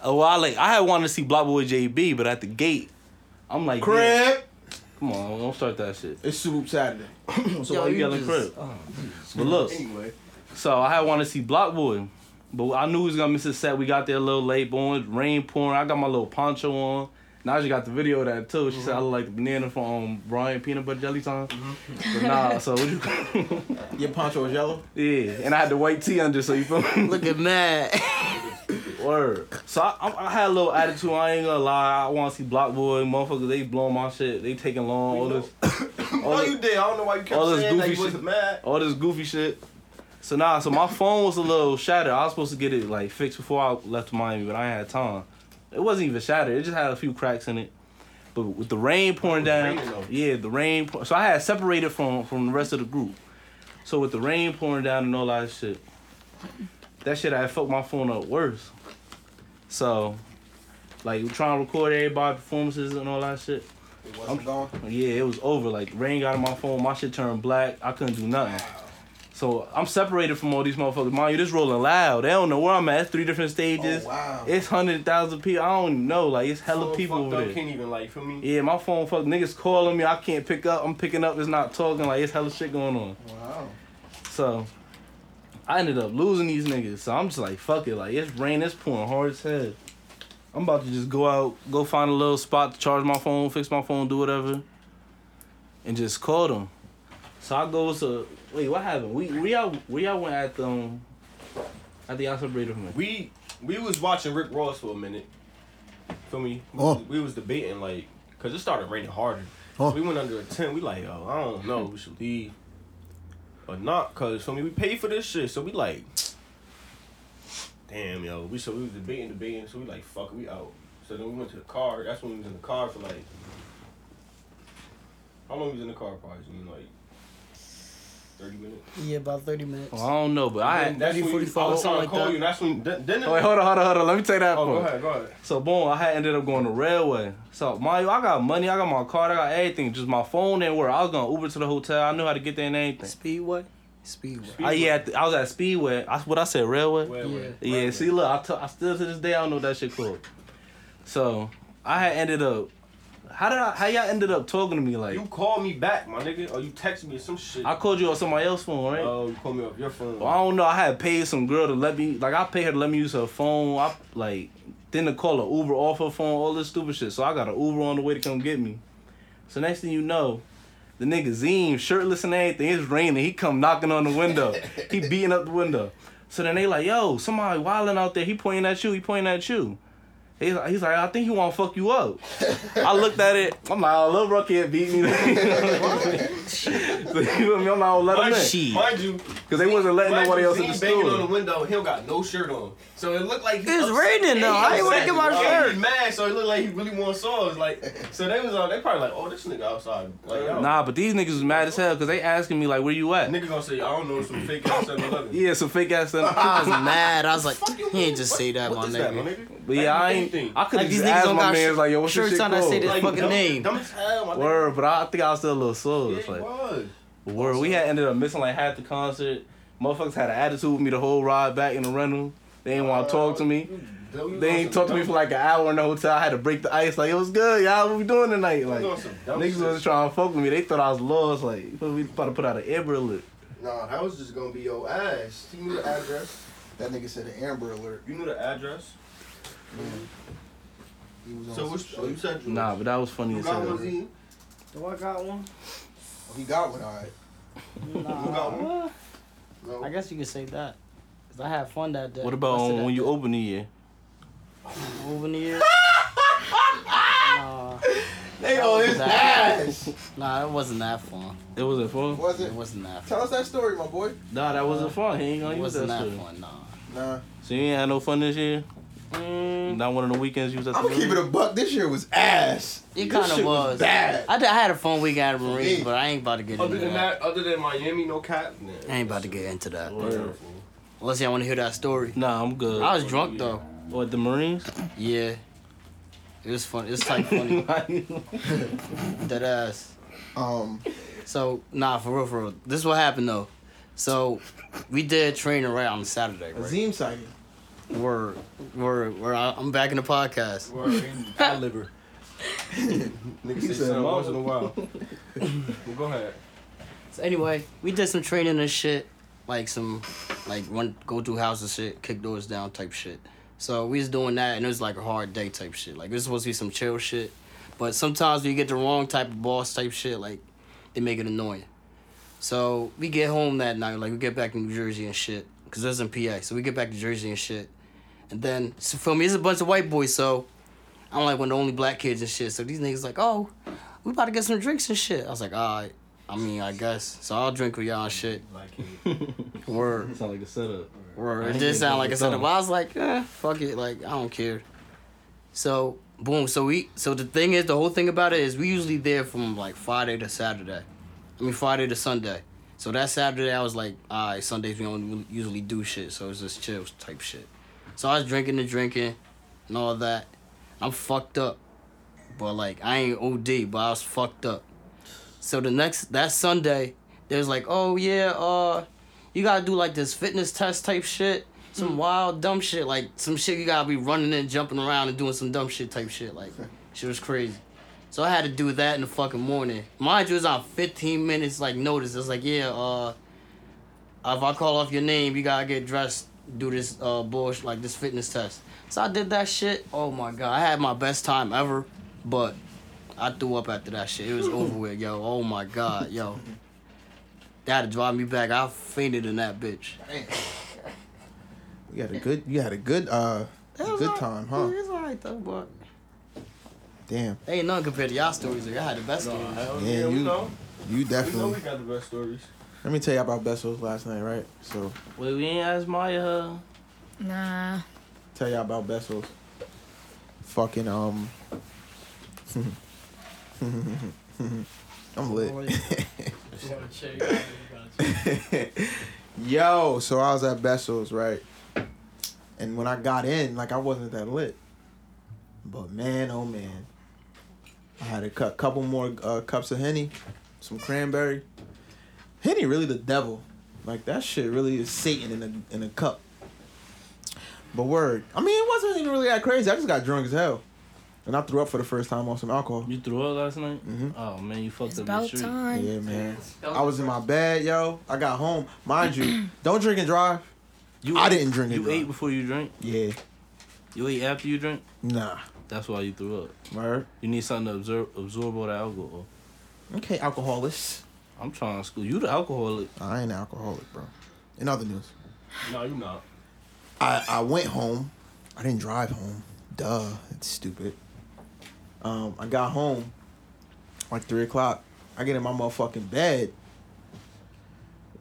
Speaker 4: oh, I like I had wanted to see Block Boy JB, but at the gate, I'm like, yeah,
Speaker 1: Crib.
Speaker 4: come on, don't start that shit.
Speaker 1: It's Super Saturday.
Speaker 4: So why you yelling crib?
Speaker 2: oh,
Speaker 4: but look,
Speaker 5: Anyway,
Speaker 4: so I had wanted to see Block Boy, but I knew he was gonna miss his set. We got there a little late, born rain pouring. I got my little poncho on. Now she got the video of that too. She said I look like the banana from Brian Peanut Butter Jelly Time. But nah, so what you?
Speaker 1: Your poncho was yellow.
Speaker 4: yeah, and I had the white tee under, so you feel me?
Speaker 6: Look at [laughs] Matt.
Speaker 4: Word. So I, I, I had a little attitude. I ain't gonna lie. I want to see Block Boy. Motherfuckers, they blowing my shit. They taking long. All this, all,
Speaker 5: no,
Speaker 4: this
Speaker 5: you did. I don't know why you kept
Speaker 4: all this
Speaker 5: saying that
Speaker 4: goofy
Speaker 5: you wasn't
Speaker 4: shit.
Speaker 5: mad.
Speaker 4: all this goofy shit. So nah. So my phone was a little shattered. I was supposed to get it like fixed before I left Miami, but I ain't had time. It wasn't even shattered. It just had a few cracks in it. But with the rain pouring
Speaker 5: It was
Speaker 4: down,
Speaker 5: raining, though.
Speaker 4: yeah, the rain. Pour- so I had separated from from the rest of the group. So with the rain pouring down and all that shit, that shit I fucked my phone up worse. So, like trying to record everybody performances and all that shit.
Speaker 1: It wasn't going.
Speaker 4: Yeah, it was over. Like rain got on my phone, my shit turned black. I couldn't do nothing. So I'm separated from all these motherfuckers. Mind you, this rolling loud. They don't know where I'm at. It's three different stages.
Speaker 1: Oh wow.
Speaker 4: It's hundred thousand people. I don't even know. Like it's hella
Speaker 5: Phone
Speaker 4: people
Speaker 5: fucked
Speaker 4: over
Speaker 5: up,
Speaker 4: there.
Speaker 5: Can't even like feel me.
Speaker 4: Yeah, my phone fuck niggas calling me. I can't pick up. I'm picking up. It's not talking. Like it's hella shit going on.
Speaker 1: Wow.
Speaker 4: So I ended up losing these niggas. So I'm just like, fuck it. Like it's rain. It's pouring hard as hell. I'm about to just go out, go find a little spot to charge my phone, fix my phone, do whatever, and just call them. So I go to wait, what happened? We we all we all went at the um, at the outside breeder from
Speaker 5: We we was watching Rick Ross for a minute. Feel me? We,
Speaker 1: Oh.
Speaker 5: we was debating like, cause it started raining harder.
Speaker 1: Oh.
Speaker 5: We went under a tent. We like, yo, I don't know, we should leave or not, cause feel me, we paid for this shit, so we like, damn, yo, we so we was debating, debating, so we like, fuck, it, we out. So then we went to the car. That's when we was in the car for like, how long we was in the car? Probably I mean, like thirty minutes.
Speaker 6: yeah, about 30 minutes.
Speaker 4: Well, Oh, I don't know, but I.
Speaker 5: And that's when
Speaker 6: 30,
Speaker 5: you- I
Speaker 6: 45,
Speaker 5: was trying to
Speaker 6: something like
Speaker 5: call
Speaker 6: that.
Speaker 5: you. and That's when then, then
Speaker 4: Oh, wait, hold on, hold on, hold on. Let me take that.
Speaker 5: Oh, go
Speaker 4: first.
Speaker 5: ahead, go ahead.
Speaker 4: So boom, I had ended up going to railway. So my, I got money, I got my card, I got everything. Just my phone didn't work. I was gonna Uber to the hotel. I knew how to get there and everything.
Speaker 6: Speedway? Speedway.
Speaker 4: Oh yeah, at the- I was at Speedway. I, what I said, railway.
Speaker 6: Yeah.
Speaker 4: Yeah, see, look, I t- I still to this day I don't know what that shit called. So I had ended up. How did I? How y'all ended up talking to me like?
Speaker 5: You call me back, my nigga, or you text me or some shit.
Speaker 4: I called you on somebody else's phone, right?
Speaker 5: Oh, you call me off your phone.
Speaker 4: Well, I don't know. I had paid some girl to let me, like, I paid her to let me use her phone. I like then to call an Uber off her phone, all this stupid shit. So I got an Uber on the way to come get me. So next thing you know, the nigga Zeem, shirtless and everything, it's raining. He come knocking on the window. he beating up the window. So then they like, yo, somebody wilding out there. He pointing at you. He pointing at you. He's like, he's like, I think he want to fuck you up. I looked at it. I'm like, oh, little bro can't beat me. [laughs] so you feel me? I'm like, oh, let him in.
Speaker 6: Shit.
Speaker 5: Mind you,
Speaker 4: Because they wasn't letting
Speaker 5: mind
Speaker 4: nobody
Speaker 5: you,
Speaker 4: else in the
Speaker 5: Zane banging on the
Speaker 4: store.
Speaker 5: window. He don't got no shirt on, so it looked like he
Speaker 6: It's raining, though. I ain't wanna get my shirt.
Speaker 5: He's mad, so it looked like he really want songs. Like, so they was on. They probably like, oh, this nigga outside. Like, yo,
Speaker 4: Uh, Nah, but these niggas was mad as hell because they asking me like, "Where you at?"
Speaker 5: nigga gonna say, I don't know, some fake ass 7-Eleven.
Speaker 4: Yeah, some fake
Speaker 5: [laughs]
Speaker 4: ass.
Speaker 6: I was
Speaker 4: But
Speaker 6: mad. I was like,
Speaker 5: Fuck you,
Speaker 6: he ain't
Speaker 5: nigga.
Speaker 6: just say that, my
Speaker 5: What is that, my
Speaker 6: nigga.
Speaker 5: nigga?
Speaker 4: yeah,
Speaker 5: Like,
Speaker 4: I ain't.
Speaker 5: anything.
Speaker 4: I could
Speaker 6: Like,
Speaker 4: have
Speaker 6: these
Speaker 4: just
Speaker 6: niggas
Speaker 4: asked
Speaker 6: don't
Speaker 4: my
Speaker 6: got
Speaker 4: man's
Speaker 6: sh-
Speaker 4: like, "Yo, what's your
Speaker 6: shirts
Speaker 4: shit
Speaker 6: on that say
Speaker 4: called?"
Speaker 6: this
Speaker 5: Like,
Speaker 6: fucking
Speaker 5: dumb-
Speaker 6: name.
Speaker 5: Dumb as hell, my nigga.
Speaker 4: Word, but I think I was still a little sore.
Speaker 5: Yeah,
Speaker 4: It's
Speaker 5: he
Speaker 4: like,
Speaker 5: was.
Speaker 4: word. We had ended up missing like half the concert. Motherfuckers had an attitude with me the whole ride back in the rental. They ain't want to talk to me.
Speaker 5: Them-
Speaker 4: They
Speaker 5: them-
Speaker 4: ain't talk to me for like an hour in the hotel. I had to break the ice. Like, it was good, y'all. What we doing tonight? Like,
Speaker 5: doing some dumb
Speaker 4: niggas
Speaker 5: shit.
Speaker 4: was trying to fuck with me. They thought I was lost. Like, we about to put out an Amber alert.
Speaker 5: Nah, that was just gonna be your ass. You knew the address.
Speaker 1: That nigga said an Amber Alert.
Speaker 5: You knew the address.
Speaker 1: He was on
Speaker 5: So
Speaker 1: some
Speaker 5: which?
Speaker 1: shit.
Speaker 5: Oh, you said you.
Speaker 4: Nah, but that was funny
Speaker 5: You
Speaker 4: as
Speaker 5: got
Speaker 4: hell.
Speaker 5: one, Z. You
Speaker 7: Do I got one?
Speaker 1: he got one. All right.
Speaker 5: got one.
Speaker 6: I guess you could say that. Cause I had fun that day.
Speaker 4: What about um, when you open the year?
Speaker 6: moving [laughs] here? nah,
Speaker 1: They
Speaker 6: Oh,
Speaker 1: on his oh, ass.
Speaker 6: nah, it wasn't that fun.
Speaker 4: It wasn't fun.
Speaker 1: Was it?
Speaker 6: It wasn't that. Fun.
Speaker 1: Tell us that story, my boy.
Speaker 4: Nah, that wasn't fun. He ain't gonna
Speaker 6: It
Speaker 4: use
Speaker 6: wasn't
Speaker 4: that,
Speaker 6: that
Speaker 4: shit.
Speaker 6: fun. Nah.
Speaker 1: Nah.
Speaker 4: So you ain't had no fun this year.
Speaker 1: Mm,
Speaker 4: Not one of the weekends you was at the.
Speaker 1: I'm gonna keep it a buck. This year was ass.
Speaker 6: It
Speaker 1: This
Speaker 6: kind of
Speaker 1: shit
Speaker 6: was.
Speaker 1: bad. Oh,
Speaker 6: I, did, I had a fun week at Marines,
Speaker 1: me.
Speaker 6: but I ain't about to get
Speaker 5: Other
Speaker 6: into
Speaker 5: than
Speaker 6: that.
Speaker 5: that, other than Miami, no cap. Nah,
Speaker 6: I ain't about to get into that.
Speaker 4: Or-
Speaker 6: Unless y'all want to hear that story.
Speaker 4: Nah, I'm good.
Speaker 6: I was drunk though.
Speaker 4: Or the [laughs] Marines.
Speaker 6: Yeah. It was fun. It's
Speaker 1: [laughs]
Speaker 6: like funny. Dead ass.
Speaker 1: Um,
Speaker 6: So nah, for real, for real. This is what happened though. So we did training right on Saturday, right?
Speaker 1: Azim sighting.
Speaker 6: Word, word, word. I- I'm back in the podcast.
Speaker 7: [laughs]
Speaker 5: I [laughs] liver. Nigga say
Speaker 1: said
Speaker 5: something
Speaker 1: mama.
Speaker 5: once in a [laughs] while. well, go ahead.
Speaker 6: So anyway, we did some training and shit, like some, like run go through houses shit, kick doors down type shit. So we was doing that, and it was like a hard day type shit. Like it was supposed to be some chill shit, but sometimes when you get the wrong type of boss type shit, like they make it annoying. So we get home that night, like we get back to New Jersey and shit, cause that's in PA. So we get back to Jersey and shit, and then so for me, it's a bunch of white boys, so I'm like one of the only black kids and shit. So these niggas like, oh, we about to get some drinks and shit. I was like, all right. I mean, I guess. So I'll drink with y'all and shit.
Speaker 5: [laughs] Like,
Speaker 6: Word.
Speaker 4: Sound like a setup.
Speaker 6: Word.
Speaker 4: I
Speaker 6: It
Speaker 4: ain't
Speaker 6: did sound like a
Speaker 4: think that's
Speaker 6: setup. I was like, eh, fuck it. Like, I don't care. So, boom. So we, so the thing is, the whole thing about it is we usually there from like Friday to Saturday. I mean, Friday to Sunday. So that Saturday, I was like, all right, Sundays we don't usually do shit. So it's just chill type shit. So I was drinking and drinking and all that. I'm fucked up. But like, I ain't OD, but I was fucked up. So the next, that Sunday, there's like, oh yeah, uh, you gotta do like this fitness test type shit, some wild dumb shit, like some shit you gotta be running and jumping around and doing some dumb shit type shit. Like, shit was crazy. So I had to do that in the fucking morning. Mind you, it's on 15 minutes like notice. It's like, yeah, uh, if I call off your name, you gotta get dressed, do this uh bullshit like this fitness test. So I did that shit. Oh my god, I had my best time ever, but I threw up after that shit. It was over with, yo. Oh my god, yo. That had to drive me back. I fainted in that bitch.
Speaker 1: You had a good. You had a good. Uh, good time, huh?
Speaker 6: It's alright though, but
Speaker 1: Damn.
Speaker 6: ain't nothing compared to y'all stories. Like, I had the best stories.
Speaker 5: hell
Speaker 1: Yeah,
Speaker 5: yeah, we
Speaker 1: you-
Speaker 5: know.
Speaker 1: You
Speaker 5: We know
Speaker 1: definitely.
Speaker 5: we got the best stories.
Speaker 1: Let me tell you about Besso's last night, right? So
Speaker 4: Wait, we ain't asked Maya. Huh?
Speaker 2: Nah.
Speaker 1: tell y'all about Besso's. Fucking um. [laughs] I'm lit. [laughs] Yo, so I was at Besso's, right? And when I got in, like I wasn't that lit. But man, oh man. I had a cu- couple more uh, cups of Henny, some cranberry. Henny really the devil. Like that shit really is Satan in a in a cup. But word, I mean, it wasn't even really that crazy. I just got drunk as hell, and I threw up for the first time on some alcohol.
Speaker 4: You threw up last night? Mm-hmm. Oh man, you fucked
Speaker 2: It's
Speaker 4: up your
Speaker 2: about
Speaker 4: street.
Speaker 2: time.
Speaker 1: Yeah, man. I was in my bed, yo. I got home, mind you. Don't drink and drive.
Speaker 4: You
Speaker 1: I
Speaker 4: ate-
Speaker 1: didn't drink and
Speaker 4: You
Speaker 1: drive.
Speaker 4: ate before you drank.
Speaker 1: Yeah,
Speaker 4: You ate after you drank.
Speaker 1: nah.
Speaker 4: That's why you threw up.
Speaker 1: Word.
Speaker 4: You need something to absorb absorb all the alcohol.
Speaker 1: Okay, alcoholics.
Speaker 4: I'm trying to school you the alcoholic.
Speaker 1: I ain't an alcoholic, bro. In other news,
Speaker 5: No, you're not.
Speaker 1: I, I went home. I didn't drive home. Duh, it's stupid. Um, I got home like three o'clock. I get in my motherfucking bed.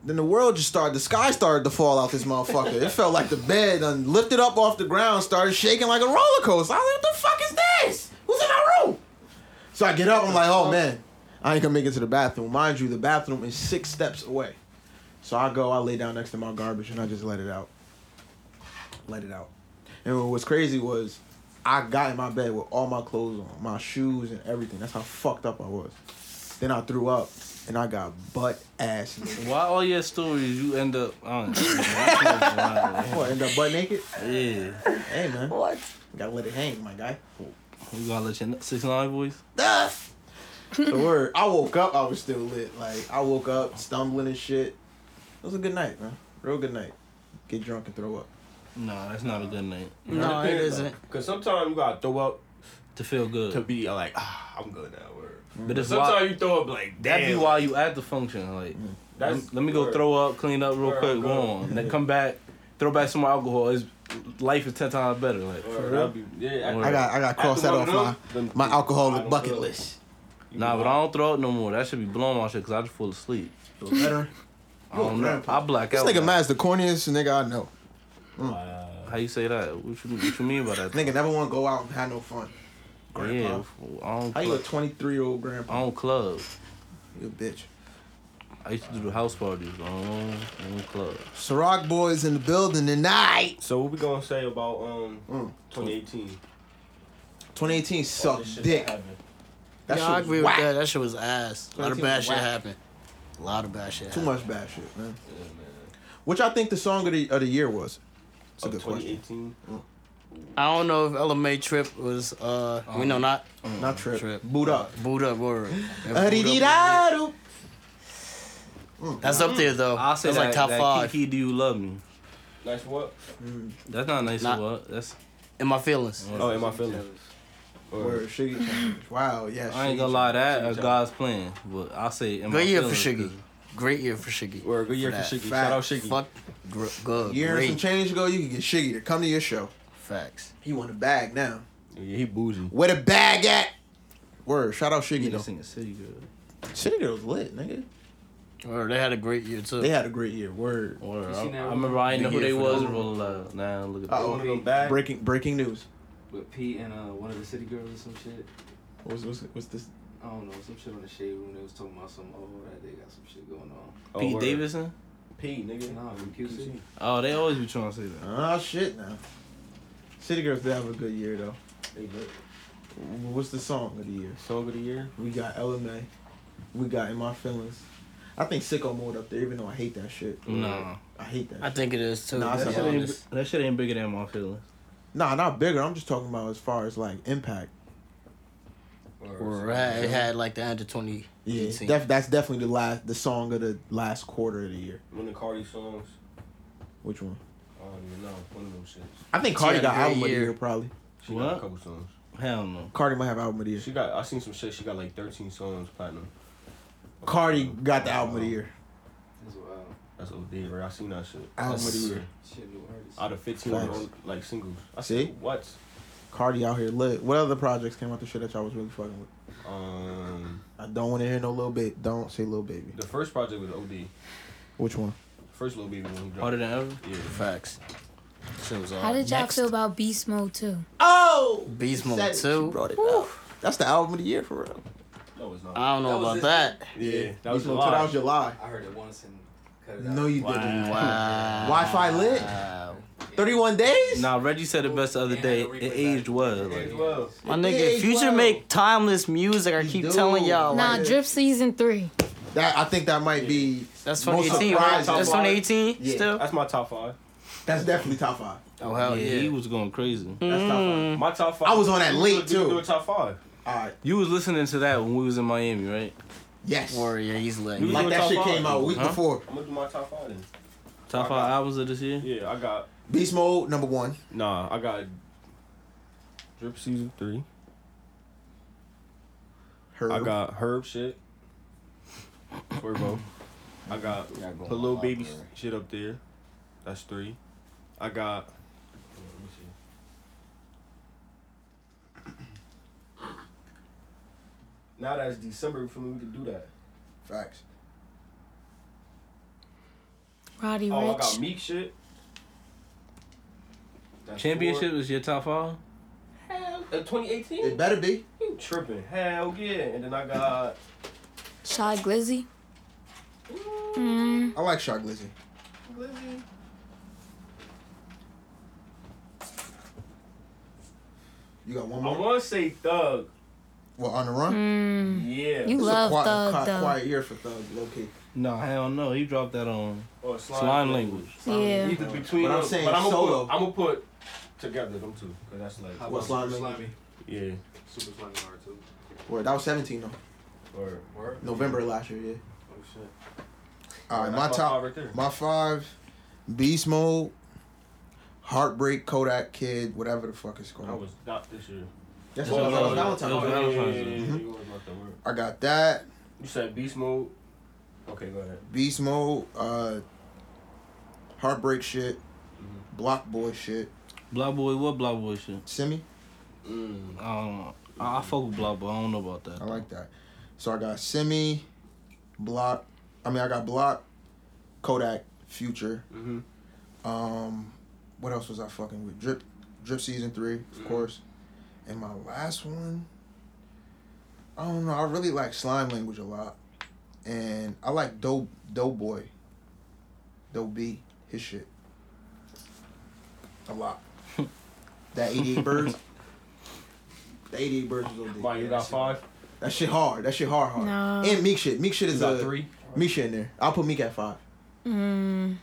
Speaker 1: Then the world just started. The sky started to fall out. This motherfucker. it felt like the bed and lifted up off the ground, started shaking like a roller coaster. I was like, "What the fuck is this? Who's in my room?" So I get up. I'm like, "Oh man, I ain't gonna make it to the bathroom." Mind you, the bathroom is six steps away. So I go. I lay down next to my garbage and I just let it out let it out. And what was crazy was I got in my bed with all my clothes on, my shoes and everything. That's how fucked up I was. Then I threw up and I got butt ass. naked.
Speaker 4: Why all your stories you end up on? [laughs] yeah,
Speaker 1: what, end up butt naked? Hey man,
Speaker 2: What?
Speaker 1: gotta let it hang, my
Speaker 6: [laughs]
Speaker 1: guy.
Speaker 4: we gonna let your six nine voice.
Speaker 1: Ah! the word. I woke up. I was still lit. Like I woke up stumbling and shit. It was a good night, man. Real good night. Get drunk and throw up.
Speaker 4: No, that's not a good night.
Speaker 6: No, it isn't.
Speaker 5: Cause sometimes you gotta throw up
Speaker 4: To feel good,
Speaker 5: to be like, ah, I'm good now. Word.
Speaker 4: but it's why
Speaker 5: Sometimes you throw up like
Speaker 4: that be
Speaker 5: damn. Mm.
Speaker 4: why you at the function. Like,
Speaker 5: That's-
Speaker 4: let me go
Speaker 5: word.
Speaker 4: throw up, clean up real
Speaker 5: Word,
Speaker 4: quick, go
Speaker 5: word.
Speaker 4: on, then come back, throw back some more alcohol. Is life is ten times better. Like,
Speaker 5: Word, that'd be- yeah,
Speaker 4: Word.
Speaker 1: I got. I got to cross that
Speaker 5: After one
Speaker 1: off
Speaker 5: of
Speaker 1: my
Speaker 5: them,
Speaker 1: my
Speaker 5: then- I
Speaker 1: alcoholic
Speaker 5: don't
Speaker 1: bucket
Speaker 5: feel it.
Speaker 1: list.
Speaker 4: nah, but I don't throw up no more. That should be blowing my shit because I just fall asleep.
Speaker 1: You a veteran?
Speaker 4: I don't know. I
Speaker 1: [laughs]
Speaker 4: black
Speaker 1: This
Speaker 4: out.
Speaker 1: nigga
Speaker 4: now.
Speaker 1: Matt's the corniest nigga I know.
Speaker 4: How you say that? What you, what you mean by that?
Speaker 1: Nigga never want to go out and have no fun.
Speaker 4: Yeah,
Speaker 1: Grandpa.
Speaker 4: I don't.
Speaker 1: How you a
Speaker 4: Club.
Speaker 1: 23 year old
Speaker 4: I
Speaker 1: grandpa?
Speaker 4: don't club.
Speaker 1: You a bitch.
Speaker 4: I used to do the house parties. I don't, I don't club.
Speaker 1: Ciroc boys in the building tonight.
Speaker 5: So what we gonna say about um
Speaker 1: Mm.
Speaker 5: 2018?
Speaker 1: 2018 sucked dick. That
Speaker 6: yeah,
Speaker 1: shit
Speaker 6: I
Speaker 1: was
Speaker 6: agree
Speaker 1: whack.
Speaker 6: with that. That shit was ass. A lot of
Speaker 1: 13
Speaker 6: bad
Speaker 1: was
Speaker 6: shit
Speaker 1: whack.
Speaker 6: happened. A lot of bad shit.
Speaker 1: Too
Speaker 6: happened.
Speaker 1: much bad shit, man. Which I think the song of the of the year was. It's a good question.
Speaker 5: 2018.
Speaker 6: I don't know if LMA Trip was. uh
Speaker 5: Oh.
Speaker 6: We know not
Speaker 1: Mm. Not trip.
Speaker 6: Trip.
Speaker 1: Boot up.
Speaker 6: Boot Up Word. If Boot Up
Speaker 1: Adididado.
Speaker 6: was- That's up there though.
Speaker 4: I say
Speaker 6: That's
Speaker 4: that,
Speaker 6: like top
Speaker 4: that
Speaker 6: five
Speaker 4: Kiki, do you love me? Mm.
Speaker 5: Nice what?
Speaker 4: That's not nice.
Speaker 6: Not-
Speaker 4: what? That's
Speaker 6: in my feelings.
Speaker 5: Oh, in my feelings.
Speaker 1: Word, Shiggy challenge. Wow, yeah.
Speaker 4: I
Speaker 1: Shiggy
Speaker 4: ain't gonna lie. That
Speaker 5: Shiggy
Speaker 4: is
Speaker 5: Johnson.
Speaker 4: God's plan. But I say in my
Speaker 6: Good year for
Speaker 4: feelings,
Speaker 6: Shiggy. Great year for Shiggy.
Speaker 5: Word, good year for
Speaker 6: that.
Speaker 5: Shiggy.
Speaker 1: Fact.
Speaker 5: Shout out Shiggy.
Speaker 6: Fuck, gr- good.
Speaker 1: challenge. Year and some
Speaker 6: Great.
Speaker 1: change ago, you can get Shiggy to come to your show.
Speaker 6: Facts.
Speaker 1: He want a bag now.
Speaker 5: Yeah, he bougie.
Speaker 1: Where the bag at? Word, shout out
Speaker 4: You
Speaker 1: Shiggy
Speaker 4: know,
Speaker 1: though.
Speaker 4: sing a city girl.
Speaker 1: City Girls lit, nigga.
Speaker 6: Word, they had a great year too.
Speaker 1: They had a great year. Word.
Speaker 4: Word. I,
Speaker 9: seen that
Speaker 4: I
Speaker 9: one?
Speaker 4: remember I didn't know who
Speaker 6: Good
Speaker 4: they
Speaker 6: year
Speaker 4: was.
Speaker 6: for them.
Speaker 4: Roll up. Now look at
Speaker 1: Uh-oh.
Speaker 4: that.
Speaker 5: Wanna go back?
Speaker 1: Breaking breaking news.
Speaker 9: With Pete and uh, one of the city girls or some shit.
Speaker 1: What's what's, what's this?
Speaker 9: I don't know, some shit on the shade room. They was talking about some, oh, that they got some shit going on.
Speaker 5: Oh,
Speaker 4: Pete
Speaker 5: word.
Speaker 4: Davidson.
Speaker 5: Pete, nigga.
Speaker 9: Nah, from QC.
Speaker 4: Oh, they always be trying to say that.
Speaker 1: Oh shit now. City Girls did have a good year though.
Speaker 5: They lit.
Speaker 1: What's the song of the year?
Speaker 5: Song of the year.
Speaker 1: We got LMA. We got In My Feelings. I think Sicko Mode up there, even though I hate that shit.
Speaker 4: Nah,
Speaker 1: I hate that.
Speaker 6: I
Speaker 1: shit.
Speaker 6: think it is too.
Speaker 1: Nah, it's a
Speaker 6: to be
Speaker 4: that shit,
Speaker 1: lot.
Speaker 6: honest.
Speaker 4: ain't, that shit ain't bigger than my feelings.
Speaker 1: Nah, not bigger. I'm just talking about as far as like impact.
Speaker 6: Word, it had- it had like the end of 20.
Speaker 1: Yeah,
Speaker 6: 18.
Speaker 1: def- that's definitely the last the song of the last quarter of the year.
Speaker 5: One of Cardi songs.
Speaker 1: Which one?
Speaker 5: I don't even know. One of them shits.
Speaker 1: I think Cardi
Speaker 6: had a
Speaker 1: got
Speaker 6: great
Speaker 1: album of the
Speaker 6: year.
Speaker 1: year probably.
Speaker 5: She
Speaker 4: What?
Speaker 5: got a couple songs.
Speaker 4: Hell no.
Speaker 1: Cardi might have album of the year.
Speaker 5: She got. I seen some shit. She got like 13 songs platinum.
Speaker 1: Cardi got the album of the year.
Speaker 9: That's wild.
Speaker 5: That's OD, right? I seen that shit.
Speaker 1: Album
Speaker 5: That's-
Speaker 1: of the year.
Speaker 9: Shit, new artists.
Speaker 5: Out of 15
Speaker 1: Facts.
Speaker 5: on, like singles. I
Speaker 1: See?
Speaker 5: said, what?
Speaker 1: Cardi out here lit. What other projects came out the shit that y'all was really fucking with?
Speaker 5: Um,
Speaker 1: I don't want to hear no little baby. Don't say little baby.
Speaker 5: the first project was OD.
Speaker 1: Which one?
Speaker 5: First little baby one.
Speaker 4: Harder than ever.
Speaker 5: Yeah.
Speaker 6: Facts. Shit was all
Speaker 2: How did y'all
Speaker 6: Next,
Speaker 2: feel about Beast Mode too?
Speaker 1: Oh,
Speaker 6: Beast Mode
Speaker 1: Said it.
Speaker 6: 2.
Speaker 1: She brought it up. That's the album of the year for real.
Speaker 5: No, it's
Speaker 1: Ah,
Speaker 5: not.
Speaker 6: I don't know
Speaker 9: That was
Speaker 6: about
Speaker 9: this
Speaker 6: that.
Speaker 5: yeah, that was
Speaker 1: Beast Mode 2, That was
Speaker 5: July.
Speaker 1: July.
Speaker 9: I heard it once and cut it out.
Speaker 1: No, you [laughs] didn't.
Speaker 6: Wow.
Speaker 1: Wi-Fi lit. Thirty-one days.
Speaker 4: Nah, Reggie said it best the other
Speaker 9: And
Speaker 4: day.
Speaker 9: had to
Speaker 4: It
Speaker 9: replay
Speaker 4: aged
Speaker 9: that.
Speaker 4: well.
Speaker 9: Yeah,
Speaker 4: Like,
Speaker 9: it
Speaker 5: Well,
Speaker 6: My
Speaker 1: It
Speaker 6: nigga,
Speaker 1: is,
Speaker 6: Future
Speaker 1: wow.
Speaker 6: make timeless music. I
Speaker 1: He
Speaker 6: keep
Speaker 1: do.
Speaker 6: telling y'all.
Speaker 1: Nah,
Speaker 6: Like,
Speaker 2: Nah, Drip Season 3.
Speaker 1: That I think that might be
Speaker 6: That's
Speaker 1: Most
Speaker 6: 2018, right?
Speaker 1: surprising.
Speaker 6: That's 2018
Speaker 1: Yeah.
Speaker 6: still?
Speaker 5: That's my top five.
Speaker 1: that's definitely top five.
Speaker 6: Oh, hell
Speaker 4: yeah,
Speaker 6: yeah.
Speaker 4: he was going crazy.
Speaker 1: That's top
Speaker 2: Mm.
Speaker 5: My top five.
Speaker 1: I was on that
Speaker 5: We
Speaker 1: late,
Speaker 5: could- we could
Speaker 1: too.
Speaker 5: Do a top five.
Speaker 1: five. All right.
Speaker 4: You was listening to that when we was in Miami, right?
Speaker 1: Yes.
Speaker 6: Warrior, yeah, he's lit.
Speaker 5: You-
Speaker 1: Like that
Speaker 5: Top
Speaker 1: shit
Speaker 5: five.
Speaker 1: came out a week
Speaker 4: Huh?
Speaker 1: before.
Speaker 5: I'm gonna do my top five then.
Speaker 4: Top
Speaker 5: I
Speaker 4: five
Speaker 5: got-
Speaker 4: albums of this year.
Speaker 5: Yeah, I got.
Speaker 1: Beast Mode number one.
Speaker 5: Nah, I got. Drip season three.
Speaker 1: Herb.
Speaker 5: I got herb shit. Swervo. I got
Speaker 9: Yeah, go
Speaker 5: put little
Speaker 9: on,
Speaker 5: baby
Speaker 9: Library.
Speaker 5: shit up there. That's three. I got. Now that's December for me. We can do that.
Speaker 1: Facts.
Speaker 2: Roddy
Speaker 5: Oh, I
Speaker 2: Rich.
Speaker 5: got Meek shit. That's
Speaker 4: Championship is your top five.
Speaker 5: four. Hell, uh, 2018.
Speaker 1: It better be.
Speaker 5: You tripping? Hell yeah! And then I got
Speaker 2: Shy Glizzy. Mm,
Speaker 1: I like Shark Glizzy.
Speaker 5: Glizzy.
Speaker 1: You got one
Speaker 5: I
Speaker 1: more.
Speaker 5: want to say Thug.
Speaker 1: Well, on the run.
Speaker 2: mm.
Speaker 5: Yeah.
Speaker 2: You
Speaker 1: It's a
Speaker 2: love
Speaker 1: quiet,
Speaker 2: Thug,
Speaker 1: quiet,
Speaker 2: though.
Speaker 1: quiet year for Thug, low key.
Speaker 4: No, hell no. He dropped that on
Speaker 5: or
Speaker 4: Slime Language.
Speaker 2: Yeah.
Speaker 5: Either between
Speaker 1: But I'm
Speaker 5: them,
Speaker 1: saying
Speaker 5: but I'm gonna
Speaker 1: solo.
Speaker 5: Put, I'm gonna put together them two because that's like
Speaker 9: How
Speaker 1: What
Speaker 9: about
Speaker 1: slime
Speaker 9: Super
Speaker 1: link?
Speaker 9: Slimy?
Speaker 5: yeah.
Speaker 9: Super Slimy R two.
Speaker 1: Word, that was 17 though.
Speaker 5: Or
Speaker 9: Word.
Speaker 1: November last year, yeah.
Speaker 9: Oh shit.
Speaker 1: All right, my
Speaker 5: That's
Speaker 1: top,
Speaker 5: five right there.
Speaker 1: my five, Beast Mode, Heartbreak, Kodak Kid, whatever the fuck it's
Speaker 5: That
Speaker 1: called.
Speaker 5: was not this year.
Speaker 1: That's
Speaker 4: Well,
Speaker 1: all
Speaker 4: no,
Speaker 1: that was
Speaker 4: no,
Speaker 1: Valentine's.
Speaker 4: no,
Speaker 5: Oh,
Speaker 1: Day.
Speaker 4: no.
Speaker 5: yeah, yeah,
Speaker 4: Valentine's
Speaker 5: yeah,
Speaker 4: Day.
Speaker 5: yeah, yeah, you was not the word.
Speaker 1: I got that
Speaker 5: You said beast mode. Okay, go ahead.
Speaker 1: Beast Mode, uh, Heartbreak shit,
Speaker 4: Mm-hmm.
Speaker 1: Block Boy shit,
Speaker 4: Block Boy. What Block Boy shit?
Speaker 1: Simi.
Speaker 4: I don't know. I, I fuck with Block Boy. I don't know about that.
Speaker 1: I like that. So I got Simi, Block. I mean, I got Block, Kodak, Future.
Speaker 5: Mhm.
Speaker 1: Um, what else was I fucking with? Drip, Drip Season Three, of course. And my last one, I don't know. I really like Slime Language a lot, and I like Dope Doughboy, Dope B, his shit, a lot. that eighty eight birds. The 88 birds was OD.
Speaker 5: Why you got five?
Speaker 1: That shit hard. That shit hard hard.
Speaker 2: Nah.
Speaker 1: And Meek shit. Meek shit
Speaker 5: You
Speaker 1: is
Speaker 5: got
Speaker 1: a
Speaker 5: three.
Speaker 1: Meek shit in there. I'll put Meek at five.
Speaker 2: Mm.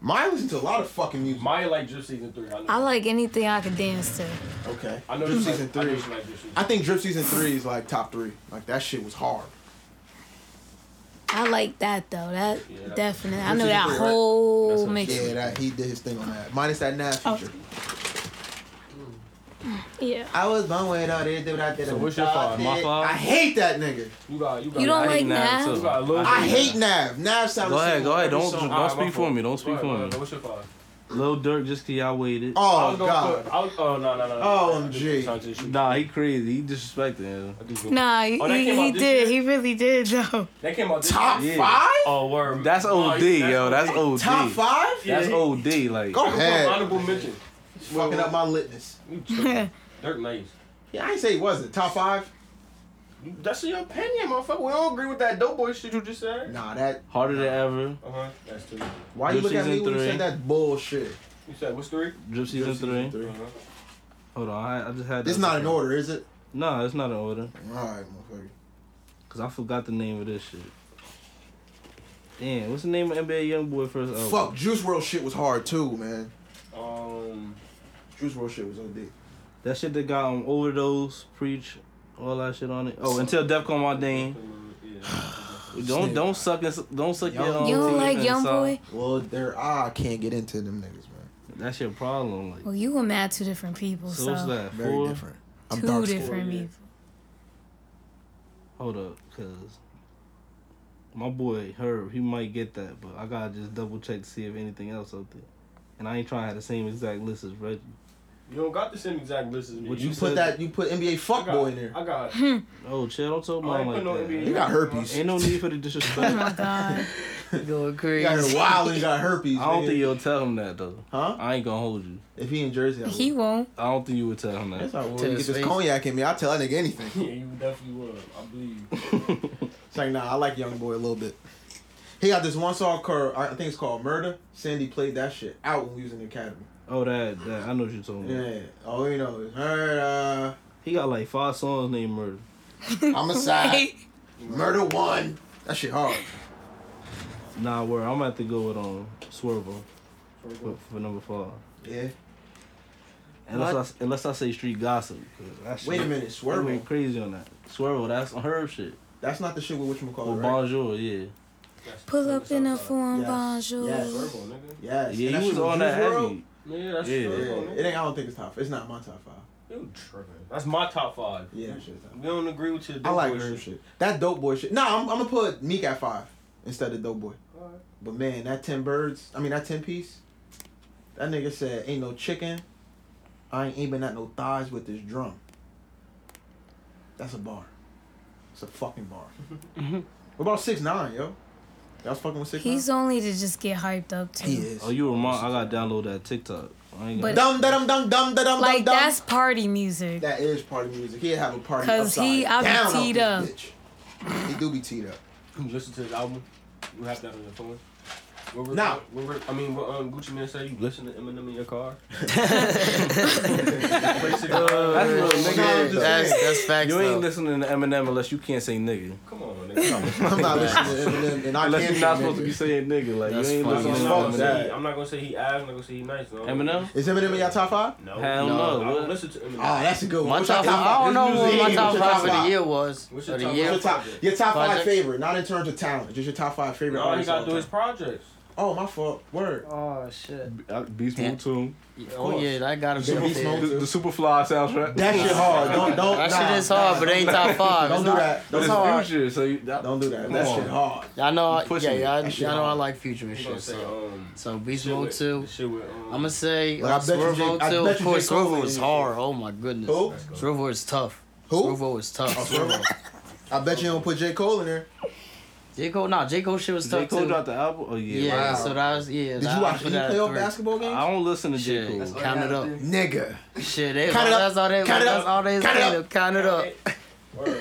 Speaker 1: Mine listen to a lot of fucking music.
Speaker 5: Maya like drip season three. I, know.
Speaker 2: I like anything I could dance to.
Speaker 1: okay.
Speaker 5: I know
Speaker 1: Drip
Speaker 5: you like-
Speaker 1: season
Speaker 5: I know
Speaker 1: three.
Speaker 5: you like drip season.
Speaker 1: I think Drip season three is like top three. Like that shit was hard.
Speaker 2: I like that though. That
Speaker 5: Yeah, that-
Speaker 2: definitely. I
Speaker 1: This
Speaker 2: know
Speaker 1: is
Speaker 2: that
Speaker 1: great, right?
Speaker 5: That's
Speaker 2: whole
Speaker 5: what-
Speaker 2: mix.
Speaker 1: Yeah, that he did his thing on that. Minus that Nas
Speaker 2: Oh.
Speaker 1: feature.
Speaker 2: Yeah.
Speaker 1: I was born with all this dude. I did.
Speaker 4: So what's your five? My five?
Speaker 1: I hate that nigga.
Speaker 5: You got. You got.
Speaker 2: You don't
Speaker 4: I
Speaker 2: like
Speaker 4: hate Nav,
Speaker 2: Nav?
Speaker 4: too.
Speaker 5: You got a little.
Speaker 1: I hate Nav. Nav sounds.
Speaker 4: Go
Speaker 1: the same
Speaker 4: ahead.
Speaker 1: on
Speaker 4: Go ahead.
Speaker 1: every
Speaker 4: Don't
Speaker 1: song.
Speaker 4: don't speak for me. Don't
Speaker 5: Go
Speaker 4: speak
Speaker 5: ahead,
Speaker 4: for
Speaker 5: go ahead.
Speaker 4: me.
Speaker 5: What's your five?
Speaker 4: Lil Dirk just cause y'all waited.
Speaker 5: I
Speaker 1: Oh
Speaker 5: was gonna
Speaker 1: god.
Speaker 5: put- I was- Oh no no no. no.
Speaker 1: OMG.
Speaker 5: Transition.
Speaker 4: Nah, he crazy. He disrespected him.
Speaker 5: I do go-
Speaker 2: Nah,
Speaker 5: Oh, that
Speaker 2: he,
Speaker 5: came out
Speaker 2: he
Speaker 5: this
Speaker 2: did.
Speaker 5: year?
Speaker 2: He really did though.
Speaker 5: That came out. this
Speaker 1: Top
Speaker 5: year.
Speaker 4: Yeah.
Speaker 1: five.
Speaker 5: Oh word.
Speaker 4: That's
Speaker 5: Oh,
Speaker 4: OD, yo. That's OD.
Speaker 1: Top five.
Speaker 5: Yeah.
Speaker 4: That's OD. Like
Speaker 1: Go ahead.
Speaker 5: Honorable mention.
Speaker 1: Fucking up my litness.
Speaker 5: You tripping. [laughs] Dirk nice.
Speaker 1: Yeah, I ain't say he wasn't top five.
Speaker 5: That's your opinion, motherfucker. We don't agree with that dope boy shit you just said.
Speaker 1: Nah, that.
Speaker 4: harder than ever.
Speaker 5: Uh huh. That's two.
Speaker 1: Why you
Speaker 4: Drip
Speaker 1: look at me
Speaker 4: Season
Speaker 1: when you
Speaker 4: three.
Speaker 1: said that bullshit?
Speaker 5: You said what's three?
Speaker 4: Drip season three.
Speaker 5: Uh huh.
Speaker 4: Hold on, I, I just had.
Speaker 1: It's
Speaker 4: that-
Speaker 1: not in order, is it?
Speaker 4: No, it's not in order.
Speaker 1: All right, motherfucker.
Speaker 4: Cause I forgot the name of this shit. Damn, what's the name of NBA YoungBoy first album?
Speaker 1: Fuck, Juice World shit was hard too, man.
Speaker 5: Um,
Speaker 1: Juice World shit was OD.
Speaker 4: That shit that got um, overdose, preach, all that shit on it. Oh, until Death Come My Dame. Don't don't suck and, don't suck your
Speaker 1: Young-
Speaker 4: own
Speaker 2: You don't
Speaker 4: teeth
Speaker 2: like
Speaker 4: and
Speaker 2: Young
Speaker 4: suck.
Speaker 2: Boy?
Speaker 1: Well, their eye can't get into them niggas, man.
Speaker 4: That's your problem. Like,
Speaker 2: Well, you were mad two different people,
Speaker 4: so what's
Speaker 2: so
Speaker 4: that?
Speaker 1: Very
Speaker 4: Four.
Speaker 1: different. I'm
Speaker 2: two
Speaker 1: dark skinned.
Speaker 2: different
Speaker 5: yeah.
Speaker 2: people.
Speaker 4: Hold up, cause my boy Herb, he might get that, but I gotta just double check to see if anything else out there. And I ain't trying to have the same exact list as Reggie.
Speaker 5: you don't got the same exact list as me.
Speaker 4: Would
Speaker 1: You
Speaker 4: You
Speaker 1: put
Speaker 4: said-
Speaker 1: that. You put NBA
Speaker 5: [laughs] I got,
Speaker 1: fuckboy in there.
Speaker 5: I got.
Speaker 4: Oh, chill, don't talk
Speaker 5: I
Speaker 4: about
Speaker 5: ain't
Speaker 4: like
Speaker 5: put no
Speaker 4: that.
Speaker 5: NBA.
Speaker 1: You got herpes.
Speaker 4: Ain't no need for the disrespect.
Speaker 2: [laughs] [laughs] Oh my
Speaker 1: [laughs]
Speaker 2: god.
Speaker 6: Going
Speaker 1: You got
Speaker 6: crazy.
Speaker 1: her
Speaker 2: [laughs]
Speaker 1: wild and you got herpes.
Speaker 4: I don't
Speaker 1: nigga.
Speaker 4: think you'll tell him that though.
Speaker 1: Huh?
Speaker 4: I ain't gonna hold you.
Speaker 1: If he in Jersey, I would.
Speaker 2: he
Speaker 5: [laughs]
Speaker 2: won't.
Speaker 4: I don't think you would tell him
Speaker 1: That's
Speaker 4: [laughs] that.
Speaker 1: all right. Well,
Speaker 6: To
Speaker 1: you
Speaker 6: his
Speaker 1: get this
Speaker 6: face.
Speaker 1: cognac in me. I'll tell that nigga anything.
Speaker 5: [laughs] Yeah, you definitely would. I believe. you.
Speaker 1: It's like, nah, I like Young Boy a little bit. He got this one song called, I think it's called Murder. Sandy played that shit out when we was in the academy.
Speaker 4: Oh, that that I know what you're talking about.
Speaker 1: Yeah. Oh, you know, it's murder.
Speaker 4: He got like five songs named Murder. [laughs]
Speaker 1: Homicide.
Speaker 2: Wait.
Speaker 1: Murder one. That shit hard.
Speaker 4: Nah, word. I'm gonna have to go with um Swervo for, for number five.
Speaker 1: Yeah.
Speaker 4: Unless I, unless I say street gossip. 'cause that shit-
Speaker 1: Wait a minute,
Speaker 4: I went
Speaker 1: Swervo.
Speaker 4: crazy on that. Swervo, that's on her shit.
Speaker 1: That's not the shit with which
Speaker 4: Or
Speaker 1: McCall, Oh, right?
Speaker 4: Bonjour, yeah.
Speaker 2: Pull up in a foreign
Speaker 1: Yes.
Speaker 2: bonjour.
Speaker 1: Yes. Yes. And
Speaker 4: Yeah,
Speaker 1: that
Speaker 4: you was
Speaker 1: shit with
Speaker 4: on
Speaker 1: Juice
Speaker 4: that heavy.
Speaker 1: WRLD?
Speaker 5: Yeah, that's
Speaker 4: Yeah.
Speaker 5: yeah.
Speaker 1: Yeah, it ain't. I don't think it's top. It's not my top five.
Speaker 5: You tripping. That's my top five.
Speaker 1: Yeah, that shit's top.
Speaker 5: We don't agree with your
Speaker 1: I like
Speaker 5: Dope Boy
Speaker 1: her shit. That dope boy shit. Nah, I'm, I'm gonna put Meek at five instead of dope boy.
Speaker 5: Alright.
Speaker 1: But man, that ten birds. I mean that ten piece. That nigga said ain't no chicken. I ain't aiming at no thighs with this drum. That's a bar. It's a fucking [laughs] bar. what about six nine, yo? Y'all fucking with six
Speaker 2: He's only to just get hyped up to.
Speaker 1: nine. He is.
Speaker 4: Oh, you remind. I gotta download that TikTok. I ain't
Speaker 2: But-
Speaker 1: Dum
Speaker 4: got-
Speaker 1: da dum dum dum da dum
Speaker 2: Like
Speaker 1: dum dum.
Speaker 2: that's party music.
Speaker 1: That is party music. He'd have a party
Speaker 2: 'Cause
Speaker 1: upside
Speaker 2: he- I be
Speaker 1: down off
Speaker 2: teed
Speaker 1: this
Speaker 2: up.
Speaker 1: bitch. He do be teed up.
Speaker 5: Who listen to his album? You have that on your phone. What Rick-
Speaker 1: Nah.
Speaker 5: what Rick- I mean, what um, Gucci Man say? You listen to Eminem in your car?
Speaker 4: That's what I'm
Speaker 1: Nah,
Speaker 4: saying.
Speaker 1: I'm
Speaker 6: Yeah,
Speaker 1: just
Speaker 6: [laughs] that's
Speaker 1: saying.
Speaker 6: that's facts.
Speaker 4: You ain't
Speaker 6: though.
Speaker 4: listening to Eminem unless you can't say nigga.
Speaker 5: Come on, nigga.
Speaker 1: I'm not listening to Eminem, and I
Speaker 4: Unless
Speaker 1: can't
Speaker 4: you're not
Speaker 1: say
Speaker 4: supposed to be
Speaker 1: nigga.
Speaker 4: saying nigga. Like
Speaker 6: That's
Speaker 4: you ain't
Speaker 6: funny.
Speaker 5: I'm,
Speaker 4: listening
Speaker 5: not
Speaker 4: to
Speaker 1: Fuck
Speaker 5: gonna
Speaker 4: Eminem.
Speaker 1: that.
Speaker 5: say, I'm not gonna say he ass. I'm not gonna say he nice. No.
Speaker 4: Eminem?
Speaker 1: Is Eminem in your top five?
Speaker 5: No.
Speaker 4: Hell
Speaker 6: No,
Speaker 4: no.
Speaker 5: I don't
Speaker 4: what?
Speaker 5: listen to Eminem.
Speaker 6: Ah,
Speaker 1: Oh, that's a good one.
Speaker 6: My
Speaker 1: What's
Speaker 6: top
Speaker 1: your
Speaker 6: five. I don't know
Speaker 1: This
Speaker 6: what
Speaker 1: music-
Speaker 6: my top
Speaker 1: what's your
Speaker 6: five of the year was.
Speaker 5: What's your
Speaker 6: Of the
Speaker 5: top
Speaker 1: What's
Speaker 6: year.
Speaker 1: your top, your top five
Speaker 6: Projects?
Speaker 1: favorite, not in terms of talent, just your top five favorite.
Speaker 5: all he
Speaker 1: artists
Speaker 5: Oh, gotta
Speaker 1: all
Speaker 5: do
Speaker 1: time.
Speaker 5: is projects.
Speaker 1: Oh, my fault. Word.
Speaker 6: Oh shit.
Speaker 4: Uh, Beast
Speaker 6: Yeah.
Speaker 4: Mode Tune.
Speaker 6: Oh yeah, I got
Speaker 1: Yeah,
Speaker 6: him.
Speaker 1: Beast Mode.
Speaker 4: The, the Superfly soundtrack.
Speaker 1: That shit hard. Don't don't.
Speaker 6: [laughs] That
Speaker 1: nah,
Speaker 6: shit is hard,
Speaker 1: nah,
Speaker 6: but it ain't top five.
Speaker 1: Don't
Speaker 6: It's
Speaker 1: do
Speaker 6: not-
Speaker 1: that.
Speaker 4: But
Speaker 1: Don't
Speaker 4: it's
Speaker 1: do that.
Speaker 4: future, so you, that,
Speaker 1: Don't do that.
Speaker 4: Come
Speaker 1: That
Speaker 4: on.
Speaker 1: shit hard.
Speaker 6: Y'all know, I,
Speaker 4: pushing
Speaker 6: yeah,
Speaker 4: it.
Speaker 6: y'all,
Speaker 1: That shit
Speaker 6: y'all know I
Speaker 1: hard.
Speaker 6: like future and
Speaker 5: He gonna
Speaker 6: shit.
Speaker 5: say,
Speaker 6: So,
Speaker 5: um,
Speaker 6: so Beast
Speaker 5: shit
Speaker 6: Mode
Speaker 5: with-
Speaker 6: too.
Speaker 5: Shit with, um,
Speaker 6: I'm gonna say
Speaker 1: Like, I
Speaker 6: uh,
Speaker 1: bet you J- I
Speaker 6: Swervo too.
Speaker 1: bet
Speaker 6: Of
Speaker 1: you J.
Speaker 6: course,
Speaker 1: Cole
Speaker 6: Swervo
Speaker 1: is
Speaker 6: is
Speaker 1: in
Speaker 6: hard. Oh my goodness.
Speaker 1: Who?
Speaker 6: Swervo is tough.
Speaker 1: Who?
Speaker 6: Swervo is tough.
Speaker 1: Oh, Swervo. I bet you don't put J Cole in there.
Speaker 6: J Cole, nah, J Cole shit was
Speaker 4: J
Speaker 6: tough
Speaker 4: Cole
Speaker 6: too.
Speaker 4: dropped the album. Oh yeah.
Speaker 6: yeah,
Speaker 1: Wow.
Speaker 6: so that was yeah.
Speaker 1: Did
Speaker 6: that-
Speaker 1: you
Speaker 6: I
Speaker 1: watch
Speaker 6: put
Speaker 1: any
Speaker 6: that at
Speaker 1: playoff
Speaker 6: three.
Speaker 1: basketball games?
Speaker 4: I don't listen to J Cole.
Speaker 6: Shit,
Speaker 5: Oh,
Speaker 6: count it up.
Speaker 1: Nigga.
Speaker 6: Shit, they,
Speaker 1: Count it up.
Speaker 6: that's all they.
Speaker 1: Count it
Speaker 6: that's
Speaker 1: up.
Speaker 6: all they
Speaker 1: Count it
Speaker 6: saying. Count it up.
Speaker 1: Yeah, take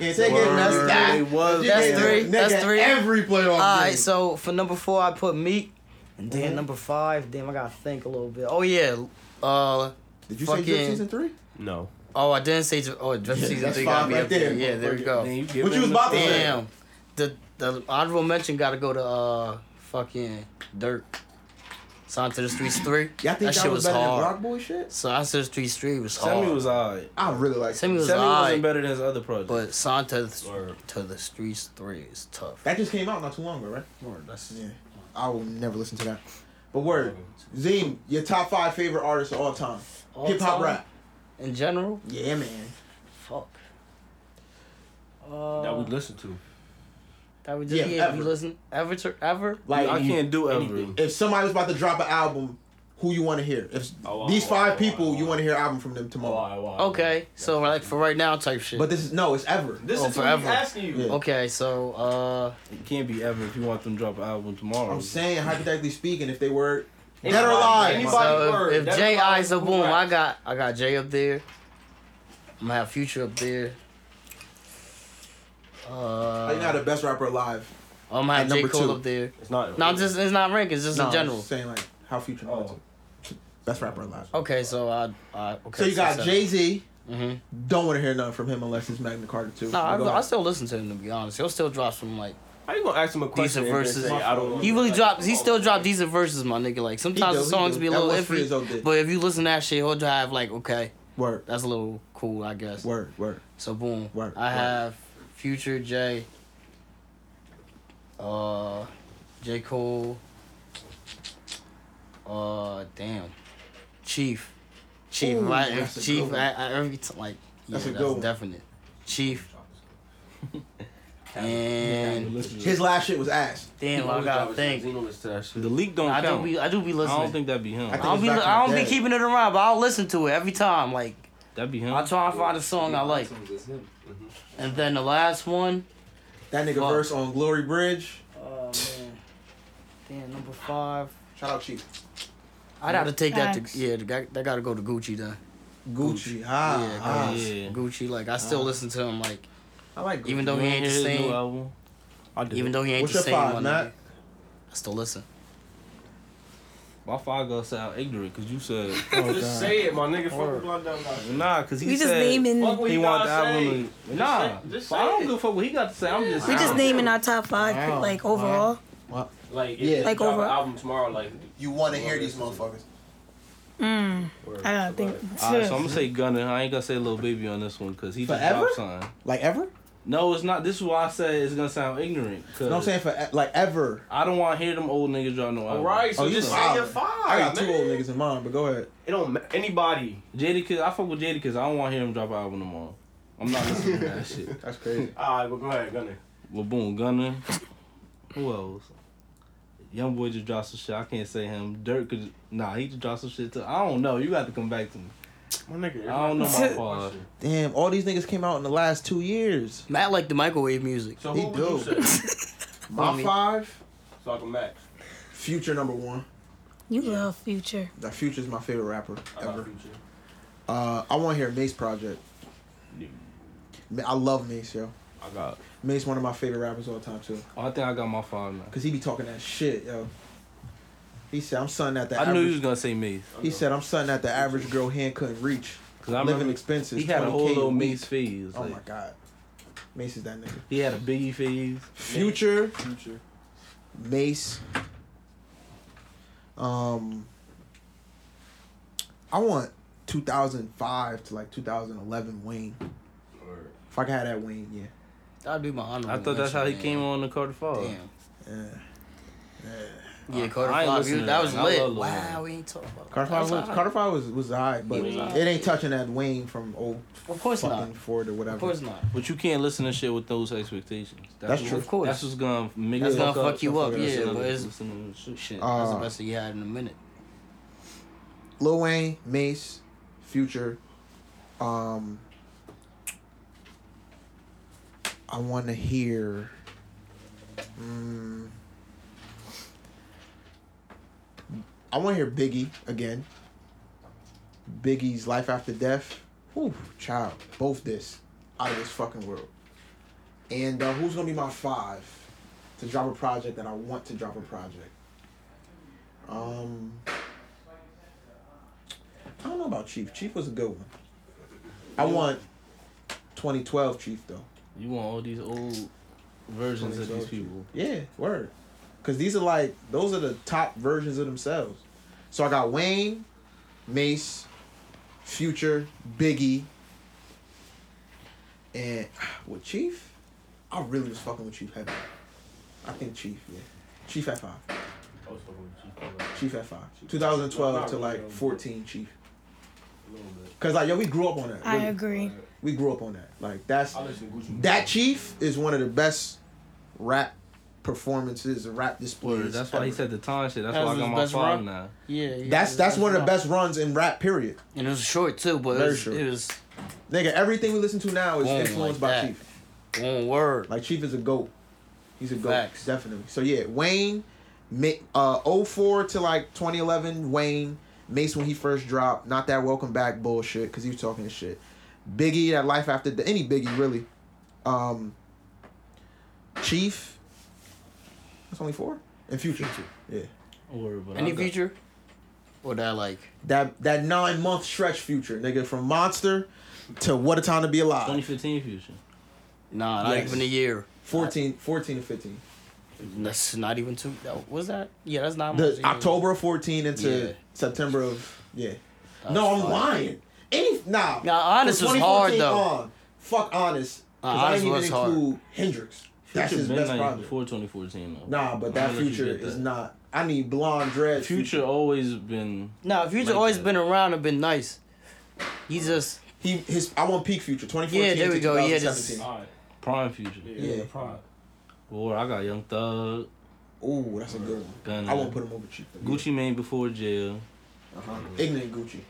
Speaker 1: it. That's
Speaker 4: Word.
Speaker 1: that.
Speaker 4: It was-
Speaker 6: That's
Speaker 1: Nigga,
Speaker 6: three.
Speaker 1: nigga,
Speaker 6: That's three.
Speaker 1: Every playoff.
Speaker 6: All right,
Speaker 1: game.
Speaker 6: so for number four, I put Meek, and then number five, damn, I gotta think a little bit. Oh yeah, uh,
Speaker 1: Did you say Drip
Speaker 6: fucking-
Speaker 1: season three?
Speaker 5: no.
Speaker 6: oh I didn't say. Oh, Drip
Speaker 1: Yeah,
Speaker 6: season
Speaker 1: that's
Speaker 6: three gotta
Speaker 1: five
Speaker 6: be
Speaker 1: right
Speaker 6: up there.
Speaker 1: there.
Speaker 6: Yeah, there we go.
Speaker 4: Then give
Speaker 1: What you
Speaker 4: him
Speaker 1: was
Speaker 4: the-
Speaker 1: about to say?
Speaker 6: Damn, the the honorable mention gotta go to uh fucking Dirk. Sign to the Streets three.
Speaker 1: Y'all think
Speaker 6: that
Speaker 1: that
Speaker 6: shit
Speaker 1: was
Speaker 6: was
Speaker 1: better than
Speaker 6: hard.
Speaker 1: Rock Boy shit?
Speaker 6: Sign to the Streets three was hard.
Speaker 4: Sammy was alright.
Speaker 1: I really like
Speaker 6: Sammy was
Speaker 4: Sammy wasn't
Speaker 6: alright,
Speaker 4: better than his other project.
Speaker 6: but Sign to the,
Speaker 5: Word.
Speaker 6: to the Streets three is tough.
Speaker 1: That just came out not too long ago, right?
Speaker 6: Word, that's-
Speaker 1: Yeah. I will never listen to that. But word, Zim, your top five favorite artists of all time.
Speaker 6: All
Speaker 1: Hip hop
Speaker 6: time?
Speaker 1: rap.
Speaker 6: In general,
Speaker 1: Yeah, man.
Speaker 6: fuck.
Speaker 5: That
Speaker 6: Uh,
Speaker 5: we listen to.
Speaker 6: That we just
Speaker 1: Yeah,
Speaker 6: yeah,
Speaker 1: ever.
Speaker 6: you listen ever to ever.
Speaker 1: Like mm-hmm.
Speaker 4: I can't do ever.
Speaker 5: anything.
Speaker 1: if somebody was about to drop an album, who you want to hear? If
Speaker 5: Oh, wow,
Speaker 1: these
Speaker 5: wow,
Speaker 1: five
Speaker 5: wow,
Speaker 1: people,
Speaker 5: wow. Oh,
Speaker 1: you want to hear an album from them tomorrow.
Speaker 6: Okay, so like for right now type shit.
Speaker 1: But this is no, it's ever.
Speaker 5: This
Speaker 6: Oh,
Speaker 5: is what
Speaker 6: forever.
Speaker 5: he's asking you.
Speaker 1: Yeah.
Speaker 6: okay, so uh,
Speaker 4: It can't be ever if you want them to drop an album tomorrow.
Speaker 1: I'm saying hypothetically speaking, if they were
Speaker 5: Anybody-
Speaker 1: dead or alive,
Speaker 5: anybody-
Speaker 6: so
Speaker 5: word,
Speaker 6: if, if
Speaker 5: that's
Speaker 6: Jay
Speaker 5: why
Speaker 6: eyes a
Speaker 5: who
Speaker 6: boom, I
Speaker 5: raps.
Speaker 6: got I got Jay up there. I'm gonna have Future up there. Uh,
Speaker 1: you're not the best rapper alive.
Speaker 6: I'm gonna have
Speaker 1: at
Speaker 6: J
Speaker 1: number
Speaker 6: Cole
Speaker 1: two.
Speaker 6: up there.
Speaker 5: It's not.
Speaker 6: No, I'm just it's not ranking. It's just
Speaker 1: No,
Speaker 6: in
Speaker 1: I'm
Speaker 6: general.
Speaker 1: saying like how future.
Speaker 5: Oh.
Speaker 1: Best rapper alive.
Speaker 6: Okay, so I, I okay.
Speaker 1: so you got Jay Z.
Speaker 6: Mm-hmm.
Speaker 1: Don't want to hear nothing from him unless it's Magna Carta too.
Speaker 6: No,
Speaker 1: Go
Speaker 6: I, I
Speaker 1: ahead.
Speaker 6: still listen to him to be honest. He'll still drop some like
Speaker 5: How you gonna ask him a question?
Speaker 6: Decent
Speaker 5: and then
Speaker 6: verses.
Speaker 5: say, I don't.
Speaker 6: He really dropped. He still dropped decent verses, my nigga. Like
Speaker 1: He
Speaker 6: sometimes
Speaker 1: do,
Speaker 6: the
Speaker 1: he
Speaker 6: songs
Speaker 1: do.
Speaker 6: be a
Speaker 1: That
Speaker 6: little
Speaker 1: was Freeze Oak
Speaker 6: iffy,
Speaker 1: did.
Speaker 6: but if you listen to that shit, he'll drive like okay,
Speaker 1: word,
Speaker 6: that's a little cool, I guess.
Speaker 1: word, word.
Speaker 6: So boom,
Speaker 1: Word,
Speaker 6: I
Speaker 1: word.
Speaker 6: have Future J, uh, J Cole, uh, damn, Chief, Chief,
Speaker 1: Ooh,
Speaker 6: right?
Speaker 1: that's
Speaker 6: If
Speaker 1: a
Speaker 6: Chief,
Speaker 1: good one.
Speaker 6: I, I, every time like yeah,
Speaker 1: That's
Speaker 6: that's,
Speaker 1: a good one.
Speaker 6: definite. Chief. And
Speaker 1: His last shit was ass.
Speaker 6: damn, I gotta think.
Speaker 4: the leak don't
Speaker 6: I do
Speaker 4: count.
Speaker 6: be, I do be
Speaker 4: I
Speaker 6: listening.
Speaker 4: don't think that'd be him.
Speaker 1: I think-
Speaker 6: I don't be,
Speaker 1: Back in
Speaker 6: I
Speaker 1: the
Speaker 6: don't be
Speaker 1: day.
Speaker 6: keeping it around, but I'll listen to it every time. Like
Speaker 4: that'd be him.
Speaker 6: I try and find a song I like,
Speaker 9: It's him.
Speaker 6: and then the last one.
Speaker 1: That nigga
Speaker 6: Fuck.
Speaker 1: verse on Glory Bridge.
Speaker 6: Oh man, damn number five.
Speaker 1: Shout out Chief.
Speaker 6: I'd have to take that
Speaker 2: Facts.
Speaker 6: to yeah. That, that gotta go to Gucci then.
Speaker 1: Gucci. Ah,
Speaker 6: yeah,
Speaker 1: ah.
Speaker 6: cause
Speaker 4: yeah.
Speaker 6: Gucci. Like I still
Speaker 1: Ah.
Speaker 6: listen to him. Like
Speaker 1: I like Gucci.
Speaker 6: even though he ain't the same,
Speaker 4: album.
Speaker 5: I did.
Speaker 6: even though he ain't
Speaker 1: What's
Speaker 6: the
Speaker 1: your
Speaker 6: same,
Speaker 1: five,
Speaker 6: my
Speaker 1: Matt?
Speaker 6: nigga, I still listen.
Speaker 4: My father gonna sound ignorant because you said oh,
Speaker 5: Just say it, my nigga. Fuck with Blunt Down Guy.
Speaker 4: nah. Because he
Speaker 12: We just
Speaker 4: said
Speaker 12: naming
Speaker 5: Fuck what
Speaker 4: he
Speaker 5: he
Speaker 4: wanted
Speaker 5: gotta
Speaker 4: the
Speaker 5: say.
Speaker 4: album. To, nah,
Speaker 5: say- just
Speaker 4: but I
Speaker 5: say
Speaker 4: don't
Speaker 5: it.
Speaker 4: give a fuck what he got to say. I'm just
Speaker 12: We just
Speaker 4: Wow.
Speaker 12: naming our top five,
Speaker 1: Wow.
Speaker 12: like overall.
Speaker 5: Like,
Speaker 1: Yeah.
Speaker 5: yeah.
Speaker 12: Like
Speaker 5: Like over.
Speaker 12: overall.
Speaker 5: album tomorrow, like.
Speaker 1: You want to hear these motherfuckers?
Speaker 2: Mm,
Speaker 5: or-
Speaker 2: I gotta think.
Speaker 4: All
Speaker 2: [laughs]
Speaker 4: right, so I'm gonna say Gunna. I ain't gonna say Lil Baby on this one because he just
Speaker 1: Forever?
Speaker 4: dropped something.
Speaker 1: Like ever?
Speaker 4: No, it's not. This is why I said it's gonna sound ignorant. Cause
Speaker 1: No, I'm saying for eh, like ever.
Speaker 4: I don't want to hear them old niggas drop no
Speaker 5: All
Speaker 4: album.
Speaker 5: right, so
Speaker 1: Oh, you
Speaker 5: just
Speaker 1: wild.
Speaker 5: say your five.
Speaker 1: I got two
Speaker 5: man.
Speaker 1: old niggas in mind, but go ahead.
Speaker 5: It don't ma- anybody.
Speaker 4: Jadakiss, I fuck with Jadakiss. I don't want to hear him drop an album tomorrow. I'm not listening to that shit.
Speaker 1: That's crazy.
Speaker 5: Alright, but go ahead, Gunner.
Speaker 4: Well, boom, Gunna. Who else? Young boy just dropped some shit. I can't say him. Dirk could. Nah, he just dropped some shit too. I don't know. You got to come back to me.
Speaker 5: My nigga.
Speaker 4: I [laughs] don't know
Speaker 12: [laughs]
Speaker 4: my father.
Speaker 1: Damn, all these niggas came out in the last two years.
Speaker 6: Matt like the microwave music.
Speaker 5: So
Speaker 1: He
Speaker 5: who would
Speaker 1: do.
Speaker 5: you say?
Speaker 1: My five,
Speaker 5: So I can max.
Speaker 1: Future number one.
Speaker 2: You love Future.
Speaker 1: That Future's my favorite rapper
Speaker 5: I got
Speaker 1: ever.
Speaker 5: future.
Speaker 1: Uh, I want to hear Mace Project. Ma- I love Mace, yo.
Speaker 5: I got.
Speaker 1: Mace one of my favorite rappers of all time too,
Speaker 4: Oh, I think I got my father now.
Speaker 1: cause he be talking that shit, yo. He said I'm something that the
Speaker 4: I knew
Speaker 1: average.
Speaker 4: you was gonna say me.
Speaker 1: he said I'm something that the average girl hand couldn't reach.
Speaker 4: Cause I
Speaker 1: Living
Speaker 4: remember
Speaker 1: expenses.
Speaker 4: he had a
Speaker 1: 20K
Speaker 4: whole little
Speaker 1: week.
Speaker 4: Mace phase.
Speaker 1: Oh
Speaker 4: like,
Speaker 1: my god, Mace is that nigga.
Speaker 4: He had a Biggie phase.
Speaker 1: Future,
Speaker 5: Future.
Speaker 1: Mace. Um, I want 2005 to like 2011 Wayne.
Speaker 5: Or,
Speaker 1: If I could have that Wayne, yeah.
Speaker 6: That'd be my honorable.
Speaker 4: I thought that's how he
Speaker 6: mention,
Speaker 4: came
Speaker 6: man.
Speaker 4: on the Carter Fall.
Speaker 6: Damn.
Speaker 1: Yeah.
Speaker 6: Yeah, Carter
Speaker 4: I ain't
Speaker 6: Five.
Speaker 4: listening
Speaker 6: you-
Speaker 4: to
Speaker 6: That
Speaker 4: that.
Speaker 6: was
Speaker 4: I
Speaker 6: lit.
Speaker 4: love Lil
Speaker 6: Wow,
Speaker 4: Wayne.
Speaker 6: we ain't talking about
Speaker 1: Carter
Speaker 6: that.
Speaker 1: Five was,
Speaker 6: That's
Speaker 1: Carter Five was was alright, but
Speaker 6: was
Speaker 1: it ain't touching that Wayne from old
Speaker 6: Of course
Speaker 1: fucking
Speaker 6: not.
Speaker 1: Ford or whatever.
Speaker 6: Of course not.
Speaker 4: But you can't listen to shit with those expectations.
Speaker 1: That's
Speaker 4: what-
Speaker 1: true.
Speaker 6: Of course.
Speaker 4: That's what's gonna make
Speaker 6: That's
Speaker 4: it
Speaker 6: gonna fuck you
Speaker 1: fuck
Speaker 6: up.
Speaker 1: up.
Speaker 6: Yeah,
Speaker 4: Listen to-
Speaker 6: but it's
Speaker 4: listen to shit.
Speaker 6: shit.
Speaker 1: Uh,
Speaker 6: That's the best that you had in a minute.
Speaker 1: Lil Wayne, Mace, Future. Um, I want to hear. Mm, I want to hear Biggie again. Biggie's Life After Death. Whew, child. Both this. Out of this fucking world. And uh, who's going to be my five to drop a project that I want to drop a project? Um. I don't know about Chief. Chief was a good one. I want 2012 Chief though.
Speaker 4: You want all these old versions of these people.
Speaker 1: Yeah, word. Cause these are like those are the top versions of themselves. So I got Wayne, Mace, Future, Biggie, and [sighs] with Chief, I really was fucking with Chief heavy. I think Chief, yeah. Chief at five.
Speaker 5: I was fucking with Chief for
Speaker 1: Chief at five. 2012 to like 14 Chief.
Speaker 5: a little bit.
Speaker 1: Cause like yo, we grew up on that.
Speaker 2: I
Speaker 1: Really.
Speaker 2: agree.
Speaker 1: We grew up on that. Like that's
Speaker 5: I listen to Gucci.
Speaker 1: That Chief is one of the best rap performances, rap displays.
Speaker 4: Word. That's why he
Speaker 1: ever.
Speaker 4: said the time shit. That's
Speaker 6: That
Speaker 4: why I
Speaker 6: was
Speaker 4: got
Speaker 6: his
Speaker 4: my
Speaker 6: best
Speaker 4: father
Speaker 6: run?
Speaker 4: now.
Speaker 6: Yeah,
Speaker 1: That's that's one of the best runs in rap. Period.
Speaker 6: And it was short too, but
Speaker 1: Very
Speaker 6: it was,
Speaker 1: short.
Speaker 6: it was
Speaker 1: Nigga, everything we listen to now is
Speaker 6: Boom,
Speaker 1: influenced
Speaker 6: like
Speaker 1: by
Speaker 6: that.
Speaker 1: Chief.
Speaker 6: one word.
Speaker 1: Like Chief is a goat. He's a goat,
Speaker 6: Facts.
Speaker 1: definitely. So yeah, Wayne, Ma- uh, 04 to like 2011, Wayne Mace when he first dropped. Not that welcome back bullshit because he was talking his shit. Biggie, that life after the, any Biggie really. Um, Chief. That's only four. And future. Yeah.
Speaker 4: Word, but I
Speaker 6: Any
Speaker 4: got-
Speaker 6: future? Or that like
Speaker 1: That that nine month stretch future, nigga, from Monster to What a Time to Be Alive.
Speaker 4: 2015 future.
Speaker 6: nah, not
Speaker 1: Yes.
Speaker 6: even a year.
Speaker 1: 14, 14 to 15.
Speaker 6: That's not even two. That, was that? Yeah, that's not.
Speaker 1: The October of 14 into
Speaker 6: Yeah.
Speaker 1: September of, yeah. No, I'm lying. Any, nah.
Speaker 6: Nah, Honest
Speaker 1: From
Speaker 6: was hard,
Speaker 1: 2014
Speaker 6: though.
Speaker 1: on, fuck Honest. Because
Speaker 6: Nah,
Speaker 1: I
Speaker 6: Honest
Speaker 1: didn't even
Speaker 6: was hard.
Speaker 1: include Hendrix. That's
Speaker 4: Future
Speaker 1: his
Speaker 4: been
Speaker 1: best
Speaker 4: like
Speaker 1: project.
Speaker 4: before 2014 though.
Speaker 1: Nah, but
Speaker 4: I'm
Speaker 1: that
Speaker 4: gonna let you
Speaker 1: future
Speaker 4: get that.
Speaker 1: is not. I need blonde dreads.
Speaker 4: Future always been.
Speaker 6: Now, future
Speaker 4: Like
Speaker 6: always
Speaker 4: that.
Speaker 6: been around and been nice. He just
Speaker 1: He his. I want peak future. 2014
Speaker 6: Yeah, there we
Speaker 1: to
Speaker 6: go. Yeah, this-
Speaker 1: 2017.
Speaker 5: Alright.
Speaker 4: Prime future.
Speaker 1: Yeah.
Speaker 5: Prime.
Speaker 4: Or I got Young Thug,
Speaker 1: Ooh, that's a good one.
Speaker 4: Gunna,
Speaker 1: I won't put him over Chief. though.
Speaker 4: Gucci Mane before jail,
Speaker 1: Uh-huh. Ignorant Gucci.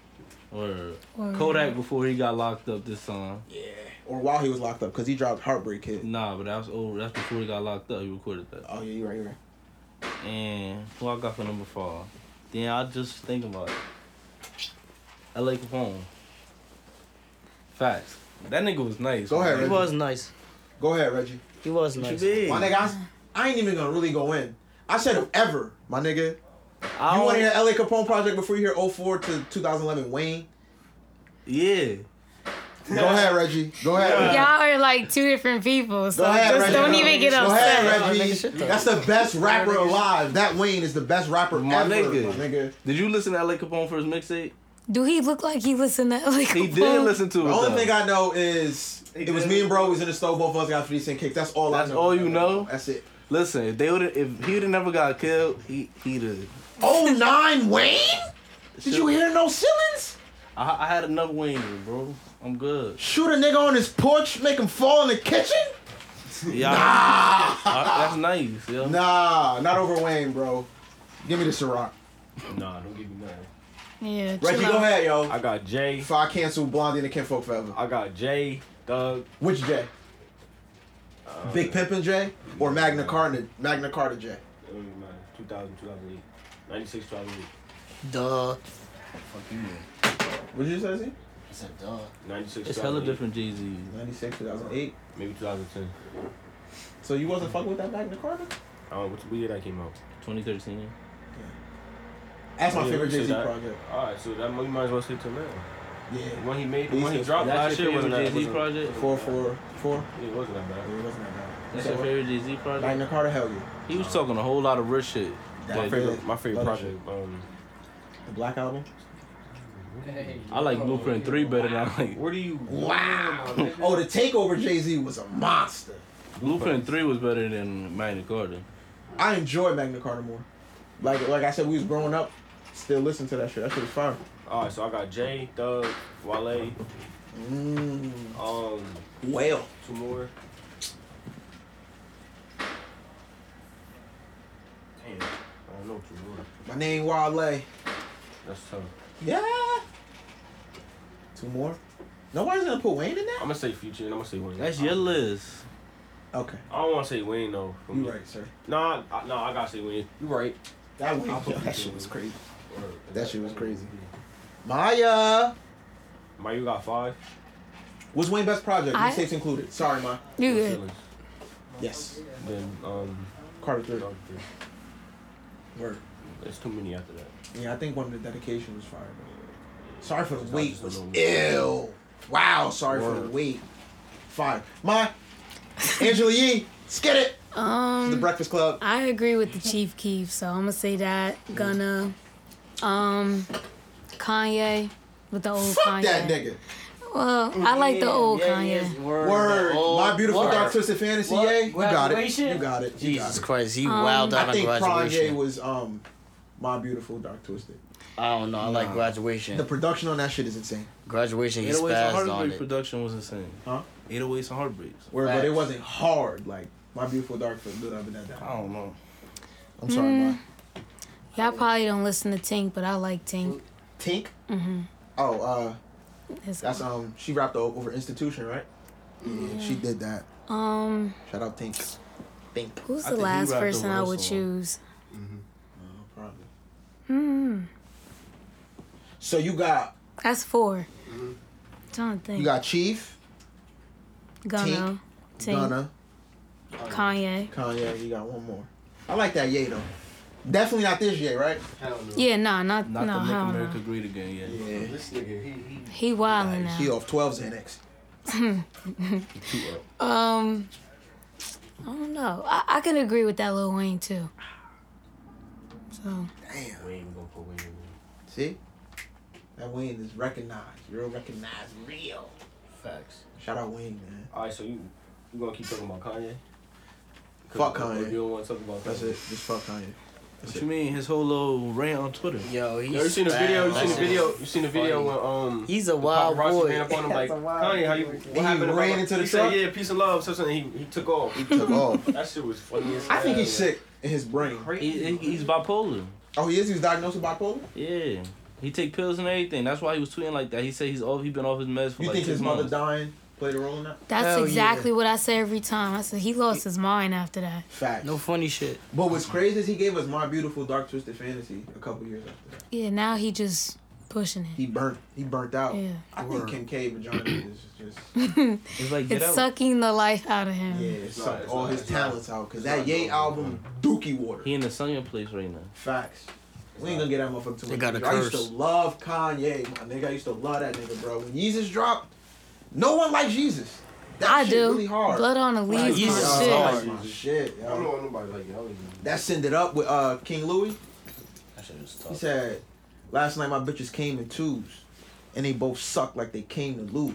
Speaker 4: or
Speaker 2: Word.
Speaker 4: Kodak before he got locked up this time.
Speaker 1: Yeah. Or while he was locked up, because he dropped Heartbreak Kid.
Speaker 4: Nah, but that was old. That's before he got locked up. He recorded that.
Speaker 1: Oh, yeah, you're right, you're right.
Speaker 4: And who I got for number four? Then I just think about it. L.A. Capone. Facts. That nigga was nice.
Speaker 1: Go ahead,
Speaker 6: he
Speaker 1: Reggie.
Speaker 6: was nice.
Speaker 1: Go ahead, Reggie.
Speaker 6: He was
Speaker 4: What you
Speaker 6: nice.
Speaker 4: did?
Speaker 1: My nigga, I, I ain't even gonna really go in. I said ever, my nigga.
Speaker 4: I
Speaker 1: You
Speaker 4: don't-
Speaker 1: want to hear LA Capone project before you hear 04 to 2011 Wayne?
Speaker 4: Yeah.
Speaker 1: Go ahead, Reggie. Go ahead. Reggie.
Speaker 2: Y'all are like two different people, so
Speaker 1: Go ahead,
Speaker 2: just
Speaker 1: Reggie.
Speaker 2: don't even get
Speaker 1: Go ahead,
Speaker 2: upset.
Speaker 1: Reggie. That's the best rapper alive. That Wayne is the best rapper
Speaker 4: My
Speaker 1: ever.
Speaker 4: nigga.
Speaker 1: my nigga.
Speaker 4: Did you listen to LA Capone first mixtape?
Speaker 2: Do he look like he listened to [laughs] like
Speaker 4: He did listen to it.
Speaker 1: The only
Speaker 4: though.
Speaker 1: thing I know is it was me and bro was in the store. Both of us got 50 cent kicks. That's all
Speaker 4: That's
Speaker 1: I know.
Speaker 4: all you know?
Speaker 1: That's it.
Speaker 4: listen, if they would if he would have never got killed, he he'd have.
Speaker 1: Oh nine Wayne? Did you hear no ceilings?
Speaker 4: I, I had enough wings, bro. I'm good.
Speaker 1: Shoot a nigga on his porch, make him fall in the kitchen?
Speaker 4: Yeah, I- that's nice. Yo.
Speaker 1: Nah, not over Wayne, bro. Give me the Ciroc.
Speaker 5: Nah, don't give me nothing.
Speaker 2: Yeah,
Speaker 1: Reggie,
Speaker 2: chill
Speaker 1: go
Speaker 2: out.
Speaker 1: ahead, yo.
Speaker 5: I got Jay.
Speaker 1: If I cancel Blondie and the Kinfolk forever.
Speaker 5: I got Jay. Thug.
Speaker 1: Which J? Uh, Big Pimpin' J or Magna Carta Magna Carta J?
Speaker 5: I don't even mind. 2000, 2008. 96, 2008.
Speaker 6: Duh.
Speaker 1: What did you say? Z?
Speaker 6: I said duh.
Speaker 5: 96,
Speaker 4: It's hella
Speaker 5: 2008,
Speaker 4: different Jeezy.
Speaker 1: 96, 2008.
Speaker 5: Maybe 2010.
Speaker 1: So you wasn't fucking with that Magna Carta?
Speaker 5: I don't know. What year that came out?
Speaker 4: 2013.
Speaker 1: That's my
Speaker 5: Yeah,
Speaker 1: favorite
Speaker 5: so
Speaker 1: Jay Z
Speaker 5: that-
Speaker 1: project.
Speaker 5: Alright, so that we might as well stick to now. The
Speaker 1: Yeah.
Speaker 5: one he made, the
Speaker 1: These
Speaker 5: one he
Speaker 1: is-
Speaker 5: dropped
Speaker 4: That's
Speaker 5: last
Speaker 4: your
Speaker 5: year wasn't
Speaker 4: favorite
Speaker 5: that
Speaker 4: Jay Z
Speaker 5: wasn't-
Speaker 4: project?
Speaker 1: Four, four, four.
Speaker 5: It wasn't that
Speaker 1: Yeah,
Speaker 5: bad.
Speaker 1: it wasn't that bad.
Speaker 4: That's
Speaker 1: So
Speaker 4: your
Speaker 1: what?
Speaker 4: favorite Jay Z project?
Speaker 1: Magna Carta, hell yeah.
Speaker 4: He was talking a whole lot of rich shit.
Speaker 1: My
Speaker 4: Like,
Speaker 1: favorite-
Speaker 5: My favorite
Speaker 1: Love
Speaker 5: project. Um,
Speaker 1: The Black Album.
Speaker 4: I like Blueprint 3 better than [laughs] I like.
Speaker 5: where do you?
Speaker 1: Wow. Oh, the takeover Jay Z was a monster.
Speaker 4: Blueprint 3 was better than Magna Carta.
Speaker 1: I enjoy Magna Carta more. Like like I said, we was growing up, still listen to that shit. That shit was fire.
Speaker 5: Alright, so I got Jay, Thug, Wale,
Speaker 1: Mm.
Speaker 5: um,
Speaker 1: Whale.
Speaker 5: two more. Damn, I don't know two more.
Speaker 1: My name Wale.
Speaker 5: That's tough.
Speaker 1: Yeah. Two more. Nobody's gonna put Wayne in
Speaker 5: I'm
Speaker 1: that.
Speaker 5: gonna say Future and I'm gonna say Wayne.
Speaker 4: That's your list.
Speaker 1: Okay,
Speaker 5: I don't want to say Wayne though. for me.
Speaker 1: you right, sir.
Speaker 5: Nah, I, nah, I gotta say Wayne. You right.
Speaker 1: [laughs] That
Speaker 5: I'll put
Speaker 1: Wayne. That
Speaker 5: Future
Speaker 1: shit
Speaker 5: in.
Speaker 1: was crazy.
Speaker 5: Or-
Speaker 1: That shit was crazy. Maya.
Speaker 5: My, you got five.
Speaker 1: Was Wayne best project?
Speaker 2: I-
Speaker 1: Mixtapes included. Sorry, Ma.
Speaker 2: You good?
Speaker 5: Feelings.
Speaker 1: Yes.
Speaker 5: Then um,
Speaker 1: Carter three.
Speaker 5: Thug three.
Speaker 1: Word.
Speaker 5: There's too many after that.
Speaker 1: Yeah, I think one of the dedication was fire. Bro. Sorry for the wait
Speaker 5: just
Speaker 1: was
Speaker 5: alone.
Speaker 1: ill. Wow. Sorry for the
Speaker 5: Word.
Speaker 1: wait. Fire. My Angela Yee. Skid it. The
Speaker 2: Um,
Speaker 1: Breakfast Club.
Speaker 2: I agree with the Chief Keef, so I'm gonna say that. Gonna, um, Kanye with the old
Speaker 1: Fuck
Speaker 2: Kanye.
Speaker 1: that nigga.
Speaker 2: Well, I like the old
Speaker 6: yeah,
Speaker 2: Kanye.
Speaker 6: yes, word.
Speaker 1: Word.
Speaker 6: The old
Speaker 1: My beautiful
Speaker 6: word.
Speaker 1: dark twisted fantasy.
Speaker 6: What?
Speaker 1: Yay. You got it.
Speaker 6: Graduation?
Speaker 1: You got it. You got
Speaker 6: Jesus
Speaker 1: it.
Speaker 6: Christ, he
Speaker 2: Um,
Speaker 6: wowed out
Speaker 1: I
Speaker 6: on
Speaker 1: think Kanye
Speaker 6: graduation.
Speaker 1: was um, my beautiful dark twisted.
Speaker 6: I don't know. I like
Speaker 1: Nah.
Speaker 6: graduation.
Speaker 1: The production on that shit is insane.
Speaker 6: graduation, he
Speaker 4: 808s and
Speaker 6: spazzed on
Speaker 4: oh Heartbreak
Speaker 6: it.
Speaker 4: production was insane.
Speaker 1: Huh?
Speaker 4: 808s and Heartbreaks.
Speaker 1: Word, but it
Speaker 6: Facts.
Speaker 1: wasn't hard like my beautiful dark twisted.
Speaker 4: I don't know.
Speaker 1: I'm sorry, Ma.
Speaker 2: Y'all probably don't listen to Tink, but I like Tink.
Speaker 1: Tink.
Speaker 2: Mm-hmm.
Speaker 1: Oh, uh,
Speaker 2: That's
Speaker 1: that's um, she rapped o- over institution, right? Yeah, she did that.
Speaker 2: um,
Speaker 1: Shout out Tink. Tink.
Speaker 2: who's
Speaker 4: I
Speaker 2: the
Speaker 4: think he
Speaker 2: last
Speaker 4: rapped
Speaker 2: person
Speaker 4: over
Speaker 2: I
Speaker 4: her
Speaker 2: would
Speaker 4: song.
Speaker 2: choose?
Speaker 1: Probably.
Speaker 2: Hmm,
Speaker 1: So you got
Speaker 2: that's 4 Don't think.
Speaker 1: Mm-hmm. you got Chief,
Speaker 2: Gunna, Tink,
Speaker 1: Gunna,
Speaker 2: Kanye.
Speaker 1: Kanye. You got one more. I like that Ye though. Definitely not this Ye, right?
Speaker 2: Yeah, nah, not
Speaker 4: Not
Speaker 2: no,
Speaker 4: the Make
Speaker 2: hell
Speaker 4: America
Speaker 2: no.
Speaker 4: Great Again yet.
Speaker 1: Yeah.
Speaker 9: This nigga, he, he
Speaker 2: He wildin'
Speaker 1: She
Speaker 2: now.
Speaker 1: off 12 Xanax.
Speaker 2: [laughs] Um, I don't know. I, I can agree with that Lil Wayne too. So
Speaker 1: Damn.
Speaker 5: Wayne, we gonna put Wayne in there.
Speaker 1: See? That Wayne is recognized. Real recognized. Real.
Speaker 5: Facts.
Speaker 1: Shout out Wayne, man.
Speaker 5: All right, so you you gonna keep talking about Kanye? 'Cause
Speaker 1: Fuck
Speaker 5: you-
Speaker 1: Kanye.
Speaker 5: You don't want to talk about
Speaker 1: That's
Speaker 5: Kanye.
Speaker 1: it. Just fuck Kanye.
Speaker 4: What you mean? His whole little rant on Twitter.
Speaker 6: Yo, he's
Speaker 5: Yo, you seen the video? You seen the
Speaker 6: spazzed.
Speaker 5: video? You seen the video when um
Speaker 6: He's a
Speaker 5: the
Speaker 6: wild
Speaker 5: paparazzi
Speaker 6: boy.
Speaker 5: ran up on him like
Speaker 9: That's a wild
Speaker 5: Kanye, how you?
Speaker 9: boy.
Speaker 5: What
Speaker 1: He
Speaker 5: happened?
Speaker 1: ran
Speaker 5: about-
Speaker 1: into the
Speaker 5: he
Speaker 1: truck?
Speaker 5: said, yeah, peace and love. Something. He he took off.
Speaker 1: He took off.
Speaker 5: that shit was funny as
Speaker 1: [laughs] I think he's
Speaker 5: hell.
Speaker 1: sick in his brain.
Speaker 4: He,
Speaker 5: Crazy.
Speaker 4: he- he's bipolar.
Speaker 1: Oh, he is? He was diagnosed with bipolar?
Speaker 4: Yeah. He take pills and everything. That's why he was tweeting like that. He said he's off. He been off his meds for
Speaker 1: You
Speaker 4: like
Speaker 1: think
Speaker 4: six
Speaker 1: his mother
Speaker 4: months.
Speaker 1: dying played a role in that?
Speaker 2: that's
Speaker 6: Hell yeah.
Speaker 2: exactly what I say every time. I said he lost his mind after that.
Speaker 1: Fact.
Speaker 6: No funny shit.
Speaker 1: But what's crazy is he gave us My Beautiful Dark Twisted Fantasy a couple years after that.
Speaker 2: Yeah, now he just pushing it.
Speaker 1: He burnt. He burnt out.
Speaker 2: Yeah,
Speaker 1: I think
Speaker 6: Word.
Speaker 1: Kim K vagina is just.
Speaker 4: It's like
Speaker 2: [laughs]
Speaker 4: get
Speaker 2: it's
Speaker 4: out.
Speaker 2: sucking the life out of
Speaker 1: Yeah,
Speaker 2: him.
Speaker 1: it sucked
Speaker 5: it's
Speaker 1: all
Speaker 5: not-
Speaker 1: his
Speaker 5: it's not-
Speaker 1: talents out because
Speaker 5: it's
Speaker 1: that
Speaker 5: not
Speaker 1: Ye
Speaker 5: dope.
Speaker 1: album, Dookie Water.
Speaker 4: He in the sunken place right now.
Speaker 1: Facts. We ain't gonna get that motherfucker too
Speaker 6: They
Speaker 1: much.
Speaker 6: got a
Speaker 1: I used to
Speaker 6: curse.
Speaker 1: love Kanye, my nigga. I used to love that nigga, bro. When Yeezus dropped, no one likes Jesus. That
Speaker 2: I
Speaker 1: shit
Speaker 2: do.
Speaker 1: really hard.
Speaker 2: Blood on the leaves,
Speaker 6: Yeezus
Speaker 2: my
Speaker 6: is
Speaker 2: shit.
Speaker 6: hard.
Speaker 1: That's my shit,
Speaker 5: I don't
Speaker 1: yo.
Speaker 5: know nobody like you. I don't even.
Speaker 1: That sended up with uh, King Louis.
Speaker 6: That shit is
Speaker 1: He
Speaker 6: tough.
Speaker 1: said, "Last night my bitches came in twos, and they both sucked like they came to lose."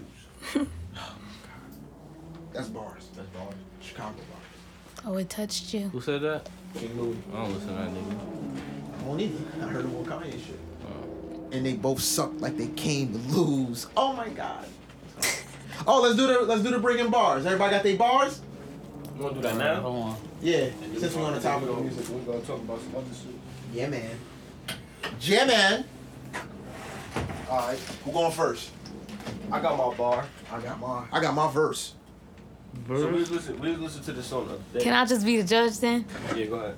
Speaker 1: That's bars.
Speaker 5: That's bars.
Speaker 1: Chicago bars.
Speaker 2: Oh, it touched you.
Speaker 4: Who said that?
Speaker 1: King Louis.
Speaker 4: I don't listen to that nigga.
Speaker 1: I don't either. I heard him on Kanye shit. And they both sucked like they came to lose. Oh my god. oh, let's do the let's do the bringing bars. Everybody got their bars?
Speaker 5: You wanna do that now?
Speaker 6: Hold on.
Speaker 1: Yeah. Since we're on the topic of music.
Speaker 5: we're gonna talk about some other shit.
Speaker 1: Yeah, man. Yeah, man. All right. Who going first?
Speaker 5: I got my bar.
Speaker 1: I got my I got my verse.
Speaker 5: So we was listen, we was listen to this song the other day.
Speaker 2: Can I just be the judge then?
Speaker 5: Yeah, go ahead.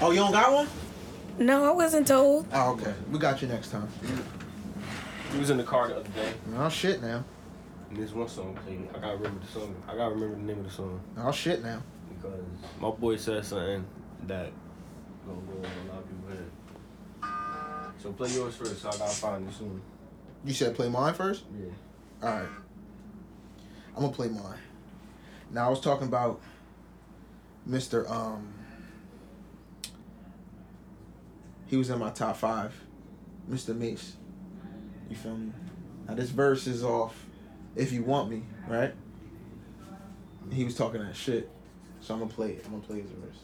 Speaker 1: Oh, you don't got one?
Speaker 8: No, I wasn't told.
Speaker 1: Oh, okay. We got you next time.
Speaker 5: We was in the car the other day,
Speaker 1: Oh shit now.
Speaker 5: and this one song played. I gotta remember the song. I gotta remember the name of the song
Speaker 1: Oh shit now.
Speaker 5: because my boy said something that gonna go over a lot of people's head. So play yours first. So I gotta find this one.
Speaker 1: You said play mine first?
Speaker 5: Yeah.
Speaker 1: All right. I'm gonna play mine. Now I was talking about Mr. Um. He was in my top five, Mr. Mace. You feel me? Now this verse is off. If you want me, right? He was talking that shit, so I'm gonna play it. I'm gonna play his verse.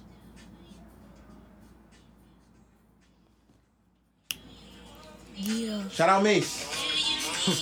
Speaker 2: Yeah.
Speaker 1: Shout out Mace.
Speaker 12: Big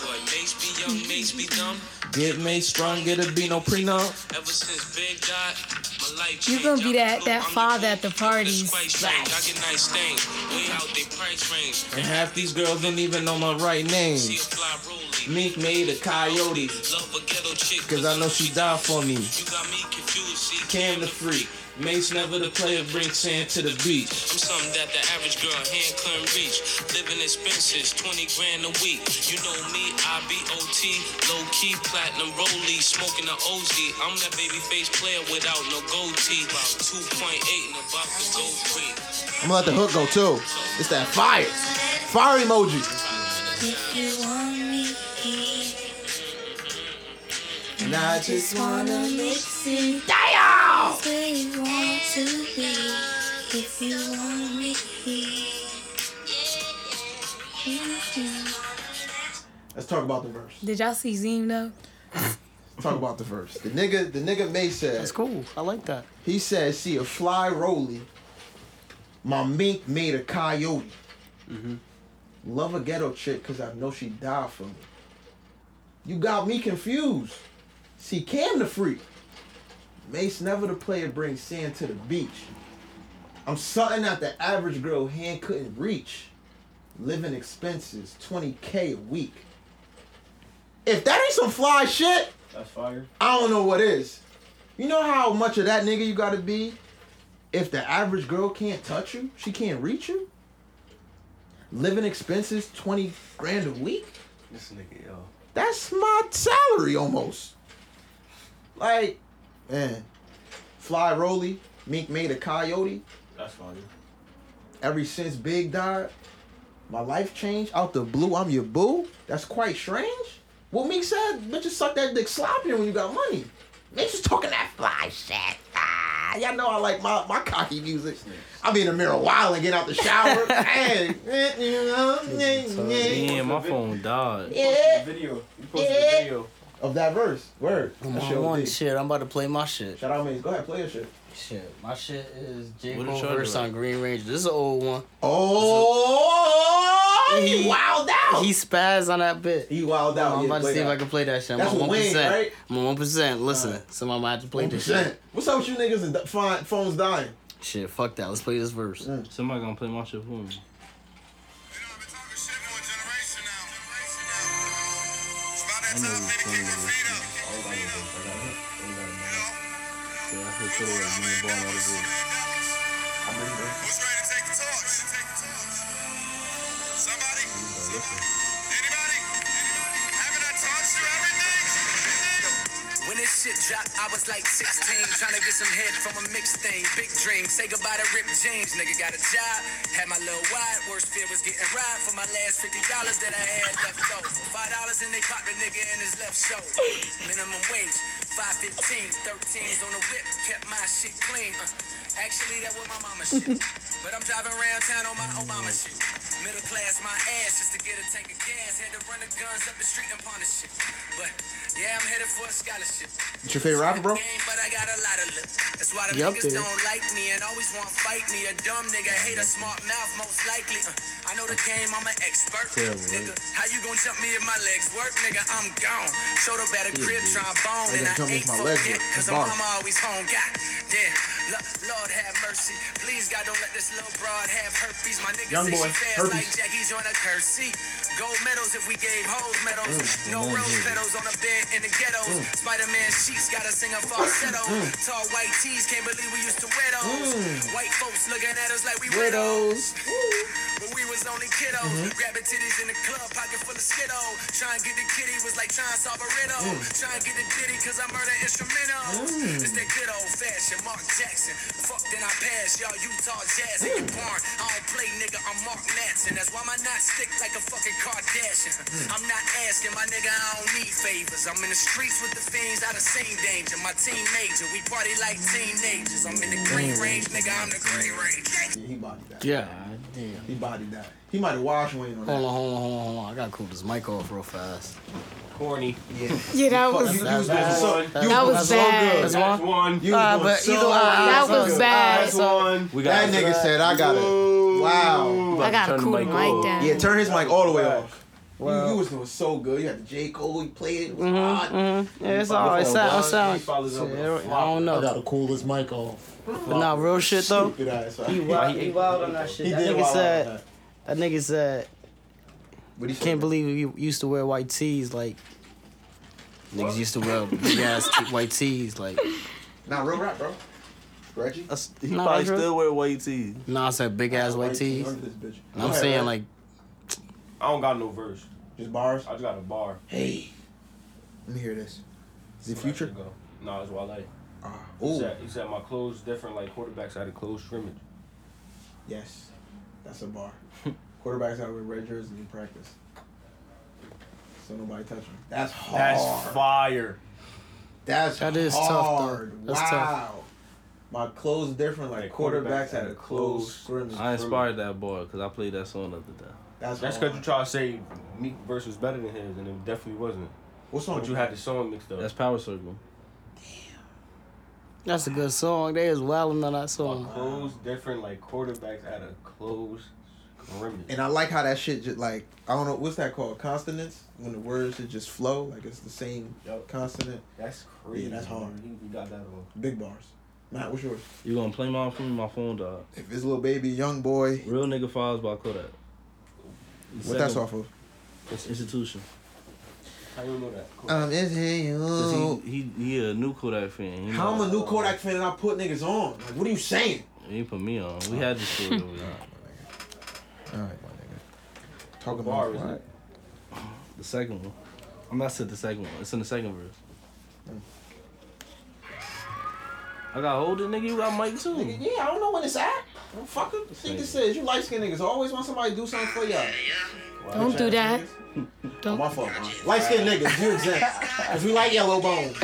Speaker 12: boy, Mace be young, Mace be dumb.
Speaker 1: Get Mace strong. Get it be no prenup.
Speaker 12: Ever since Big died, my life
Speaker 2: You
Speaker 12: changed.
Speaker 2: gonna be that-
Speaker 12: I'm
Speaker 2: that
Speaker 12: the
Speaker 2: father at the
Speaker 12: coolest,
Speaker 2: parties.
Speaker 12: quite strange. I get nice things, way out they price range.
Speaker 1: And half these girls don't even know my right name.
Speaker 12: See a fly rolling.
Speaker 1: Meek made a coyote,
Speaker 12: Love a ghetto chick,
Speaker 1: cause I know she died for me.
Speaker 12: you got me confused. See,
Speaker 1: Cam the freak. Mace never the player, brings sand to the beach.
Speaker 12: I'm something that the average girl hand couldn't reach. Living expenses, 20 grand a week. You know me, I be OT, low key, platinum rollie, smoking a OZ. I'm that baby face player without no goatee. 2.8 and about to go three.
Speaker 1: I'm gonna let the hook go too. It's that fire. Fire emoji. And I just wanna Let's talk about the [laughs] verse.
Speaker 2: Did y'all see Zim though?
Speaker 1: Talk about the verse. The nigga, the nigga Mace said,
Speaker 6: That's cool. I like that.
Speaker 1: he said, see a fly rolly. My mink made a coyote. Love a ghetto chick cause I know she died for me. You got me confused. See Cam the freak. Mace never the player brings sand to the beach. I'm something that the average girl hand couldn't reach. Living expenses, 20k a week. If that ain't some fly shit,
Speaker 5: That's fire.
Speaker 1: I don't know what is. You know how much of that nigga you gotta be if the average girl can't touch you? She can't reach you? Living expenses, 20 grand a week?
Speaker 5: This nigga, yo.
Speaker 1: That's my salary almost. Like, man. Fly Roly, Mink made a coyote.
Speaker 5: That's fire.
Speaker 1: Ever since Big died, my life changed. Out the blue, I'm your boo. That's quite strange. What Meek said, bitches suck that dick sloppy when you got money. Mitch is talking that fly shit. Ah, y'all know I like my, my cocky music. I be in the mirror wilding, get out the shower. [laughs] hey, eh, you know, yeah, yeah.
Speaker 4: Damn, my phone died.
Speaker 5: The
Speaker 1: Yeah.
Speaker 5: video. You posted
Speaker 1: Yeah.
Speaker 5: the video.
Speaker 1: Of that verse, word. That shit
Speaker 6: Come
Speaker 1: was
Speaker 6: on, one
Speaker 1: deep.
Speaker 6: shit. I'm about to play my shit.
Speaker 1: Shout out, Maze. Go ahead, play your shit.
Speaker 6: Shit, my shit is J
Speaker 4: What did
Speaker 6: Cole
Speaker 4: y'all do?
Speaker 6: verse on Green Ranger. This is an old one.
Speaker 1: Oh, he,
Speaker 6: He-
Speaker 1: wowed out.
Speaker 6: He spazzed on that bit.
Speaker 1: he wowed out.
Speaker 6: I'm
Speaker 1: yeah,
Speaker 6: about to
Speaker 1: play
Speaker 6: see if
Speaker 1: that.
Speaker 6: I can play that shit. I'm
Speaker 1: That's
Speaker 6: on
Speaker 1: what Wayne,
Speaker 6: 1%.
Speaker 1: right?
Speaker 6: I'm on 1%. Listen, somebody might have to play this shit.
Speaker 1: 1%. What's up with you niggas and d- phone- phones dying?
Speaker 6: Shit, fuck that. Let's play this verse.
Speaker 4: Somebody gonna play my shit for me.
Speaker 12: Who's ready to take the torch? Somebody? Anybody? Haven't I taught you everything? When it's shit dropped, I was like 16, trying to get some head from a mixed thing. Big dream, say goodbye to Rip James. Nigga got a job, had my little wide. Worst fear was getting robbed for my last $50 that I had left over. Five dollars and they popped the nigga in his left shoulder. Minimum wage, 515, 13s on the whip, kept my shit clean. Uh, actually, that was my mama shit. but I'm driving around town on my Obama shit. Middle class, my ass just to get a tank of gas. Had to run the guns up the street and punish shit. But yeah, I'm headed for a scholarship.
Speaker 1: What's your favorite rapper, bro?
Speaker 12: But I got a lot of lip. That's why the
Speaker 1: He up
Speaker 12: niggas
Speaker 1: there.
Speaker 12: don't like me and always want to fight me. A dumb nigga, hate a smart mouth, most likely. Uh, I know the game, I'm an expert.
Speaker 4: Terrible,
Speaker 12: nigga, how you gonna jump me if my legs work? Nigga, I'm gone. Showed up at a crib, trying bone,
Speaker 1: They
Speaker 12: and
Speaker 1: gonna
Speaker 12: I
Speaker 1: jump me
Speaker 12: ain't
Speaker 1: if my legs
Speaker 12: forget.
Speaker 1: work.
Speaker 12: Cause
Speaker 1: Bars.
Speaker 12: I'm mama always home. God damn. Lo- Lord have mercy. Please, God, don't let this little broad have herpes. My nigga
Speaker 3: Young
Speaker 12: say
Speaker 3: boy,
Speaker 12: she fast
Speaker 3: herpes.
Speaker 12: like Jackie's on a curse. See, gold medals if we gave hoes medals.
Speaker 3: Mm,
Speaker 12: no rose petals on a bed in the ghettos. Spider Man sheets gotta sing a falsetto.
Speaker 3: Mm.
Speaker 12: Tall white tees, can't believe we used to wear those. White folks looking at us like we widows. When we was only kiddos, grabbing titties in the club, pocket full of skittle. Trying to get the kitty was like trying to solve a riddle. Trying to get the ditty cause I murder instrumentals. It's that good old fashioned Mark Jackson. Fuck, then I pass y'all Utah Jazz in your barn. I don't play, nigga, I'm Mark Matson. That's why my knot stick like a fucking Kardashian. I'm not asking, my nigga, I don't need favors. I'm in the streets with the fiends, I done seen danger. My team major, we party like teenagers. I'm in the green range, nigga, I'm the green range.
Speaker 1: He bodied that.
Speaker 6: Yeah, damn.
Speaker 1: He bodied that. He might have washed Wayne on
Speaker 6: Hold
Speaker 1: that.
Speaker 6: on, hold on, hold on, hold on. I gotta cool this mic off real fast.
Speaker 3: Corny.
Speaker 2: Yeah, that
Speaker 1: Fuck,
Speaker 2: was
Speaker 1: you- you was doing
Speaker 6: That's
Speaker 1: so- you was
Speaker 6: bad.
Speaker 2: That
Speaker 1: doing
Speaker 2: was
Speaker 1: so
Speaker 2: bad.
Speaker 1: good.
Speaker 6: That's
Speaker 1: You
Speaker 3: That's
Speaker 6: one.
Speaker 3: one.
Speaker 1: was
Speaker 6: Uh,
Speaker 1: doing
Speaker 6: but
Speaker 1: so
Speaker 6: either way,
Speaker 1: good.
Speaker 2: that
Speaker 6: so
Speaker 2: was
Speaker 6: good.
Speaker 2: bad.
Speaker 3: That's one.
Speaker 4: We
Speaker 1: That
Speaker 4: got
Speaker 1: nigga said, I got it. Wow.
Speaker 2: I gotta
Speaker 4: Turn the
Speaker 2: cool the
Speaker 4: mic
Speaker 2: mic
Speaker 4: off.
Speaker 2: down.
Speaker 1: Yeah, turn his mic all the way off.
Speaker 6: Wow.
Speaker 1: You, you was doing so good. You had the J. Cole, he played it. It was hot.
Speaker 6: Mm-hmm. Yeah, it's all. It sound. It sound.
Speaker 3: follows up with a
Speaker 6: I
Speaker 3: flop.
Speaker 6: don't know.
Speaker 1: the coolest mic off.
Speaker 6: But nah, real shit though.
Speaker 1: Stupid [laughs] ass.
Speaker 6: He wild, he wild on that shit.
Speaker 1: He
Speaker 6: that
Speaker 1: did
Speaker 6: nigga
Speaker 1: wild
Speaker 6: said,
Speaker 1: on that.
Speaker 6: that nigga said,
Speaker 1: But he
Speaker 6: can't believe you used to wear white tees. Like, niggas used to wear ass white tees. Like,
Speaker 1: Not real rap, bro. Reggie.
Speaker 4: That's- He
Speaker 6: Nah,
Speaker 4: probably
Speaker 6: that's real.
Speaker 4: still wear white tees.
Speaker 6: nah, I said big ass white tees.
Speaker 1: Under this bitch.
Speaker 6: And I'm
Speaker 1: Go ahead, Reg.
Speaker 6: saying, like,
Speaker 3: I don't got no verse.
Speaker 1: Just bars.
Speaker 3: I just got a bar.
Speaker 1: Hey. Let me hear this. Is it
Speaker 3: There
Speaker 1: future?
Speaker 3: you go. Nah, it's Wale.
Speaker 1: Ah,
Speaker 3: He
Speaker 1: ooh.
Speaker 3: said, he said my clothes different like quarterbacks out of clothes scrimmage.
Speaker 1: Yes. That's a [laughs] bar. Quarterbacks out with red jerseys in practice. So nobody touch them. That's hard.
Speaker 3: That's fire.
Speaker 1: That's
Speaker 6: That is tough, though.
Speaker 1: hard.
Speaker 6: That's
Speaker 1: wow.
Speaker 6: tough.
Speaker 1: My clothes different like
Speaker 3: Like
Speaker 1: quarterbacks at
Speaker 3: quarterbacks at
Speaker 1: a
Speaker 3: a
Speaker 1: close
Speaker 3: close
Speaker 1: scrimmage.
Speaker 4: I inspired that boy because I played that song the other day.
Speaker 1: That's,
Speaker 3: That's because you try to say Meek verse was better than his, and it definitely wasn't.
Speaker 1: What song?
Speaker 3: But you had the song mixed up.
Speaker 4: That's Power Circle.
Speaker 6: that's a good song. They is wilding on that
Speaker 3: my
Speaker 6: song.
Speaker 3: clothes different like quarterbacks out of clothes scrimmage.
Speaker 1: And I like how that shit just like I don't know what's that called consonants when the words should just flow like it's the same
Speaker 3: Yup.
Speaker 1: consonant.
Speaker 3: That's crazy.
Speaker 1: Yeah, that's hard.
Speaker 3: man. You, you got that on.
Speaker 1: Big bars. Matt, what's yours?
Speaker 4: You gonna play my phone? My phone dog.
Speaker 1: If it's little baby, young boy,
Speaker 4: Real nigga files by Kodak.
Speaker 1: what that's off of?
Speaker 4: It's institution.
Speaker 3: How you know that? Cool.
Speaker 1: Um, it's hey
Speaker 4: 'Cause
Speaker 1: you.
Speaker 4: He, he he a new Kodak fan. He
Speaker 1: How
Speaker 4: know-
Speaker 1: I'm a new Kodak fan and I put niggas on. Like, what are you saying?
Speaker 4: He put me on. We had this story. over there.
Speaker 1: All right, my nigga. Talking
Speaker 3: Bar,
Speaker 1: about
Speaker 3: isn't
Speaker 1: what?
Speaker 3: it?
Speaker 4: The second one. I'm not said the second one. It's in the second verse. I got hold it, nigga. You got Mike too.
Speaker 1: Nigga, yeah, I don't know when it's at. Don't fucking think this is. You light skinned niggas always want somebody to do something for y'all.
Speaker 2: Don't do that.
Speaker 1: Oh,
Speaker 2: Don't.
Speaker 1: my fault, man. Light skinned niggas, you exempt. Because we like yellow bones.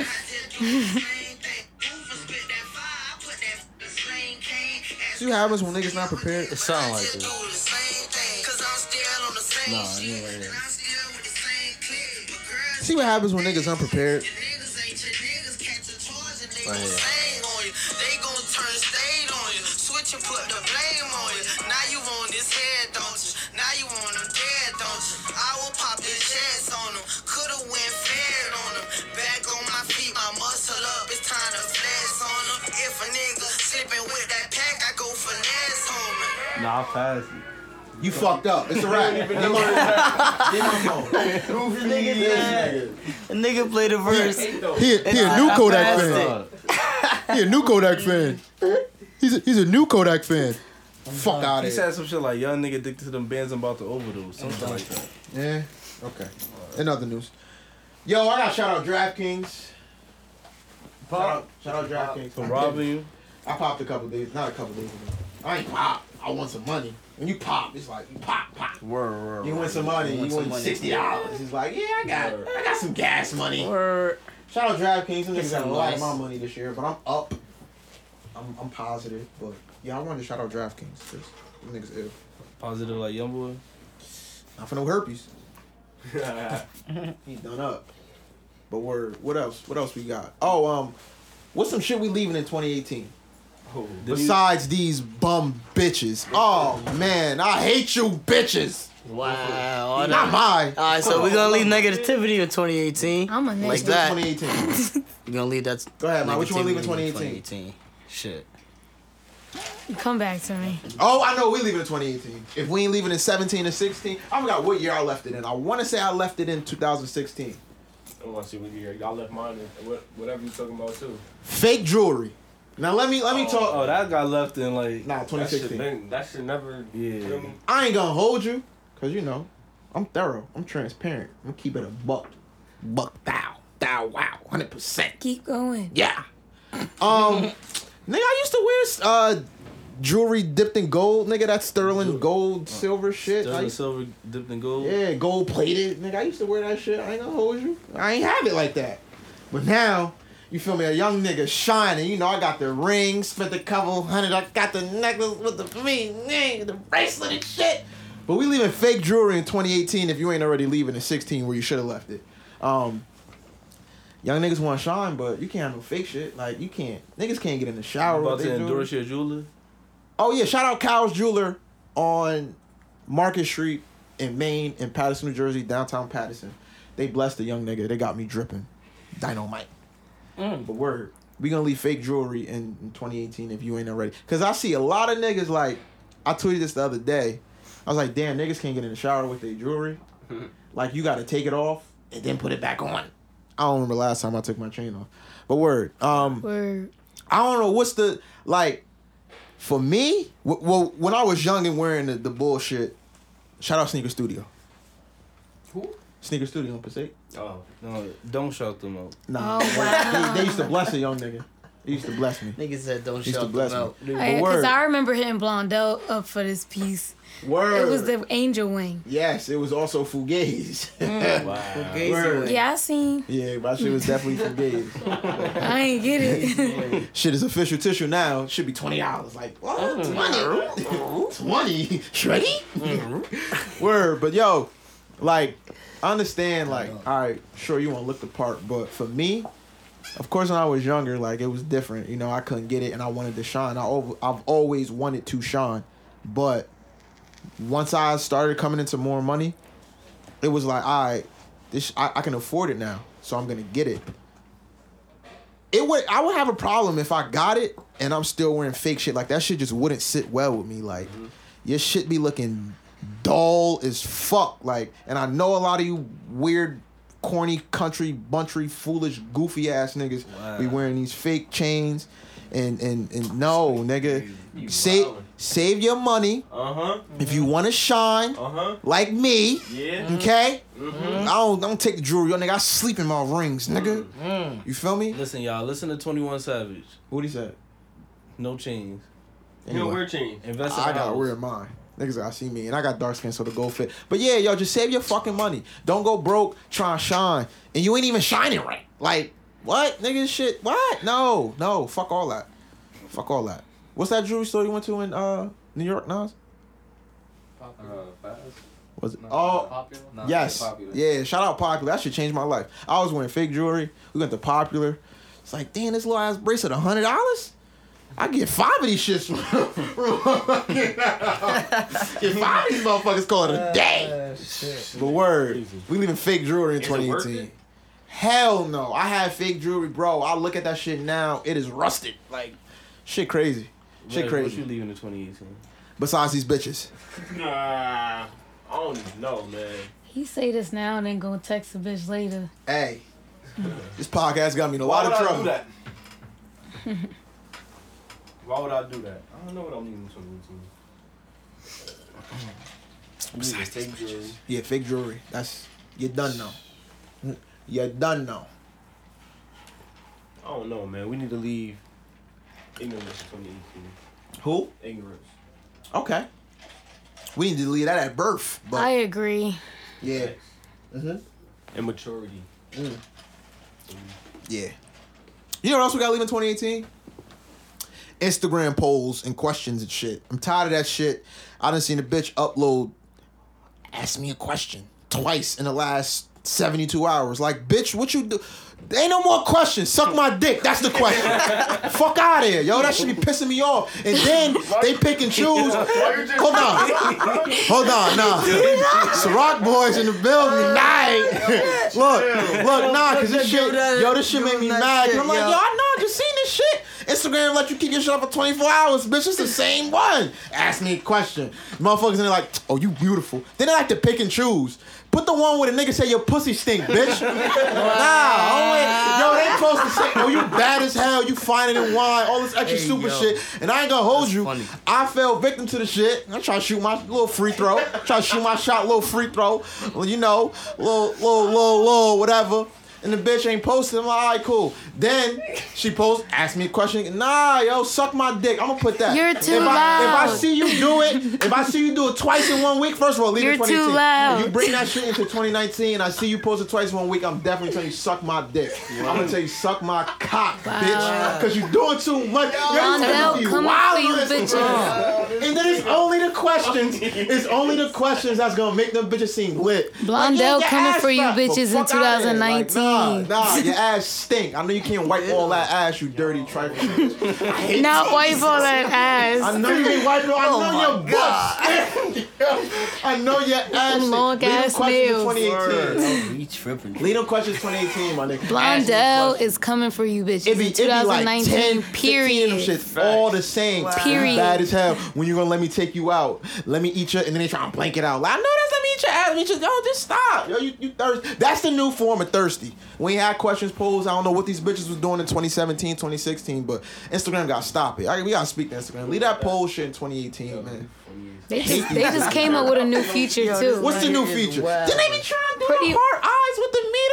Speaker 1: See what happens when niggas not prepared?
Speaker 6: It sound like it.
Speaker 12: Nah,
Speaker 4: it ain't like that.
Speaker 1: See what happens when niggas unprepared?
Speaker 12: Niggas ain't your niggas, catch a charge and they gon' sing on you. They gon' turn state on you. Switch and put the blame on you. Now you on this head, don't you? Now you on them dead, don't you? I will pop this chest on them. Coulda went fair on them. Back on my feet, I muscle up. It's time to flex on them. If a nigga slipping with that pack, I go finesse on him.
Speaker 4: Nah, I passed it.
Speaker 1: You fucked up. It's a wrap. [laughs] Get my phone. Get my phone. Goofy niggas, niggas.
Speaker 6: A nigga played a verse.
Speaker 1: [laughs] He, he a new Kodak
Speaker 6: passed
Speaker 1: fan.
Speaker 4: Uh,
Speaker 1: He a new Kodak fan. He's a, he's a new Kodak fan. Fuck out
Speaker 4: he
Speaker 1: of
Speaker 4: said
Speaker 1: here.
Speaker 4: some shit like young nigga addicted to them bands I'm about to overdose. Something like that.
Speaker 1: Yeah. Okay. In other news, yo, I got to shout out DraftKings. Shout out, shout out DraftKings
Speaker 4: For robbing you.
Speaker 1: I popped a couple days, not a couple days ago. I ain't pop. I want some money. When you pop, it's like you pop, pop.
Speaker 4: Word,
Speaker 1: You win some money. You win, sixty dollars. It's like, yeah, I got, I got some gas money.
Speaker 4: word.
Speaker 1: Shout out DraftKings. Them
Speaker 6: Get
Speaker 1: niggas got a
Speaker 6: some
Speaker 1: lot of
Speaker 6: lice.
Speaker 1: my money this year, but I'm up. I'm, I'm positive, but yeah, I wanted to shout out DraftKings because them niggas ill.
Speaker 4: Positive like young boy.
Speaker 1: Not for no herpes.
Speaker 3: [laughs]
Speaker 1: He done up. But word, what else? What else we got? Oh, um, what's some shit we leaving in 2018? Besides these bum bitches. Oh man, I hate you bitches.
Speaker 6: Wow. all
Speaker 1: Not
Speaker 6: that-
Speaker 1: mine.
Speaker 6: All right, so we're gonna leave negativity in 2018.
Speaker 2: I'm a
Speaker 6: Uh, Like
Speaker 2: nigga.
Speaker 6: that.
Speaker 1: 2018.
Speaker 6: We're gonna leave that.
Speaker 1: Go ahead, man. What you wanna leave in
Speaker 6: negativity
Speaker 1: 2018?
Speaker 6: 2018. Shit.
Speaker 2: Come back to me.
Speaker 1: Oh, I know we leaving in 2018. If we ain't leaving in 17 or 16, I forgot what year I left it in. I want to say I left it in 2016.
Speaker 5: I want to see what you hear. Y'all left mine. in- What, whatever you talking about too.
Speaker 1: Fake jewelry. Now let me let me talk.
Speaker 4: Oh, that got left in like.
Speaker 1: Nah,
Speaker 5: That shit,
Speaker 1: 2016.
Speaker 5: been- that shit never.
Speaker 4: Yeah.
Speaker 5: feel me?
Speaker 1: I ain't gonna hold you, cause you know, I'm thorough. I'm transparent. I'm gonna keep it a buck, buck thou, thou wow, hundred percent.
Speaker 2: Keep going.
Speaker 1: Yeah. Um, [laughs] nigga, I used to wear uh jewelry dipped in gold. Nigga, that sterling gold silver shit. I
Speaker 4: Sterling
Speaker 1: used-
Speaker 4: silver dipped in gold.
Speaker 1: yeah, gold plated. Nigga, I used to wear that shit. I ain't gonna hold you. I ain't have it like that. But now, you feel me? A young nigga shining. You know, I got the ring, spent a couple hundred. I got the necklace with the mean name, the bracelet and shit. But we leaving fake jewelry in 2018 if you ain't already leaving in 16 where you should have left it. Um, young niggas want to shine, but you can't have no fake shit. Like, you can't. Niggas can't get in the shower.
Speaker 4: I'm about
Speaker 1: with
Speaker 4: to
Speaker 1: their jewelry.
Speaker 4: endorse your jeweler.
Speaker 1: Oh yeah, shout out Kyle's Jeweler on Market Street in Maine in Patterson, New Jersey, downtown Patterson. They blessed the young nigga. They got me dripping dynamite. But word, we gonna leave fake jewelry in, in 2018 if you ain't already. Cause I see a lot of niggas like I tweeted this the other day. I was like, damn, niggas can't get in the shower with their jewelry. like you gotta take it off and then put it back on. I don't remember last time I took my chain off. But word, um,
Speaker 2: Word.
Speaker 1: I don't know what's the like for me. W- well, when I was young and wearing the, the bullshit, shout out Sneaker Studio. Who? Sneaker Studio in Passaic.
Speaker 5: Oh,
Speaker 4: No, don't shout them out.
Speaker 1: Nah,
Speaker 2: Oh, wow.
Speaker 1: they, they used to bless a young nigga. They used to bless me.
Speaker 6: Niggas said don't
Speaker 1: They used to
Speaker 6: shout
Speaker 1: bless
Speaker 6: them
Speaker 1: me.
Speaker 6: out.
Speaker 1: The
Speaker 2: Because
Speaker 1: word.
Speaker 2: I remember hitting Blondell up for this piece.
Speaker 1: Word.
Speaker 2: It was the angel wing.
Speaker 1: yes, it was also [laughs] Fugaze.
Speaker 2: Mm.
Speaker 5: wow.
Speaker 1: Word.
Speaker 2: Yeah, I seen.
Speaker 1: Yeah, my shit was definitely Fugaze.
Speaker 2: I ain't get
Speaker 1: [laughs]
Speaker 2: it. [laughs]
Speaker 1: shit is official tissue now. Should be twenty dollars. Like what? Twenty? [laughs] Twenty? Shreddy? [laughs] Word, but yo, like, I understand. Like, all right, sure, you want to look the part, but for me, of course, when I was younger, like it was different. You know, I couldn't get it, and I wanted to shine. I over, I've always wanted to shine, but once I started coming into more money, it was like, all right, this I, I can afford it now, so I'm gonna get it it would I would have a problem if I got it and I'm still wearing fake shit. Like that shit just wouldn't sit well with me. Like your shit be looking dull as fuck. Like and I know a lot of you weird, corny, country, buntry, foolish, goofy ass niggas be wearing these fake chains. And and and no, nigga, save save your money
Speaker 5: Uh huh.
Speaker 1: if you want to shine
Speaker 5: Uh huh.
Speaker 1: like me.
Speaker 5: Yeah.
Speaker 9: Mm.
Speaker 1: Okay,
Speaker 5: Mm-hmm.
Speaker 1: I don't I don't take the jewelry, yo, nigga. I sleep in my rings, nigga.
Speaker 5: Mm-hmm.
Speaker 1: You feel me?
Speaker 4: Listen, y'all. Listen to Twenty One Savage.
Speaker 1: What he said?
Speaker 4: No chains.
Speaker 5: You know we're changing.
Speaker 4: Invest. In
Speaker 1: I got
Speaker 4: house.
Speaker 1: weird mine. Niggas gotta see me, and I got dark skin, so the gold fit. But yeah, yo, just save your fucking money. Don't go broke trying to shine, and you ain't even shining right. Like what, nigga? Shit, what? No, no, fuck all that. Fuck all that. What's that jewelry store you went to in uh New York, Nas?
Speaker 9: Uh, Faz?
Speaker 1: Was it?
Speaker 9: No,
Speaker 1: Oh,
Speaker 9: Popular? No,
Speaker 1: Yes.
Speaker 9: Popular.
Speaker 1: Yeah, shout out Popular. That should change my life. I was wearing fake jewelry. We went to Popular. It's like, damn, this little ass bracelet, a hundred dollars. I get five of these shits [laughs] from Get five of these motherfuckers called
Speaker 4: Ah,
Speaker 1: a day. But word, we leaving fake jewelry in
Speaker 5: Is it worth
Speaker 1: 2018.
Speaker 5: it?
Speaker 1: Hell no, I had fake jewelry, bro. I look at that shit now. It is rusted. Like, shit crazy. Shit
Speaker 4: Red, What you
Speaker 1: crazy.
Speaker 4: leaving in
Speaker 1: [laughs]
Speaker 4: twenty eighteen?
Speaker 1: Besides these bitches.
Speaker 5: Nah. I don't even know, man.
Speaker 2: he say this now and then go text a bitch later.
Speaker 1: Hey, this podcast got me in a
Speaker 5: Why
Speaker 1: lot
Speaker 5: would
Speaker 1: of
Speaker 5: I do
Speaker 1: trouble.
Speaker 3: [laughs]
Speaker 5: that? Why would I do that? I don't know what I'm leaving 2018. Besides take jewelry.
Speaker 1: Yeah, fake jewelry. That's you're done now. You're done now.
Speaker 3: I don't know, man. We need to leave ignorance from the EQ.
Speaker 1: Who?
Speaker 3: Ignorance.
Speaker 1: Okay. We need to leave that at birth, but
Speaker 2: I agree.
Speaker 1: yeah,
Speaker 3: Immaturity.
Speaker 1: yeah. You know what else we got to leave in 2018? Instagram polls and questions and shit. I'm tired of that shit. I done seen a bitch upload, ask me a question twice in the last 72 hours. Like, bitch, what you do? There ain't no more questions. Suck my dick. That's the question. Fuck out of here, yo. That should be pissing me off. And then they pick and choose. Hold on.
Speaker 6: [laughs]
Speaker 1: Hold on, nah. Ciroc boys in the building, night. [laughs] look, look, nah, cause this shit, yo, this shit made me mad. 'Cause I'm like, yo, I know, I just seen this shit. Instagram let you keep your shit up for 24 hours, bitch. It's the same one. Ask me a question. Motherfuckers and they're like, oh, you beautiful. Then they like to pick and choose. Put the one where the nigga say your pussy stink,
Speaker 6: [laughs]
Speaker 1: bitch. nah, I don't want- yo, they supposed to say, oh, you bad as hell. You finer than wine. All this extra
Speaker 6: Hey,
Speaker 1: super
Speaker 6: yo.
Speaker 1: shit. And I ain't gonna hold
Speaker 6: That's
Speaker 1: you.
Speaker 6: funny.
Speaker 1: I fell victim to the shit. I'm trying to shoot my little free throw. trying to shoot my shot, little free throw. Well, you know, little, little, little, little, whatever. And the bitch ain't posting. I'm like, all right, cool. Then she posts, ask me a question. Nah, yo, suck my dick. I'm gonna put that.
Speaker 2: You're
Speaker 1: if I,
Speaker 2: too
Speaker 1: if I
Speaker 2: loud.
Speaker 1: see you do it, if I see you do it twice in one week, first of all, leave it
Speaker 2: You're too
Speaker 1: 2018.
Speaker 2: loud.
Speaker 1: You bring that shit into 2019, and I see you post it twice in one week. I'm definitely telling you suck my dick. I'm gonna tell you suck my cock, bitch, because you doing too much. Yo, you
Speaker 2: Montel,
Speaker 1: you
Speaker 2: come
Speaker 1: wild
Speaker 2: for you
Speaker 1: on Instagram.
Speaker 2: bitches.
Speaker 1: And then it's only the questions. It's only the questions that's gonna make them bitches seem lit.
Speaker 2: Blondell
Speaker 1: yeah, your
Speaker 2: coming
Speaker 1: ass
Speaker 2: for you
Speaker 1: fat, but
Speaker 2: bitches in
Speaker 1: fuck outta here.
Speaker 2: 2019.
Speaker 1: Like, nah, nah, your ass stink. I know you can't wipe all that ass, you dirty trifle.
Speaker 2: Not wipe
Speaker 1: [laughs]
Speaker 2: all that
Speaker 1: I
Speaker 2: ass.
Speaker 1: know you ain't wiping.
Speaker 2: Oh
Speaker 1: I know your butt. stink. [laughs] I know your ass. stink.
Speaker 2: Long
Speaker 1: Leave them
Speaker 2: ass
Speaker 1: questions in
Speaker 2: nails.
Speaker 1: 2018.
Speaker 6: Oh, We tripping.
Speaker 1: Lead them questions 2018, my nigga. Ask them
Speaker 2: Blondell
Speaker 1: questions.
Speaker 2: is coming for you bitches
Speaker 1: It be,
Speaker 2: in
Speaker 1: it be like 10,
Speaker 2: 2019.
Speaker 1: 15 of them
Speaker 2: period.
Speaker 1: shits all the same.
Speaker 2: Period.
Speaker 1: Bad as hell. When you gonna let me take you out? Let me eat your, and then they try and blank it out. Like, I know that's let me eat your ass. Let me just, yo, just stop. Yo, you, you thirsty. That's the new form of thirsty. We ain't had questions posed. I don't know what these bitches was doing in 2017, 2016, but Instagram gotta stop it. All right, we gotta speak to Instagram. Leave that poll shit in 2018, man.
Speaker 2: They just, they just came up with a new feature too.
Speaker 1: What's the new
Speaker 6: It is
Speaker 1: feature?
Speaker 6: wild.
Speaker 1: Did they be trying to do
Speaker 2: Pretty-
Speaker 1: the hard eyes with the meter?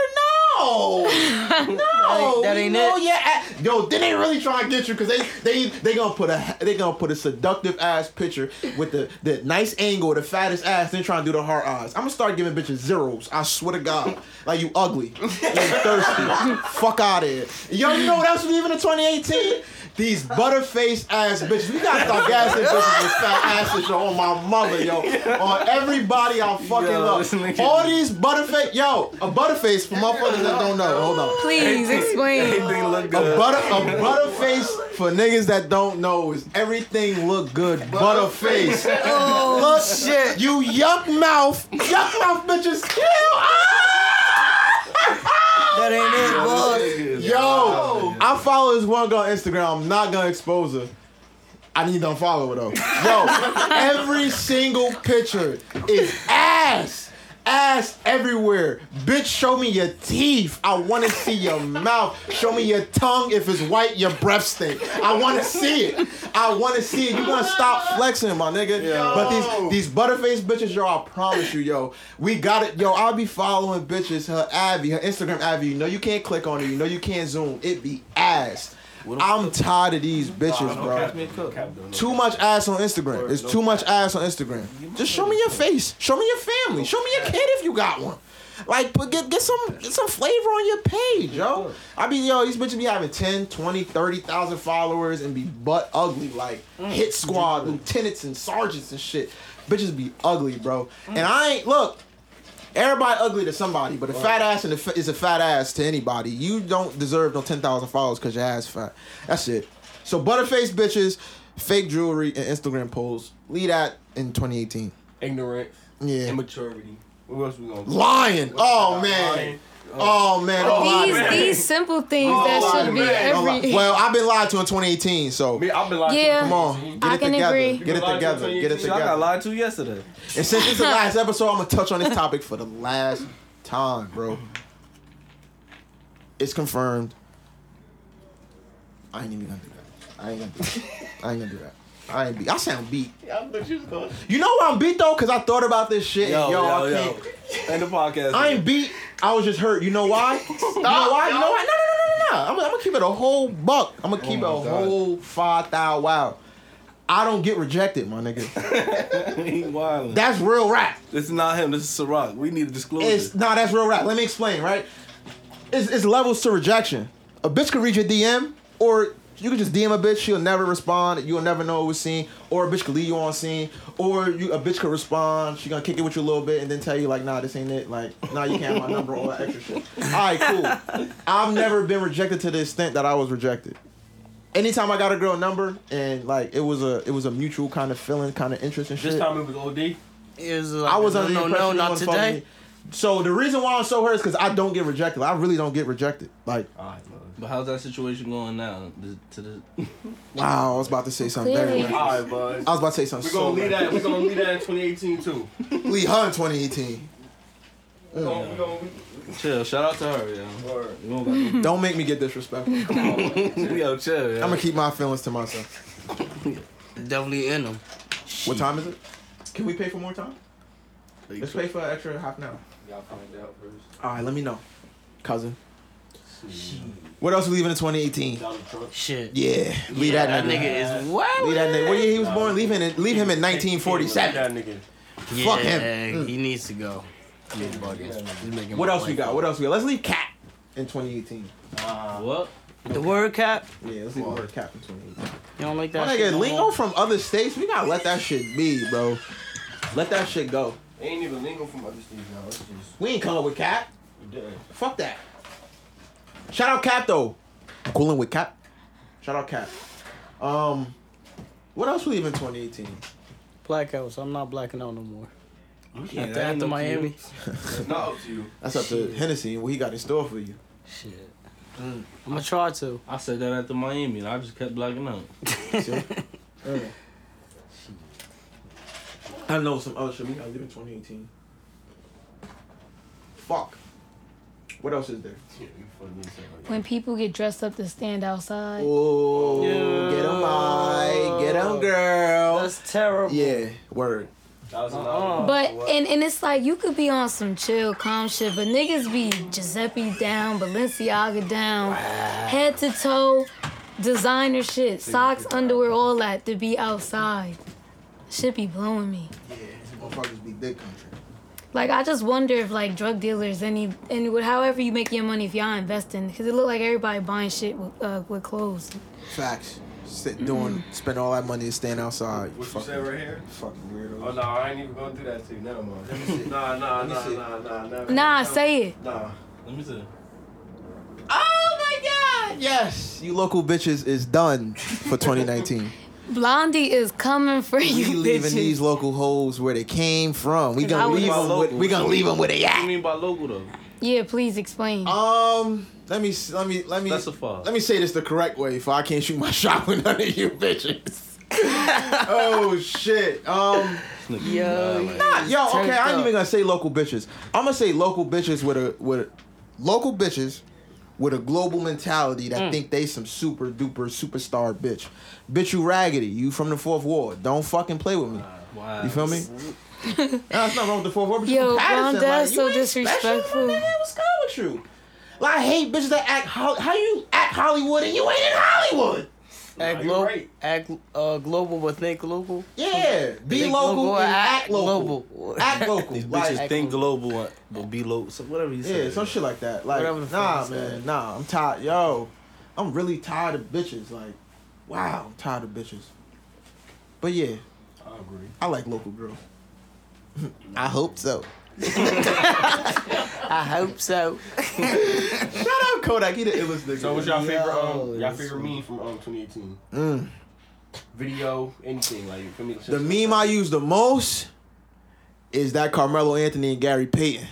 Speaker 1: No, no,
Speaker 6: That ain't- that
Speaker 1: We
Speaker 6: ain't
Speaker 1: know
Speaker 6: it.
Speaker 1: your ass- Yo, then they really trying to get you because they they they gonna put a they gonna put a seductive ass picture with the the nice angle, the fattest ass. Then trying to do the hard eyes. I'm gonna start giving bitches zeros. I swear to God, like you ugly, you thirsty, fuck out of here. Yo, you know what else was even in 2018? These butterface ass bitches. We gotta start gassing bitches with fat asses yo, on my mother, yo. On everybody I fucking
Speaker 6: Yo,
Speaker 1: love.
Speaker 6: this nigga-
Speaker 1: All these butterface, yo, a butterface for motherfuckers that don't know. Hold on.
Speaker 2: Please explain.
Speaker 5: Everything
Speaker 4: Oh,
Speaker 5: look
Speaker 1: A
Speaker 5: good.
Speaker 1: butter a butterface for niggas that don't know is everything look good. Butterface. [laughs] Oh shit. You yuck mouth. Yuck mouth bitches kill. Ah!
Speaker 6: That ain't it, boy.
Speaker 1: Yo, I follow this one girl on Instagram. I'm not gonna expose her. I need to unfollow her though. Yo, every single picture is ass. Ass everywhere. Bitch, show me your teeth. I wanna see your mouth. Show me your tongue. If it's white, your breath stink. I wanna see it. I wanna see it. You gonna stop flexing, my nigga. But these these butterface bitches, yo, I promise you, yo. We got it, yo. I'll be following bitches, her Abby, her Instagram Abby. You know you can't click on it, you know you can't zoom. It be ass. I'm tired of these bitches, bro. Too much ass on Instagram. It's too much ass on Instagram. Just show me your face. Show me your family. Show me your kid if you got one. Like, but get get some get some flavor on your page, yo. I be yo, these bitches be having 10, 20, 30,000 followers and be butt ugly, like hit squad, lieutenants and sergeants and shit. Bitches be ugly, bro. And I ain't look. Everybody ugly to somebody, but a fat ass and a fa- is a fat ass to anybody. You don't deserve no ten thousand followers because your ass fat. That's it. So butterface bitches, fake jewelry and Instagram polls. Lead that in 2018.
Speaker 3: Ignorance.
Speaker 1: Yeah,
Speaker 3: Immaturity. What else we gonna do?
Speaker 1: lying. Oh man. Oh man. Don't lie to
Speaker 2: These
Speaker 1: me.
Speaker 2: these simple things
Speaker 1: Don't lie
Speaker 2: that
Speaker 1: to
Speaker 2: should
Speaker 1: me.
Speaker 2: be
Speaker 1: Don't lie-
Speaker 2: every.
Speaker 1: Well, I've been lied to in 2018, so
Speaker 3: Me, I've been like,
Speaker 2: Yeah.
Speaker 1: come on, get
Speaker 2: I
Speaker 1: it
Speaker 2: can
Speaker 1: together.
Speaker 2: agree.
Speaker 1: Get it together. Get it
Speaker 4: Shit, I got
Speaker 1: together.
Speaker 4: lied to yesterday.
Speaker 1: And since it's the last episode, I'm gonna touch on this topic for the last time, bro. It's confirmed. I ain't even gonna do that. I ain't gonna do that. I ain't gonna do that. I ain't beat. I sound beat.
Speaker 5: I thought you was going.
Speaker 1: You know why I'm beat though? Cause I thought about this shit.
Speaker 4: Yo,
Speaker 1: and yo,
Speaker 4: yo,
Speaker 1: I
Speaker 4: yo.
Speaker 1: can't.
Speaker 4: End the podcast.
Speaker 1: I ain't beat. I was just hurt. You know why? you know why? You know why? No, no, no, no, no, Nah, I'm, I'm gonna keep it a whole buck.
Speaker 4: Oh
Speaker 1: I'm gonna keep it a whole five thousand. Wow, I don't get rejected, my nigga.
Speaker 4: he wildin'.
Speaker 1: That's real rap.
Speaker 4: This is not him. This is Ciroc. We need to disclose
Speaker 1: It's
Speaker 4: this.
Speaker 1: nah, that's real rap. Let me explain. Right, it's, it's levels to rejection. A bitch could read your DM, or you can just DM a bitch. She'll never respond. You'll never know it was seen. Or a bitch could leave you on scene. Or you, a bitch could respond. She gonna kick it with you a little bit and then tell you like, nah, this ain't it. Like, nah, you can't have my number. All that extra shit. All right, cool. I've never been rejected to the extent that I was rejected. Anytime I got a girl number and like it was a it was a mutual kind of feeling, kind of interest and shit.
Speaker 5: This time it was OD.
Speaker 6: It was like,
Speaker 1: I was
Speaker 6: no,
Speaker 1: under
Speaker 6: no,
Speaker 1: the impression
Speaker 6: no,
Speaker 1: you
Speaker 6: not
Speaker 1: wanna fuck
Speaker 6: today.
Speaker 1: me. So the reason why I'm so hurt is because I don't get rejected. Like, I really don't get rejected. Like,
Speaker 5: Alright, love.
Speaker 4: But how's that situation going now? Th- To the
Speaker 1: wow, I was about to say something. Very
Speaker 2: Clearly.
Speaker 1: racist.
Speaker 5: Alright, bud.
Speaker 1: I was about to say something.
Speaker 5: We're gonna
Speaker 1: so
Speaker 5: leave
Speaker 1: bad.
Speaker 5: that. We're gonna leave that in 2018 too.
Speaker 1: Leave her in 2018.
Speaker 5: We're gonna, we're gonna,
Speaker 4: chill. Shout out to her, yo.
Speaker 5: we, word.
Speaker 4: You won't
Speaker 1: [laughs]
Speaker 4: got
Speaker 1: Don't make me get disrespectful. I'm
Speaker 4: no- yo, chill. Yo.
Speaker 1: gonna keep my feelings to myself.
Speaker 6: Definitely in them.
Speaker 1: What time is it? Can we pay for more time? Let's pay for an extra half an hour.
Speaker 9: Y'all find out first.
Speaker 1: All right, let me know, cousin. What else we leaving in 2018?
Speaker 5: Donald Trump.
Speaker 6: Shit.
Speaker 1: Yeah, leave that
Speaker 6: That
Speaker 1: nigga.
Speaker 6: nigga is what?
Speaker 1: Leave that nigga. What year he was born? Leave him. in- Leave him in 1947.
Speaker 5: That nigga.
Speaker 1: Fuck him.
Speaker 6: He needs to go. He is bugging. He's making
Speaker 1: What
Speaker 6: my
Speaker 1: else we
Speaker 6: life
Speaker 1: got? What else we got? Let's leave Cap in 2018.
Speaker 4: What?
Speaker 6: hard. The word cap?
Speaker 1: Yeah, let's leave the word Cap in 2018.
Speaker 6: You don't like
Speaker 1: My
Speaker 6: that shit?
Speaker 1: nigga,
Speaker 6: no
Speaker 1: lingo
Speaker 6: more?
Speaker 1: from other states, we gotta let that shit be, bro. Let that shit go.
Speaker 5: They ain't even lingo from other states now. It's just
Speaker 1: We ain't coming with Cap.
Speaker 5: dead.
Speaker 1: Fuck that. Shout out Cap though. I'm cooling with Cap. Shout out Cap. Um, what else we leave in 2018?
Speaker 6: Blackouts. I'm not blacking out no more.
Speaker 4: Yeah,
Speaker 6: after after Miami.
Speaker 5: It's [laughs] not up to you.
Speaker 1: That's up to Hennessy and what he got in store for you.
Speaker 6: Shit. I'm gonna try to.
Speaker 4: I said that after Miami, and I just kept blacking out.
Speaker 1: [laughs] See? Yeah. I know some other shit we gotta leave in 2018. Fuck. What else is there?
Speaker 5: Yeah, you fucking yourself like
Speaker 2: When people get dressed up to stand outside.
Speaker 1: Oh, get him, I, get him, girl.
Speaker 6: That's terrible.
Speaker 1: yeah, word.
Speaker 5: that. That was another one.
Speaker 3: Uh-uh.
Speaker 2: But and, and it's like you could be on some chill, calm shit, but niggas be Giuseppe down, Balenciaga down, head to toe, designer shit, socks, underwear, all that to be outside. Shit be blowing me.
Speaker 1: Yeah, these motherfuckers be dick country.
Speaker 2: Like I just wonder if like drug dealers any and with however you make your money if y'all investing because it look like everybody buying shit with uh, with clothes.
Speaker 1: Facts. Sit doing, spend all that money and stand outside.
Speaker 5: What you
Speaker 1: fucking,
Speaker 5: say right here?
Speaker 1: Fucking
Speaker 5: Oh
Speaker 1: weirdos.
Speaker 5: no, I ain't even gonna do that to you. Never mind. Let [laughs] me
Speaker 1: [laughs]
Speaker 5: see. Nah, nah, nah,
Speaker 1: see.
Speaker 5: nah, nah, nah.
Speaker 2: Nah, say it.
Speaker 5: Nah.
Speaker 4: Let me see.
Speaker 1: Oh Yes, you local bitches is done for 2019.
Speaker 2: Blondie is coming for
Speaker 1: we
Speaker 2: you,
Speaker 1: leaving
Speaker 2: bitches.
Speaker 1: these local hoes where they came from. We
Speaker 2: I
Speaker 1: gonna
Speaker 2: was-
Speaker 1: leave them. With, we gonna leave them where they
Speaker 4: What do you
Speaker 1: at.
Speaker 4: mean by local though?
Speaker 2: yeah, please explain.
Speaker 1: Um, let me s- let me let me
Speaker 4: Specify.
Speaker 1: let me say this the correct way. If I can't shoot my [laughs] shot with none of you bitches. [laughs] oh shit. Um.
Speaker 6: Yo.
Speaker 1: Nah, Ah, yo,
Speaker 6: Turned
Speaker 1: okay, I ain't
Speaker 6: up.
Speaker 1: even gonna say local bitches. I'm gonna say local bitches with a with a, local bitches with a global mentality that
Speaker 6: Mm.
Speaker 1: think they some super duper superstar bitch. Bitch, you raggedy. You from the fourth ward. Don't fucking play with me.
Speaker 4: Wow.
Speaker 1: You feel me? [laughs] That's not wrong with the fourth ward. But
Speaker 2: Yo,
Speaker 1: you from Patterson,
Speaker 2: Ron, that's
Speaker 1: like,
Speaker 2: so
Speaker 1: you ain't special, my
Speaker 2: disrespectful.
Speaker 1: nigga. What's good with you? Like, I hate bitches that act. Ho- how you act Hollywood and you ain't in Hollywood?
Speaker 6: Act,
Speaker 5: you're
Speaker 6: glo-
Speaker 5: right.
Speaker 6: act uh, global but think local.
Speaker 1: Yeah, be
Speaker 6: Think
Speaker 1: local,
Speaker 6: local or
Speaker 1: and
Speaker 6: act
Speaker 1: act local.
Speaker 6: global. [laughs]
Speaker 1: Act local.
Speaker 4: These
Speaker 1: Like-
Speaker 4: bitches think global, uh, but be local. So whatever you say.
Speaker 1: Yeah, some shit like that. Like,
Speaker 6: Whatever the fuck
Speaker 1: nah,
Speaker 6: he said.
Speaker 1: man, nah. I'm tired, yo. I'm really tired of bitches. Like, wow, I'm tired of bitches. But yeah,
Speaker 5: I agree.
Speaker 1: I like local
Speaker 4: [laughs]
Speaker 1: girl. I hope so.
Speaker 6: I hope so.
Speaker 1: Shout out Kodak, he the illest nigga.
Speaker 5: So what's y'all favorite
Speaker 6: Yo,
Speaker 5: um y'all
Speaker 6: that's
Speaker 5: favorite meme from um 2018?
Speaker 1: Mm.
Speaker 5: Video, anything like for me.
Speaker 1: The meme I use the most is that Carmelo Anthony and Gary Payton.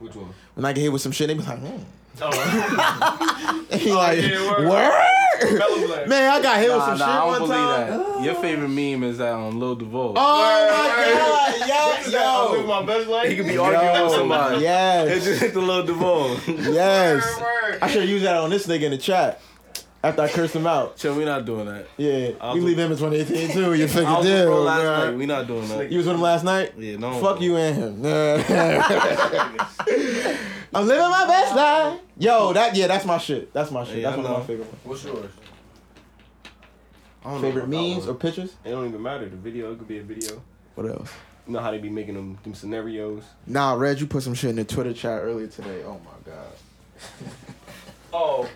Speaker 5: Which one?
Speaker 1: When I get hit with some shit, they be like, hmm.
Speaker 5: Oh,
Speaker 1: [laughs] He like,
Speaker 5: yeah, word.
Speaker 1: word?
Speaker 5: Fellow Black.
Speaker 1: Man, I got hit with
Speaker 4: Nah,
Speaker 1: some shit
Speaker 4: nah, I don't
Speaker 1: one
Speaker 4: believe
Speaker 1: time.
Speaker 4: that. Your favorite meme is that on Lil Duval.
Speaker 1: Oh
Speaker 5: [laughs]
Speaker 1: my
Speaker 5: What
Speaker 1: god,
Speaker 5: is
Speaker 1: yo,
Speaker 5: that? I
Speaker 1: yo.
Speaker 5: live my best life.
Speaker 4: He could be arguing with somebody. It
Speaker 1: Yes.
Speaker 4: just hit the Lil Duval.
Speaker 1: Yes.
Speaker 5: Word.
Speaker 1: I should have used that on this nigga in the chat after I cursed him out.
Speaker 4: Chill, we not doing that.
Speaker 1: Yeah.
Speaker 4: I'll
Speaker 1: we
Speaker 4: do-
Speaker 1: leave him in 2018 too. You
Speaker 4: I
Speaker 1: figure
Speaker 4: was with bro
Speaker 1: deal.
Speaker 4: last
Speaker 1: bruh.
Speaker 4: night. We not doing that.
Speaker 1: You was with him [laughs] last night?
Speaker 4: Yeah, no.
Speaker 1: Fuck you and him. Nah. I'm living my best life. Yo, that yeah, that's my shit. That's my shit.
Speaker 3: Yeah,
Speaker 1: that's
Speaker 3: I
Speaker 1: one of my
Speaker 3: know.
Speaker 1: favorite ones.
Speaker 9: What's yours?
Speaker 3: I don't know
Speaker 1: Favorite
Speaker 3: about that
Speaker 1: memes
Speaker 3: one.
Speaker 1: or pictures?
Speaker 3: It don't even matter. The video, it could be a video.
Speaker 1: What else?
Speaker 3: You know how they be making them them scenarios.
Speaker 1: Nah, Red, you put some shit in the Twitter chat earlier today. Oh my god.
Speaker 3: Oh,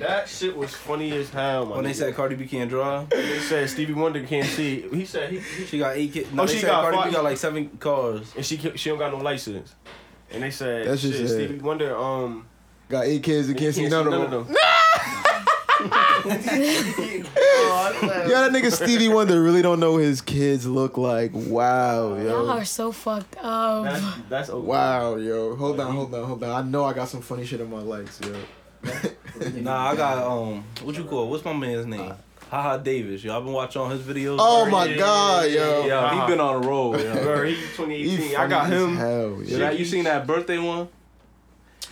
Speaker 3: that shit was funny as hell. My
Speaker 4: When they
Speaker 3: nigga.
Speaker 4: said Cardi B can't draw,
Speaker 3: they said Stevie Wonder can't see, he said he, he
Speaker 4: she got eight kids. No,
Speaker 3: Oh,
Speaker 4: they
Speaker 3: she
Speaker 4: said
Speaker 3: got
Speaker 4: Cardi
Speaker 3: five-
Speaker 4: B got like seven cars.
Speaker 3: and she can't- she don't got no license. And they said
Speaker 1: That's
Speaker 3: shit,
Speaker 1: just sad.
Speaker 3: Stevie Wonder um
Speaker 1: Got eight kids and can't
Speaker 3: [laughs]
Speaker 1: see none of them.
Speaker 3: them.
Speaker 1: Yo, that nigga Stevie Wonder really don't know what his kids look like. Wow,
Speaker 2: Y'all
Speaker 1: yo.
Speaker 2: are so fucked up.
Speaker 3: That's that's okay.
Speaker 1: Wow, yo. Hold on, hold on, hold on. I know I got some funny shit in my likes, yo.
Speaker 4: Nah, I got um, what you call? What's my man's name? Haha Davis. Yo, I've been watching all his videos.
Speaker 1: Uh, Oh my god, yo.
Speaker 4: Yo,
Speaker 3: Uh-huh.
Speaker 4: he been on a roll. Yo.
Speaker 3: Bro, he
Speaker 1: He
Speaker 3: 2018. I got
Speaker 1: funny as
Speaker 3: him.
Speaker 1: Hell,
Speaker 4: Yo,
Speaker 1: yo.
Speaker 4: that, you seen that birthday one?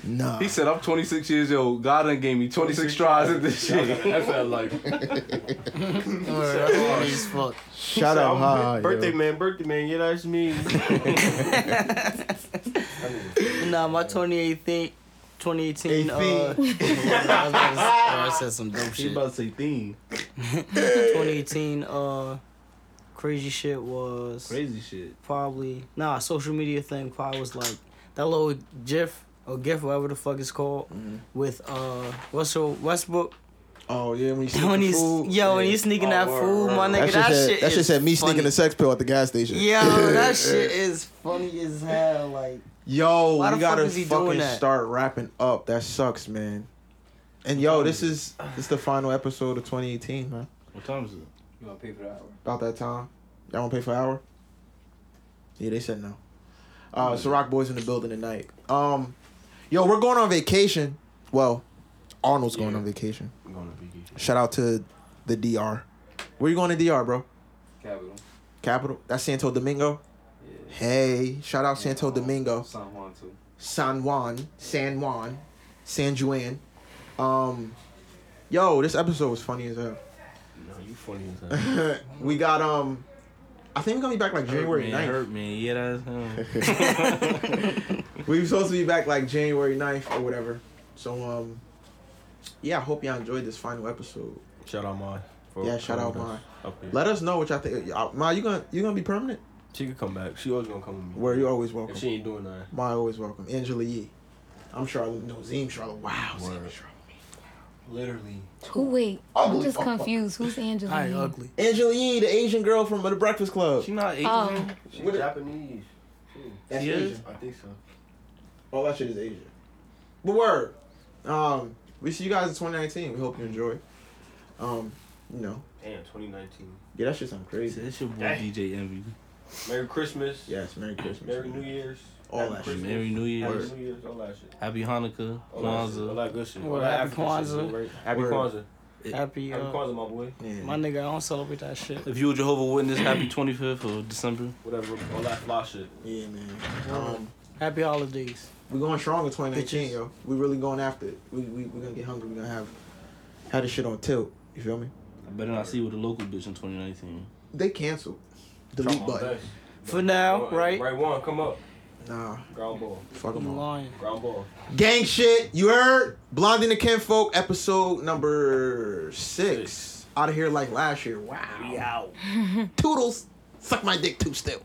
Speaker 1: Nah.
Speaker 4: He said, "I'm 26 years old. God done gave me 26 tries at this shit."
Speaker 5: That's
Speaker 4: [laughs]
Speaker 5: that like. That
Speaker 6: Funny as fuck.
Speaker 1: Shout out,
Speaker 3: I'm
Speaker 1: hi.
Speaker 3: birthday
Speaker 1: yo.
Speaker 3: man, birthday man. Yeah, that's me.
Speaker 6: [laughs] Nah, my 2018,
Speaker 1: Eighteen.
Speaker 6: 2018. Uh, I, [laughs] was about to say- oh, I said some dumb
Speaker 4: She
Speaker 6: shit.
Speaker 4: about to say theme.
Speaker 6: 2018. Uh, crazy shit was
Speaker 4: Crazy shit.
Speaker 6: probably nah social media thing. Probably was like that little GIF or GIF, whatever the fuck it's called, with uh Russell Westbrook
Speaker 1: Oh, yeah, when he's
Speaker 6: [laughs] when he's yo when he's sneaking that food, my
Speaker 1: That
Speaker 6: nigga. That,
Speaker 1: shit, said,
Speaker 6: shit.
Speaker 1: that shit
Speaker 6: is
Speaker 1: said me
Speaker 6: funny.
Speaker 1: sneaking a sex pill at the gas station. [laughs]
Speaker 6: Yo, that shit is funny as hell. Like,
Speaker 1: Yo,
Speaker 6: Why the
Speaker 1: we
Speaker 6: fuck
Speaker 1: gotta
Speaker 6: is he doing
Speaker 1: fucking
Speaker 6: that?
Speaker 1: start wrapping up. That sucks, man. And yo, this is this the final episode of 2018, man.
Speaker 4: What time is it?
Speaker 9: You want to pay for the hour?
Speaker 1: About that time. Y'all wanna pay for an hour? Yeah, they said no. Uh so Rock Boys in the building tonight. Um yo, we're going on vacation. Well, Arnold's going on vacation.
Speaker 3: I'm going to vacation.
Speaker 1: Shout out to the DR. Where you going to DR, bro?
Speaker 9: Capital.
Speaker 1: Capital? That's Santo Domingo?
Speaker 9: Yeah.
Speaker 1: Hey, shout out Santo Domingo.
Speaker 9: San Juan too.
Speaker 1: San Juan, San Juan, San Juan. Um, yo, this episode was funny as hell.
Speaker 3: No, you funny as hell.
Speaker 1: [laughs] we got um, I think we're gonna be back like January
Speaker 4: Hurt, man,
Speaker 1: 9th.
Speaker 4: hurt man. Yeah, that's him.
Speaker 1: [laughs]
Speaker 4: [laughs]
Speaker 1: We were supposed to be back like January 9th or whatever. So um, yeah, I hope y'all enjoyed this final episode.
Speaker 3: Shout out my. for
Speaker 1: Yeah, shout
Speaker 3: coming
Speaker 1: out
Speaker 3: with us
Speaker 1: my.
Speaker 3: Up here.
Speaker 1: Let us know what y'all think. Uh, Ma, you gonna you gonna be permanent?
Speaker 3: She could come back. She always gonna come with me.
Speaker 1: Where you always
Speaker 3: If
Speaker 1: welcome.
Speaker 3: she ain't doing that.
Speaker 1: Ma always welcome. Angela Yee. I'm Charlotte. No, Zeem Charlotte. Wow, Zeem
Speaker 3: Word.
Speaker 1: Charlotte.
Speaker 3: Literally.
Speaker 2: Who wait? I'm just confused. Who's Angela?
Speaker 6: I
Speaker 2: Yee?
Speaker 6: ugly.
Speaker 1: Angela Yee, the Asian girl from The Breakfast Club.
Speaker 4: She not eight.
Speaker 2: Oh,
Speaker 3: She's
Speaker 1: What-
Speaker 3: Japanese.
Speaker 1: That's
Speaker 4: She is?
Speaker 1: Asian.
Speaker 3: I think so.
Speaker 1: All that shit is Asia. But word. Um, we see you guys in 2019. We hope you enjoy. Um, you know,
Speaker 3: Damn, 2019.
Speaker 1: yeah, that shit sound crazy.
Speaker 4: It's your boy
Speaker 3: Dang.
Speaker 4: DJ Envy.
Speaker 3: Merry Christmas.
Speaker 1: Yes, Merry Christmas.
Speaker 3: Merry New Year's.
Speaker 1: All
Speaker 3: Happy
Speaker 1: that shit.
Speaker 3: Christmas.
Speaker 4: Merry New Year's.
Speaker 3: Happy New Year's. All that shit.
Speaker 4: Happy Hanukkah.
Speaker 3: All that shit. All
Speaker 4: Kwanzaa.
Speaker 3: that good shit.
Speaker 6: Word,
Speaker 3: All that
Speaker 6: happy
Speaker 3: African shit,
Speaker 6: Kwanzaa.
Speaker 3: right? Happy
Speaker 1: Word.
Speaker 3: Kwanzaa.
Speaker 6: Happy,
Speaker 3: Happy
Speaker 6: uh,
Speaker 3: Kwanzaa, my boy.
Speaker 6: my
Speaker 1: Yeah.
Speaker 6: nigga. I don't celebrate that shit.
Speaker 4: If you were Jehovah Witness, happy 25th of December.
Speaker 3: Whatever. All that fly shit.
Speaker 1: yeah, man. Um,
Speaker 6: Happy holidays.
Speaker 1: we're going strong in 2019,
Speaker 6: Bitches.
Speaker 1: yo. We really going after it. We we we gonna get hungry. We gonna have have this shit on tilt. You feel me?
Speaker 4: I better not see you with a local bitch in 2019.
Speaker 1: They canceled. Delete
Speaker 3: Try my
Speaker 1: button.
Speaker 3: best.
Speaker 6: For now, right?
Speaker 3: Right one, come up.
Speaker 1: Nah,
Speaker 3: Ground ball.
Speaker 1: fuck
Speaker 6: You
Speaker 1: them all.
Speaker 6: lying.
Speaker 3: Ground ball.
Speaker 1: Gang shit. You heard? Blondie and the Kinfolk, episode number six. Out of here like last year. Wow. [laughs]
Speaker 6: Out.
Speaker 1: Toodles. Suck my dick too still.